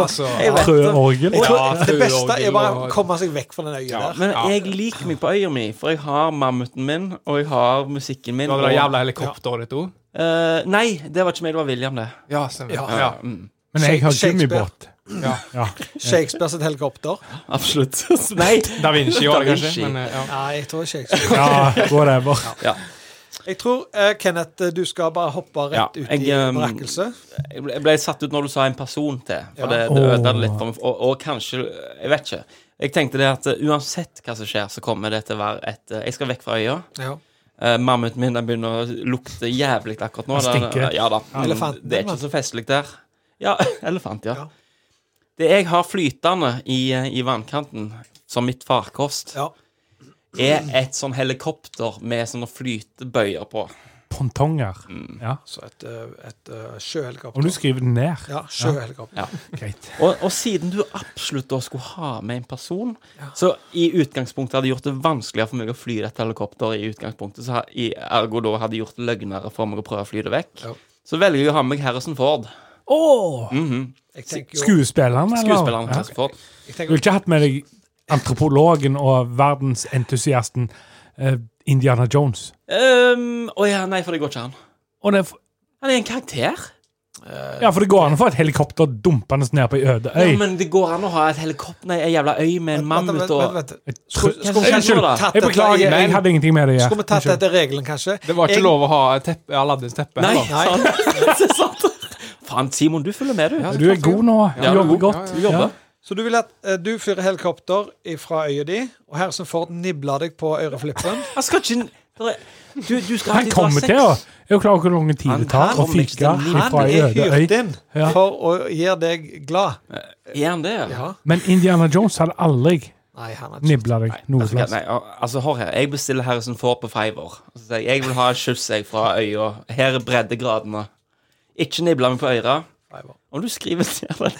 altså. Jeg vet det. Frøorgel. Jeg tror, Ja, det beste er bare å og- komme seg vekk fra den øya der. Men jeg liker meg på øya mi, for jeg har mammuten min, og jeg har musikken min. Var det det og- jævla helikopteret ditt òg? Eh, nei, det var ikke meg, det var William, det. Ja, stemmer. Ja. Ja, mm, Men jeg har gummibåt. Shakespeare sitt helikopter. absolutt. nei. Da Vinci Da var det kanskje. Vinci. Men, eh, ja. Nei, jeg tror Shakespeare Ja, whatever. Jeg tror, eh, Kenneth, du skal bare hoppe Ja, rett ut jeg, i ehm, brakkelse. Jeg ble, jeg ble satt ut når du sa en person til, for Ja. det, det ødela Åh. det litt for meg. Og, og kanskje Jeg vet ikke. Jeg tenkte det at eh, uansett hva som skjer, så kommer det til å være et eh, Jeg skal vekk fra øya. Ja. Uh, mammuten min den begynner å lukte jævlig akkurat nå. Den Den- stinker. ja, da. Elefanten, Det er eller? ikke så festlig der. Ja, elefant, ja. Ja. Det jeg har flytende i, eh, i vannkanten, som mitt farkost, Ja. er et sånn helikopter med sånne flytebøyer på. Pontonger. Ja. Så et, eh, et eh, Om du sjøhelikopter. skriver det ned. Ja, sjøhelikopter. Greit. Og, og siden du absolutt da skulle ha med en person, så i utgangspunktet hadde gjort det vanskeligere for meg å fly dette helikopteret, i utgangspunktet, så ha- i ergo da hadde gjort det løgnere for meg å prøve å fly det vekk, Ja. så velger jeg å ha med meg Harrison Ford. Jeg tenker jo, Skuespilleren, eller? Skuespilleren Ja. Harrison Ford. jeg Du har tenker, ikke hatt med deg antropologen og verdensentusiasten eh, Indiana Jones? Ehm, Å ja, nei, for det går ikke an. Og det, er f- Han er en karakter. ja, for det går an å få et helikopter dumpende ned på ei øde øy. Ja, men det går an å ha et helikopter Nei, ei jævla øy med en vent, mammut vent, og vent, vent. Jeg tror- Hva Skulle vi skjer nå, da? tatt Jeg dette beklager, i- jeg hadde ingenting med det å Skulle vi tatt gjøre. etter regelen, kanskje? Det var ikke Jeg- lov å ha et teppe, Aladdins teppe. Nei, heller. Nei. sant? sant. Faen, Simon, du følger med, du. Du er god nå. Du Ja, jobber du- godt. Du jobber. Så du vil at eh, du fyrer helikopter fra øya di, og Harrison Ford nibler deg på øreflippen? Han skal ikke der er- Du, du skal Han kommer til å Jeg er klar over hvor lang tid det tar Han- han- å fyke han fra Han ei er øde øy. hyrt inn Ja. for å gjøre deg glad. Er han det? Ja. Men Indiana Jones hadde aldri Nei, han er ikke nibla deg noe Altså, hva- plass. nei, al- altså, hør her. Jeg bestiller Harrison Ford på Fiverr. Og Så sier jeg jeg vil ha en skyss jeg fra øya. Her er breddegradene. Ikke nibla meg på øra. Fiverr. Om du skriver ned dette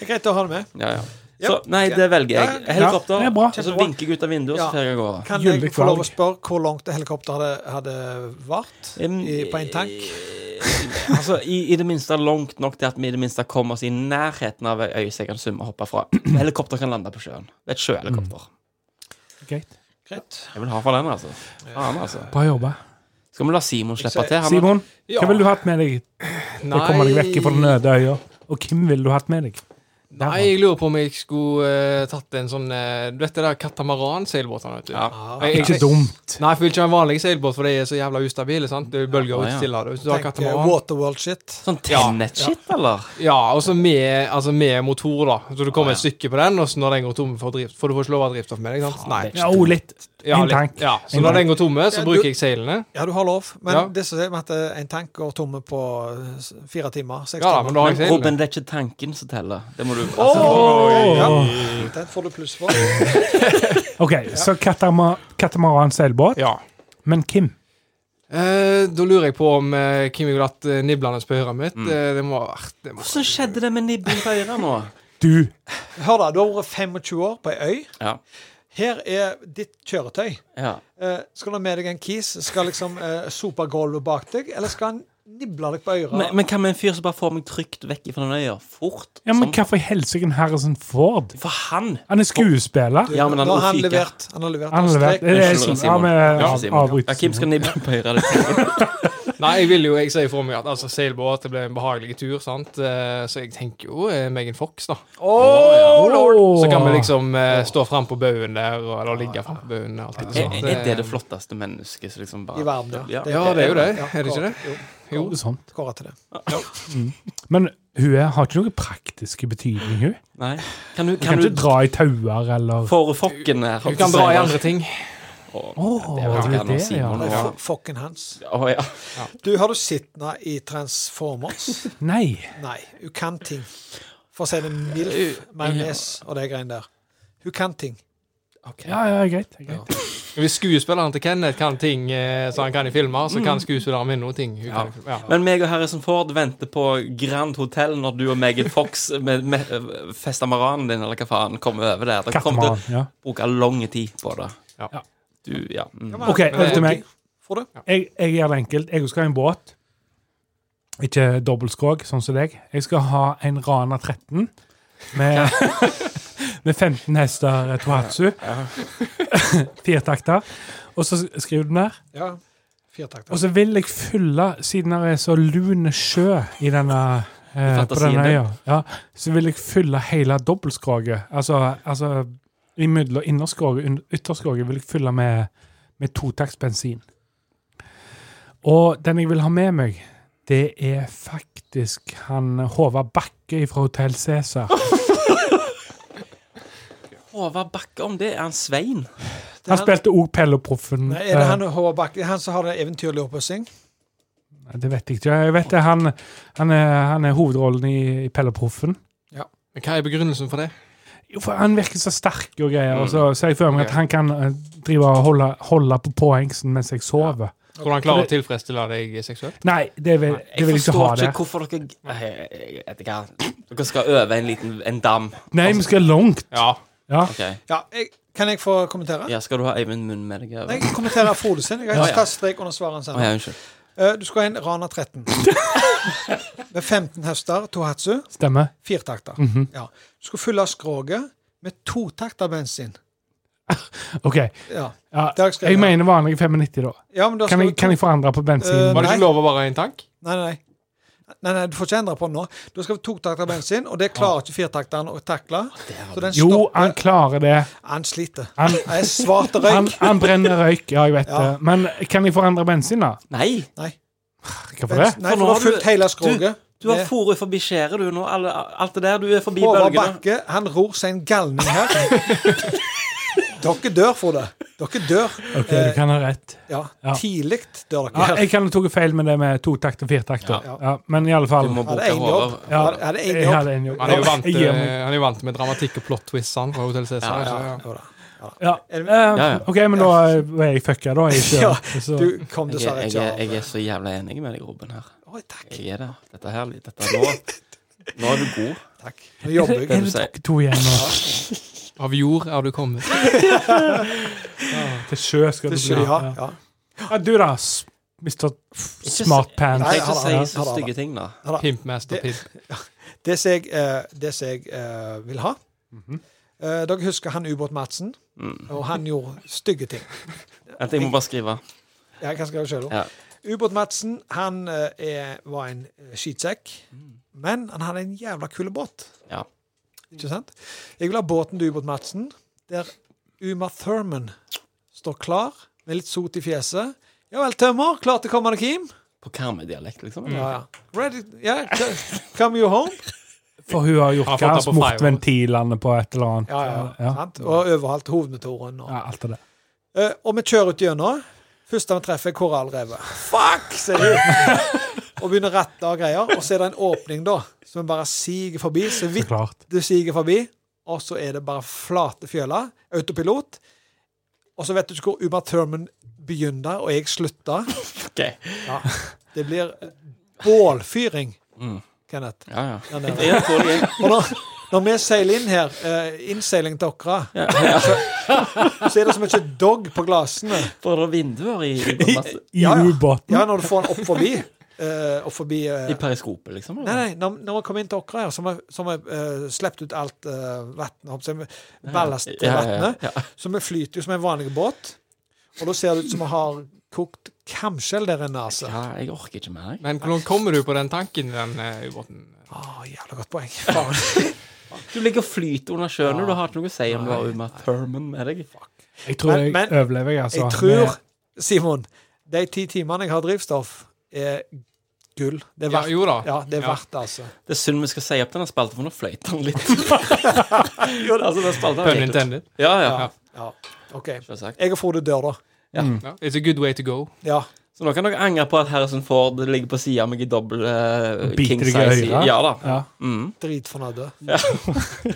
Det er greit å ha det med. Ja, ja. Så, nei, det velger jeg. Helikopter. Ja, det er bra. og så vinker jeg ut av vinduet, og så Ja. fer jeg av gårde. Kan Gyldig jeg få lov å valg. spørre hvor langt det helikopteret hadde, hadde vart Em, i, på en tank? eh, Altså, i, I det minste langt nok til at vi i det minste kommer oss i nærheten av ei øy som jeg kan svømme og hoppe fra. Helikopter kan lande på sjøen. Det er et sjøhelikopter. Greit. Greit. Jeg vil ha for den, altså. Faen, altså. Bra jobba. Skal vi la Simon slippe Jeg til? Han, Simon, Ja. hva ville du hatt med deg for å komme deg vekk fra den øde øya? Og hvem ville du hatt med deg? Nei, jeg lurer på om jeg skulle eh, tatt en sånn eh, Du vet det der katamaran-seilbåtene, vet du. Ja. Jeg, jeg, Ikke dumt. Nei, for vi vil ikke ha en vanlig seilbåt, for de er så jævla ustabile. sant? Det er jo bølger Å, ut ja. til havet. Hvis du har Tenk eh, katamaran Waterworld-shit. Sånn tennet-shit, eller? Ja, og så med, altså med motor, da. Så du Å, kommer ja. et stykke på den, og så når den går tom for drift For du får ikke lov å ha drivstoff med deg, sant? Nei. Ja, og litt. Ja, En litt- tank. Ja, så En når tank. den går tomme, så Ja, du- bruker jeg seilene. Ja, du har lov, men Ja. det som sier meg at eh, en tank går tomme på eh, s- fire timer. Seks Ja, da, men da timer. har jeg Robin, seilene. det er ikke tanken som teller. Det må du Ja, den får du pluss for. OK, så katama, katamaran-seilbåt. Ja. Men hvem? Eh, da lurer jeg på om eh, Kim ville hatt eh, niblene på øret mitt. Mm. Eh, det må ha vært det må. Hvordan skjedde det med nibben på øret nå? Du. Hør, da. Du har vært 25 år på ei øy. Ja. Her er ditt kjøretøy. Ja. Eh, skal du ha med deg en kis? Skal liksom eh, sope gulvet bak deg? Eller skal han nible deg på øret? Men, men hva med en fyr som bare får meg trygt vekk fra den øya? Fort? Ja, men som- Hvorfor i helsike en Harrison Ford? For han! Han er skuespiller. Ja, men han Nå har han fyker. levert. Han har levert. Han en har strek. levert det er, Unnskyld, sånn- ja, Simon. men, Ja, av- Simon. avbryt. Ja, Kim skal nibbe på øret ditt. Nei, jeg vil jo jeg sier for meg at altså, seilbåt det ble en behagelig tur, sant? Eh, så jeg tenker jo eh, Megan Fox, da. Så kan vi liksom eh, stå fram på baugen der, og, eller ligge fram på baugen. og alt det Er, sånt. er det det flotteste mennesket som liksom bare I verden, ja. Ja, det er jo det. Er det ikke det? Jo, Jo. Sånn. kåret til det. Men hun er, har ikke noe praktiske betydning, hun. Nei. Kan du, Kan kan ikke du dra i tauer eller For fokken her. Du kan dra i andre ting. Åh, Det vet det ikke er han og det, ja. Simon Nei, og fo- Fokken hans. Å, ja. Du, har du sett henne i Transformers? Nei. Nei, hun kan ting. For å si det mildt, Øh, majones og de greiene der. Hun kan ting. Ja, ja, greit. greit. Hvis skuespilleren til Kenneth kan ting eh, som han kan i filmer, så kan skuespilleren min noen ting. Hun Ja. Kan, ja. Men meg og Harrison Ford venter på Grand Hotel når du og Megan Fox med, med øh, festamaranen din eller hva faen kommer over der. Dere kommer til Kattemaran. å Ja. bruke lang tid på det. Ja. Du, ja. Mm. OK, over til meg. Får du? Jeg, jeg gjør det enkelt. Jeg skal ha en båt. Ikke dobbeltskrog, sånn som deg. Jeg skal ha en Rana 13 med, med 15 hester eh, Tohatsu. Firetakter. Og så skriver du den der. Ja. altså. Firtakter. Og så vil jeg fylle, siden det er så lune sjø i denne, eh, på Fantasien denne din. øya, ja, så vil jeg fylle hele dobbeltskroget. Altså, altså imellom innerskroget og ytterskroget vil jeg fylle med, med totaktsbensin. Og den jeg vil ha med meg, det er faktisk han Håvard Bakke fra Hotell Cæsar. Håvard Bakke, om det er han Svein? Han spilte òg Pelleproffen. Nei, er det eh, han Håvard Bakke? Det er Han som har den eventyrlige oppussing? det vet jeg ikke. Jeg vet det, han, han, er, han er hovedrollen i, i Pelleproffen. Men hva er begrunnelsen for det? Jo, for Han virker så sterk og greier, og så ser jeg for meg at han kan eh, drive og holde, holde på påhengsen mens jeg sover. Tror du han klarer å tilfredsstille deg seksuelt? Nei, det vil, det Jeg vil jeg ikke forstår ha ikke det. hvorfor dere Nei, jeg- jeg vet ikke hva. Dere skal øve en liten en dam. Nei, vi skal langt. Ja. Ja. Ok. Ja, jeg, kan jeg få kommentere? Ja, skal du ha Øyvind Munn med deg? Nei, over? jeg kommenterer Frode sin. Jeg har Ja, ja. ikke tatt strek under svaret hans Å, ja, ennå. unnskyld. Eh, Du skal ha en Rana 13. Med 15 hester, tohatsu, Stemmer. firetakter. ja. Du skal fylle skroget med totakter bensin. OK. Ja. Ja, Det har jeg skrevet. jeg mener vanlige 95, da. ja, men da Kan skal jeg, du- kan jeg forandre på Eh, bensin? Var det Nei. ikke lov å være i en tank? Nei, nei, nei. Nei, nei, Du får ikke endre på den nå. Du skal ha totakter bensin, og det klarer ikke firetakteren å takle. Så den Jo, stopper. han klarer det. Han sliter. Han, Det er svart han, røyk. han brenner røyk, ja, jeg vet Ja. det. Men kan jeg forandre bensin, da? Nei! Nei, Hvorfor det? bensin- nei For nå for du har har du- fulgt hele skroget. Du har Med- foret forbi skjæret, du, nå. Alle, alt det der. Du er forbi Håvard bølgene. Bakke han ror seg en galning her. Dere dør for det. Dere dør. OK, du kan ha rett. Ja, Ja. Tidlig dør Ja, dere. jeg kan ha tatt feil med det med totakt og firtakt. da. Ja. Ja, men i alle fall Du må Hadde bruke én jobb. Håvard. Ja, Hadde- hadde én jeg jobb. hadde en jobb. Han er jo vant, Jeg eh, gir meg. han er jo vant med dramatikk og plot twists, han, fra Hotell Cæsar. Ja, så- jo da. Ja. Er det- Eh, ja. OK, men da er jeg fucka, da. Jeg Ja, kjører. Så, Du kom Jeg, er- dessverre jeg, ikke er- av. jeg er så jævla enig med deg, Robin, her. Oi, takk. Jeg er det. Dette her Dette nå Nå er du god. takk. Nå jobber er det jeg. du sier. dere to igjen nå? ja. Av jord er du kommet. Til sjø skal Det det skjer, bli. ja, Ja. ja. Ja, du da, s- Mr. Nei, Smartpants. ikke Ja, ja, si så ja. stygge ting, da. Pimpmaster Det- pimp. Det som jeg, eh, det som jeg eh, vil ha Mhm. Eh, Dere husker han ubåt Madsen? Mm. Og han gjorde stygge ting. Vent, jeg må bare skrive. Jeg kan skrive selv. Ja. Ubåt Madsen han eh, er, var en eh, skitsekk, men han hadde en jævla kul båt. Mm. Ja. Ikke sant? Jeg vil ha båten til Ubåt Madsen, der Uma Thurman står klar med litt sot i fjeset. Ja vel, tømmer, klar til å komme deg hjem? På karmedialekt, liksom. Ja, ja. Ready, ja, come you home? For hun har Har gjort fått hva? det på Smurt fire år. ventilene på et eller annet. Ja, ja, ja. Sant? Og overhalt hovedmotoren. Og. Ja, alt det der. Eh, og vi kjører ut gjennom. Første han treffer, er korallrevet. Fuck! sier de. og begynner å ratte og greier. Og så er det en åpning, da, som bare siger forbi. Så Så vidt klart. du siger forbi, og så er det bare flate fjøler. Autopilot. Og så vet du ikke hvor Uma Thurman begynner, og jeg slutter. Ok. Det blir bålfyring. Kenneth. Ja, ja. Den der. Jeg tror det er- Og når, når vi seiler inn her, eh, innseiling til Åkra, så, så er det så mye dog på glassene. For det er vinduer i, i, masse, I Ja, ja. ubåten. Ja, når du får den opp forbi. eh, opp forbi eh, i periskopet, liksom? Nei, eller? nei, når, når vi kom inn til Åkra her, så har vi- så har vi uh, sluppet ut alt uh, vannet, ballastvannet. Ja, ja, ja, ja. Så vi flyter jo som en vanlig båt. Og da ser det ut som vi har kokt kamskjell der inne, altså. ja, jeg orker ikke mer. jeg. Men hvordan kommer du på den tanken i den eh, ubåten? Å, jævla godt poeng. Faen. Du ligger og flyter under sjøen, og du har ikke noe å si om du har Uma Thurman med deg. Jeg tror Men- jeg men- overlever, jeg, altså. Jeg tror, eh, Simon, de ti timene jeg har drivstoff, er gull. Det er Ja, verdt, jo da. ja, det, er Ja. verdt altså. Det er synd vi skal si opp denne spalten, for nå fløyt han litt. jo, det, er altså, den spalten Pun gikk- intended. Ja, ja. Ja. Ja, OK. Selvsagt. Jeg og Frode dør, da. Ja. It's a good way to go. Ja. Så nå kan dere angre på at Harrison Ford ligger på sida av meg i dobbel eh, Biter king deg i size. øret? Ja da. Ja. Mm. Dritfornøyd. Skal det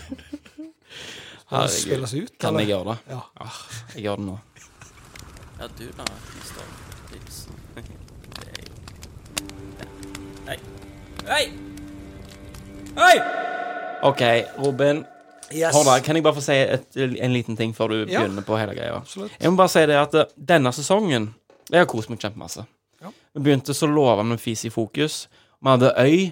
Herregud. spilles ut, Kan jeg eller? gjøre det? Ja. Ah, Jeg gjør det nå. Ja, du da, Kristian. Tips. Hei. Hei! Hei! OK, Robin. Yes. Hold da, kan jeg bare få si et, en liten ting før du Ja. begynner på hele greia? Absolutt. Jeg må bare si det at eh, denne sesongen Jeg har kost meg kjempemasse. Ja. Vi begynte så lova vi Fis i fokus. Vi hadde øy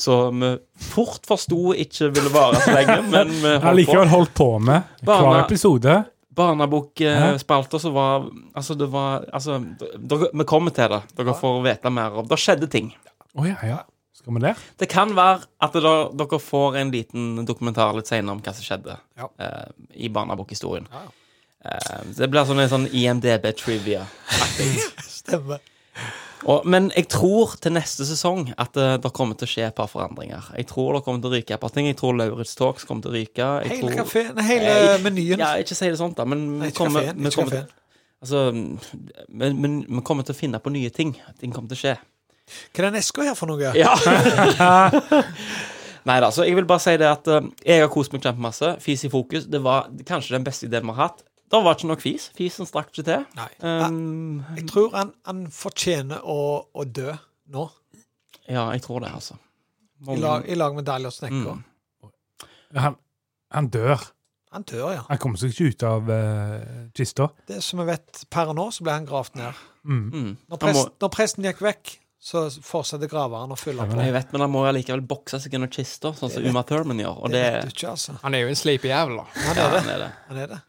som vi fort forsto ikke ville vare så lenge, men vi Jeg har holdt på. likevel holdt på med hver Barna- episode. Hæ? Barnebokspalter som var Altså, det var Altså, d- dere, vi kommer til det. Dere får vite mer om Det skjedde ting. Å ja, ja. Skal vi der? Det kan være at det, da- dere får en liten dokumentar litt senere om hva som skjedde Ja. eh, i barnebokhistorien. Eh, så det blir sånn en sånn IMDb-trivia. Stemmer. Og- Men jeg tror til neste sesong at eh, det kommer til å skje et par forandringer. Jeg tror det kommer til å ryke et par ting. Jeg tror Lauritz Talks kommer til å ryke. Jeg Hele, tror, kafé- nei, hele Nei. menyen. Ja, ikke si det sånn, da, men Nei, vi ikke kommer, kaféen, vi ikke kommer til kaféen. Altså, men, men vi kommer til å finne på nye ting. Ting kommer til å skje. Hva er den eska her for noe? Ja. Nei da, så jeg vil bare si det at eh, jeg har kost meg kjempemasse. Fis i fokus. Det var kanskje den beste ideen vi har hatt. Det var ikke nok fis. Fisen strakk ikke til. Nei. Um, Jeg tror han, han fortjener å, å dø nå, ja, jeg tror det, altså. i lag, i lag med Dahlia og Snekker. Mm. Han, han dør. Han dør, ja. Han kommer seg ikke ut av eh, kista. Det er som vi vet per nå, så ble han gravd ned. Mm. Mm. Når, Han må, prest, når presten gikk vekk, så fortsatte graveren å fylle på. jeg vet, men han må jo allikevel bokse seg gjennom kista, sånn som Uma Thurman gjør. Og Det det, vet du ikke, altså. Han er jo en sleip jævel, da. ja, Han er det. han er det. Han er det.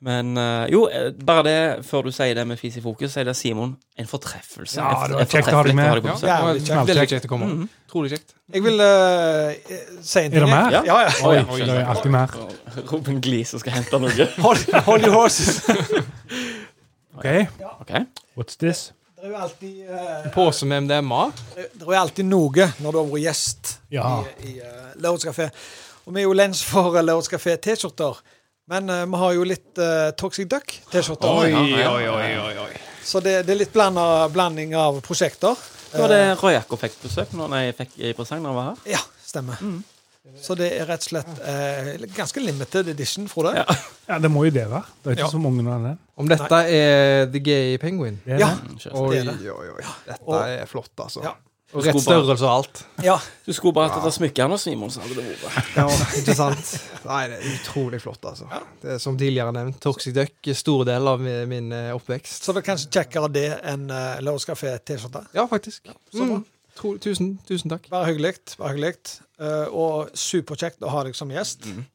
Men eh, jo, eh, bare det før du sier det med Fis i fokus, sier det Simon en fortreffelse. Ja, En- det var en kjekt å ha deg fortreffelig med. på Ja, besøk. det var Jævlig kjekt. Veldig kjekt å komme. Utrolig kjekt. Jeg vil eh, eh, si en ting. Er det jeg. mer? Ja. Ja, ja. Oi, Oi, det er alltid mer. Robin Glees som skal hente noe. Hold, hold your horses. OK, Ok, what's this? Det er jo alltid, eh, Pose med MDMA. det er jo alltid noe når du har vært gjest Ja. i, i eh, Lauritz Café. Og vi er jo lens for eh, Lauritz Café T-skjorter. Men eh, vi har jo litt eh, Toxic Duck-T-skjorter. oi, oi, oi. Så det, det er litt blanda blanding av prosjekter. Det var det Roy Jakob fikk besøk når jeg fikk i presang når han var her. Ja, stemmer. Mm. Så det er rett og slett eh, ganske limited edition, Frode. Ja. Ja, det må jo det være. Det er ikke Ja. så mange av den. Om dette er The Gay Penguin? Det er Ja. det. Kjør. Oi, Det er oi, oi. Dette Og- er flott, altså. Ja. Og rett størrelse og alt. Ja, Du skulle bare hatt dette smykket hans, Simon, så hadde det vært. Ja, ikke sant? Nei, det er utrolig flott, altså. Det er, som tidligere nevnt, Toxic Duck er stor del av min, min eh, oppvekst. Så det er kanskje kjekkere det enn uh, Lørdagskafé-T-skjorte. Ja, faktisk. så bra. Mm. Tro, tusen, tusen takk. Bare hyggelig. Bare hyggelig. Eh, og superkjekt å ha deg som gjest. Mm.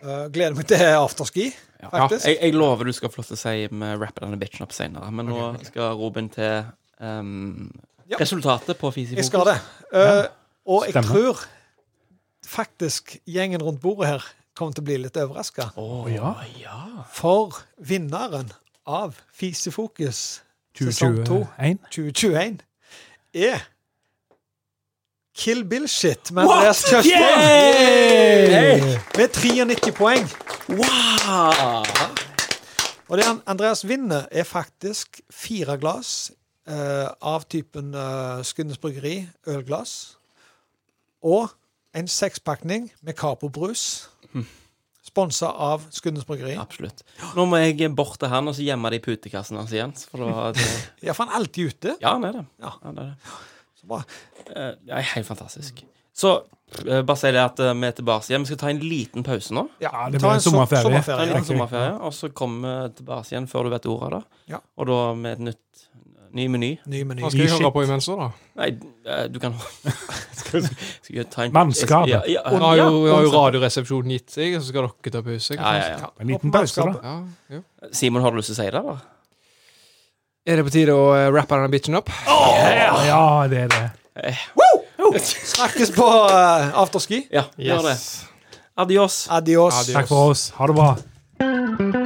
Eh, gleder meg til afterski, faktisk. Jeg, jeg lover du skal få lov til å si vi rapper denne bitchen opp senere, men nå skal Robin til ehm, Ja. resultatet på Fis i jeg fokus. skal det. Eh, og jeg Stemmer. tror faktisk gjengen rundt bordet her kommer til å bli litt overraska. Å ja. For vinneren av Fisefokus sesong to 2021. 2021 er Kill Bill Shit med Andreas Kjøstheim. Med 93 poeng. Wow! Og det han- Andreas vinner, er faktisk fire glass eh, av typen eh, Skudenes Bryggeri ølglass. Og en sekspakning med Capo-brus, sponsa av Skudenes Bryggeri. Absolutt. Nå må jeg bort til han og så gjemme det i putekassen hans igjen. For det var det. Ja, for han er alltid ute. Ja, han er det. Ja. Han er det. Så bra. Eh, det er helt fantastisk. Så eh, bare si det at eh, vi er tilbake igjen. Vi skal ta en liten pause nå. Ja, det blir en sommerferie. Ta en sommerferie. liten Ok. sommerferie, og så kommer vi tilbake igjen før du vet ordet av det. Ja. Og da med et nytt ny meny. Ny meny. Hva skal vi høre på imens, da? Nei, eh, du kan Skal skal vi ta en Mannskapet. Ja, ja, Nå har ja, jo, har jo ja, Radioresepsjonen gitt seg, og så skal dere ta pause. ja, kanskje? ja. En liten pause, da. Ja, jo. Simon, har du lyst til å si det, eller? Er det på tide å eh, rappe denne bitchen opp? Ja, det er det. Snakkes på eh, afterski. Ja, gjør det. Adios. Adios. Takk for oss. Ha det bra. Thank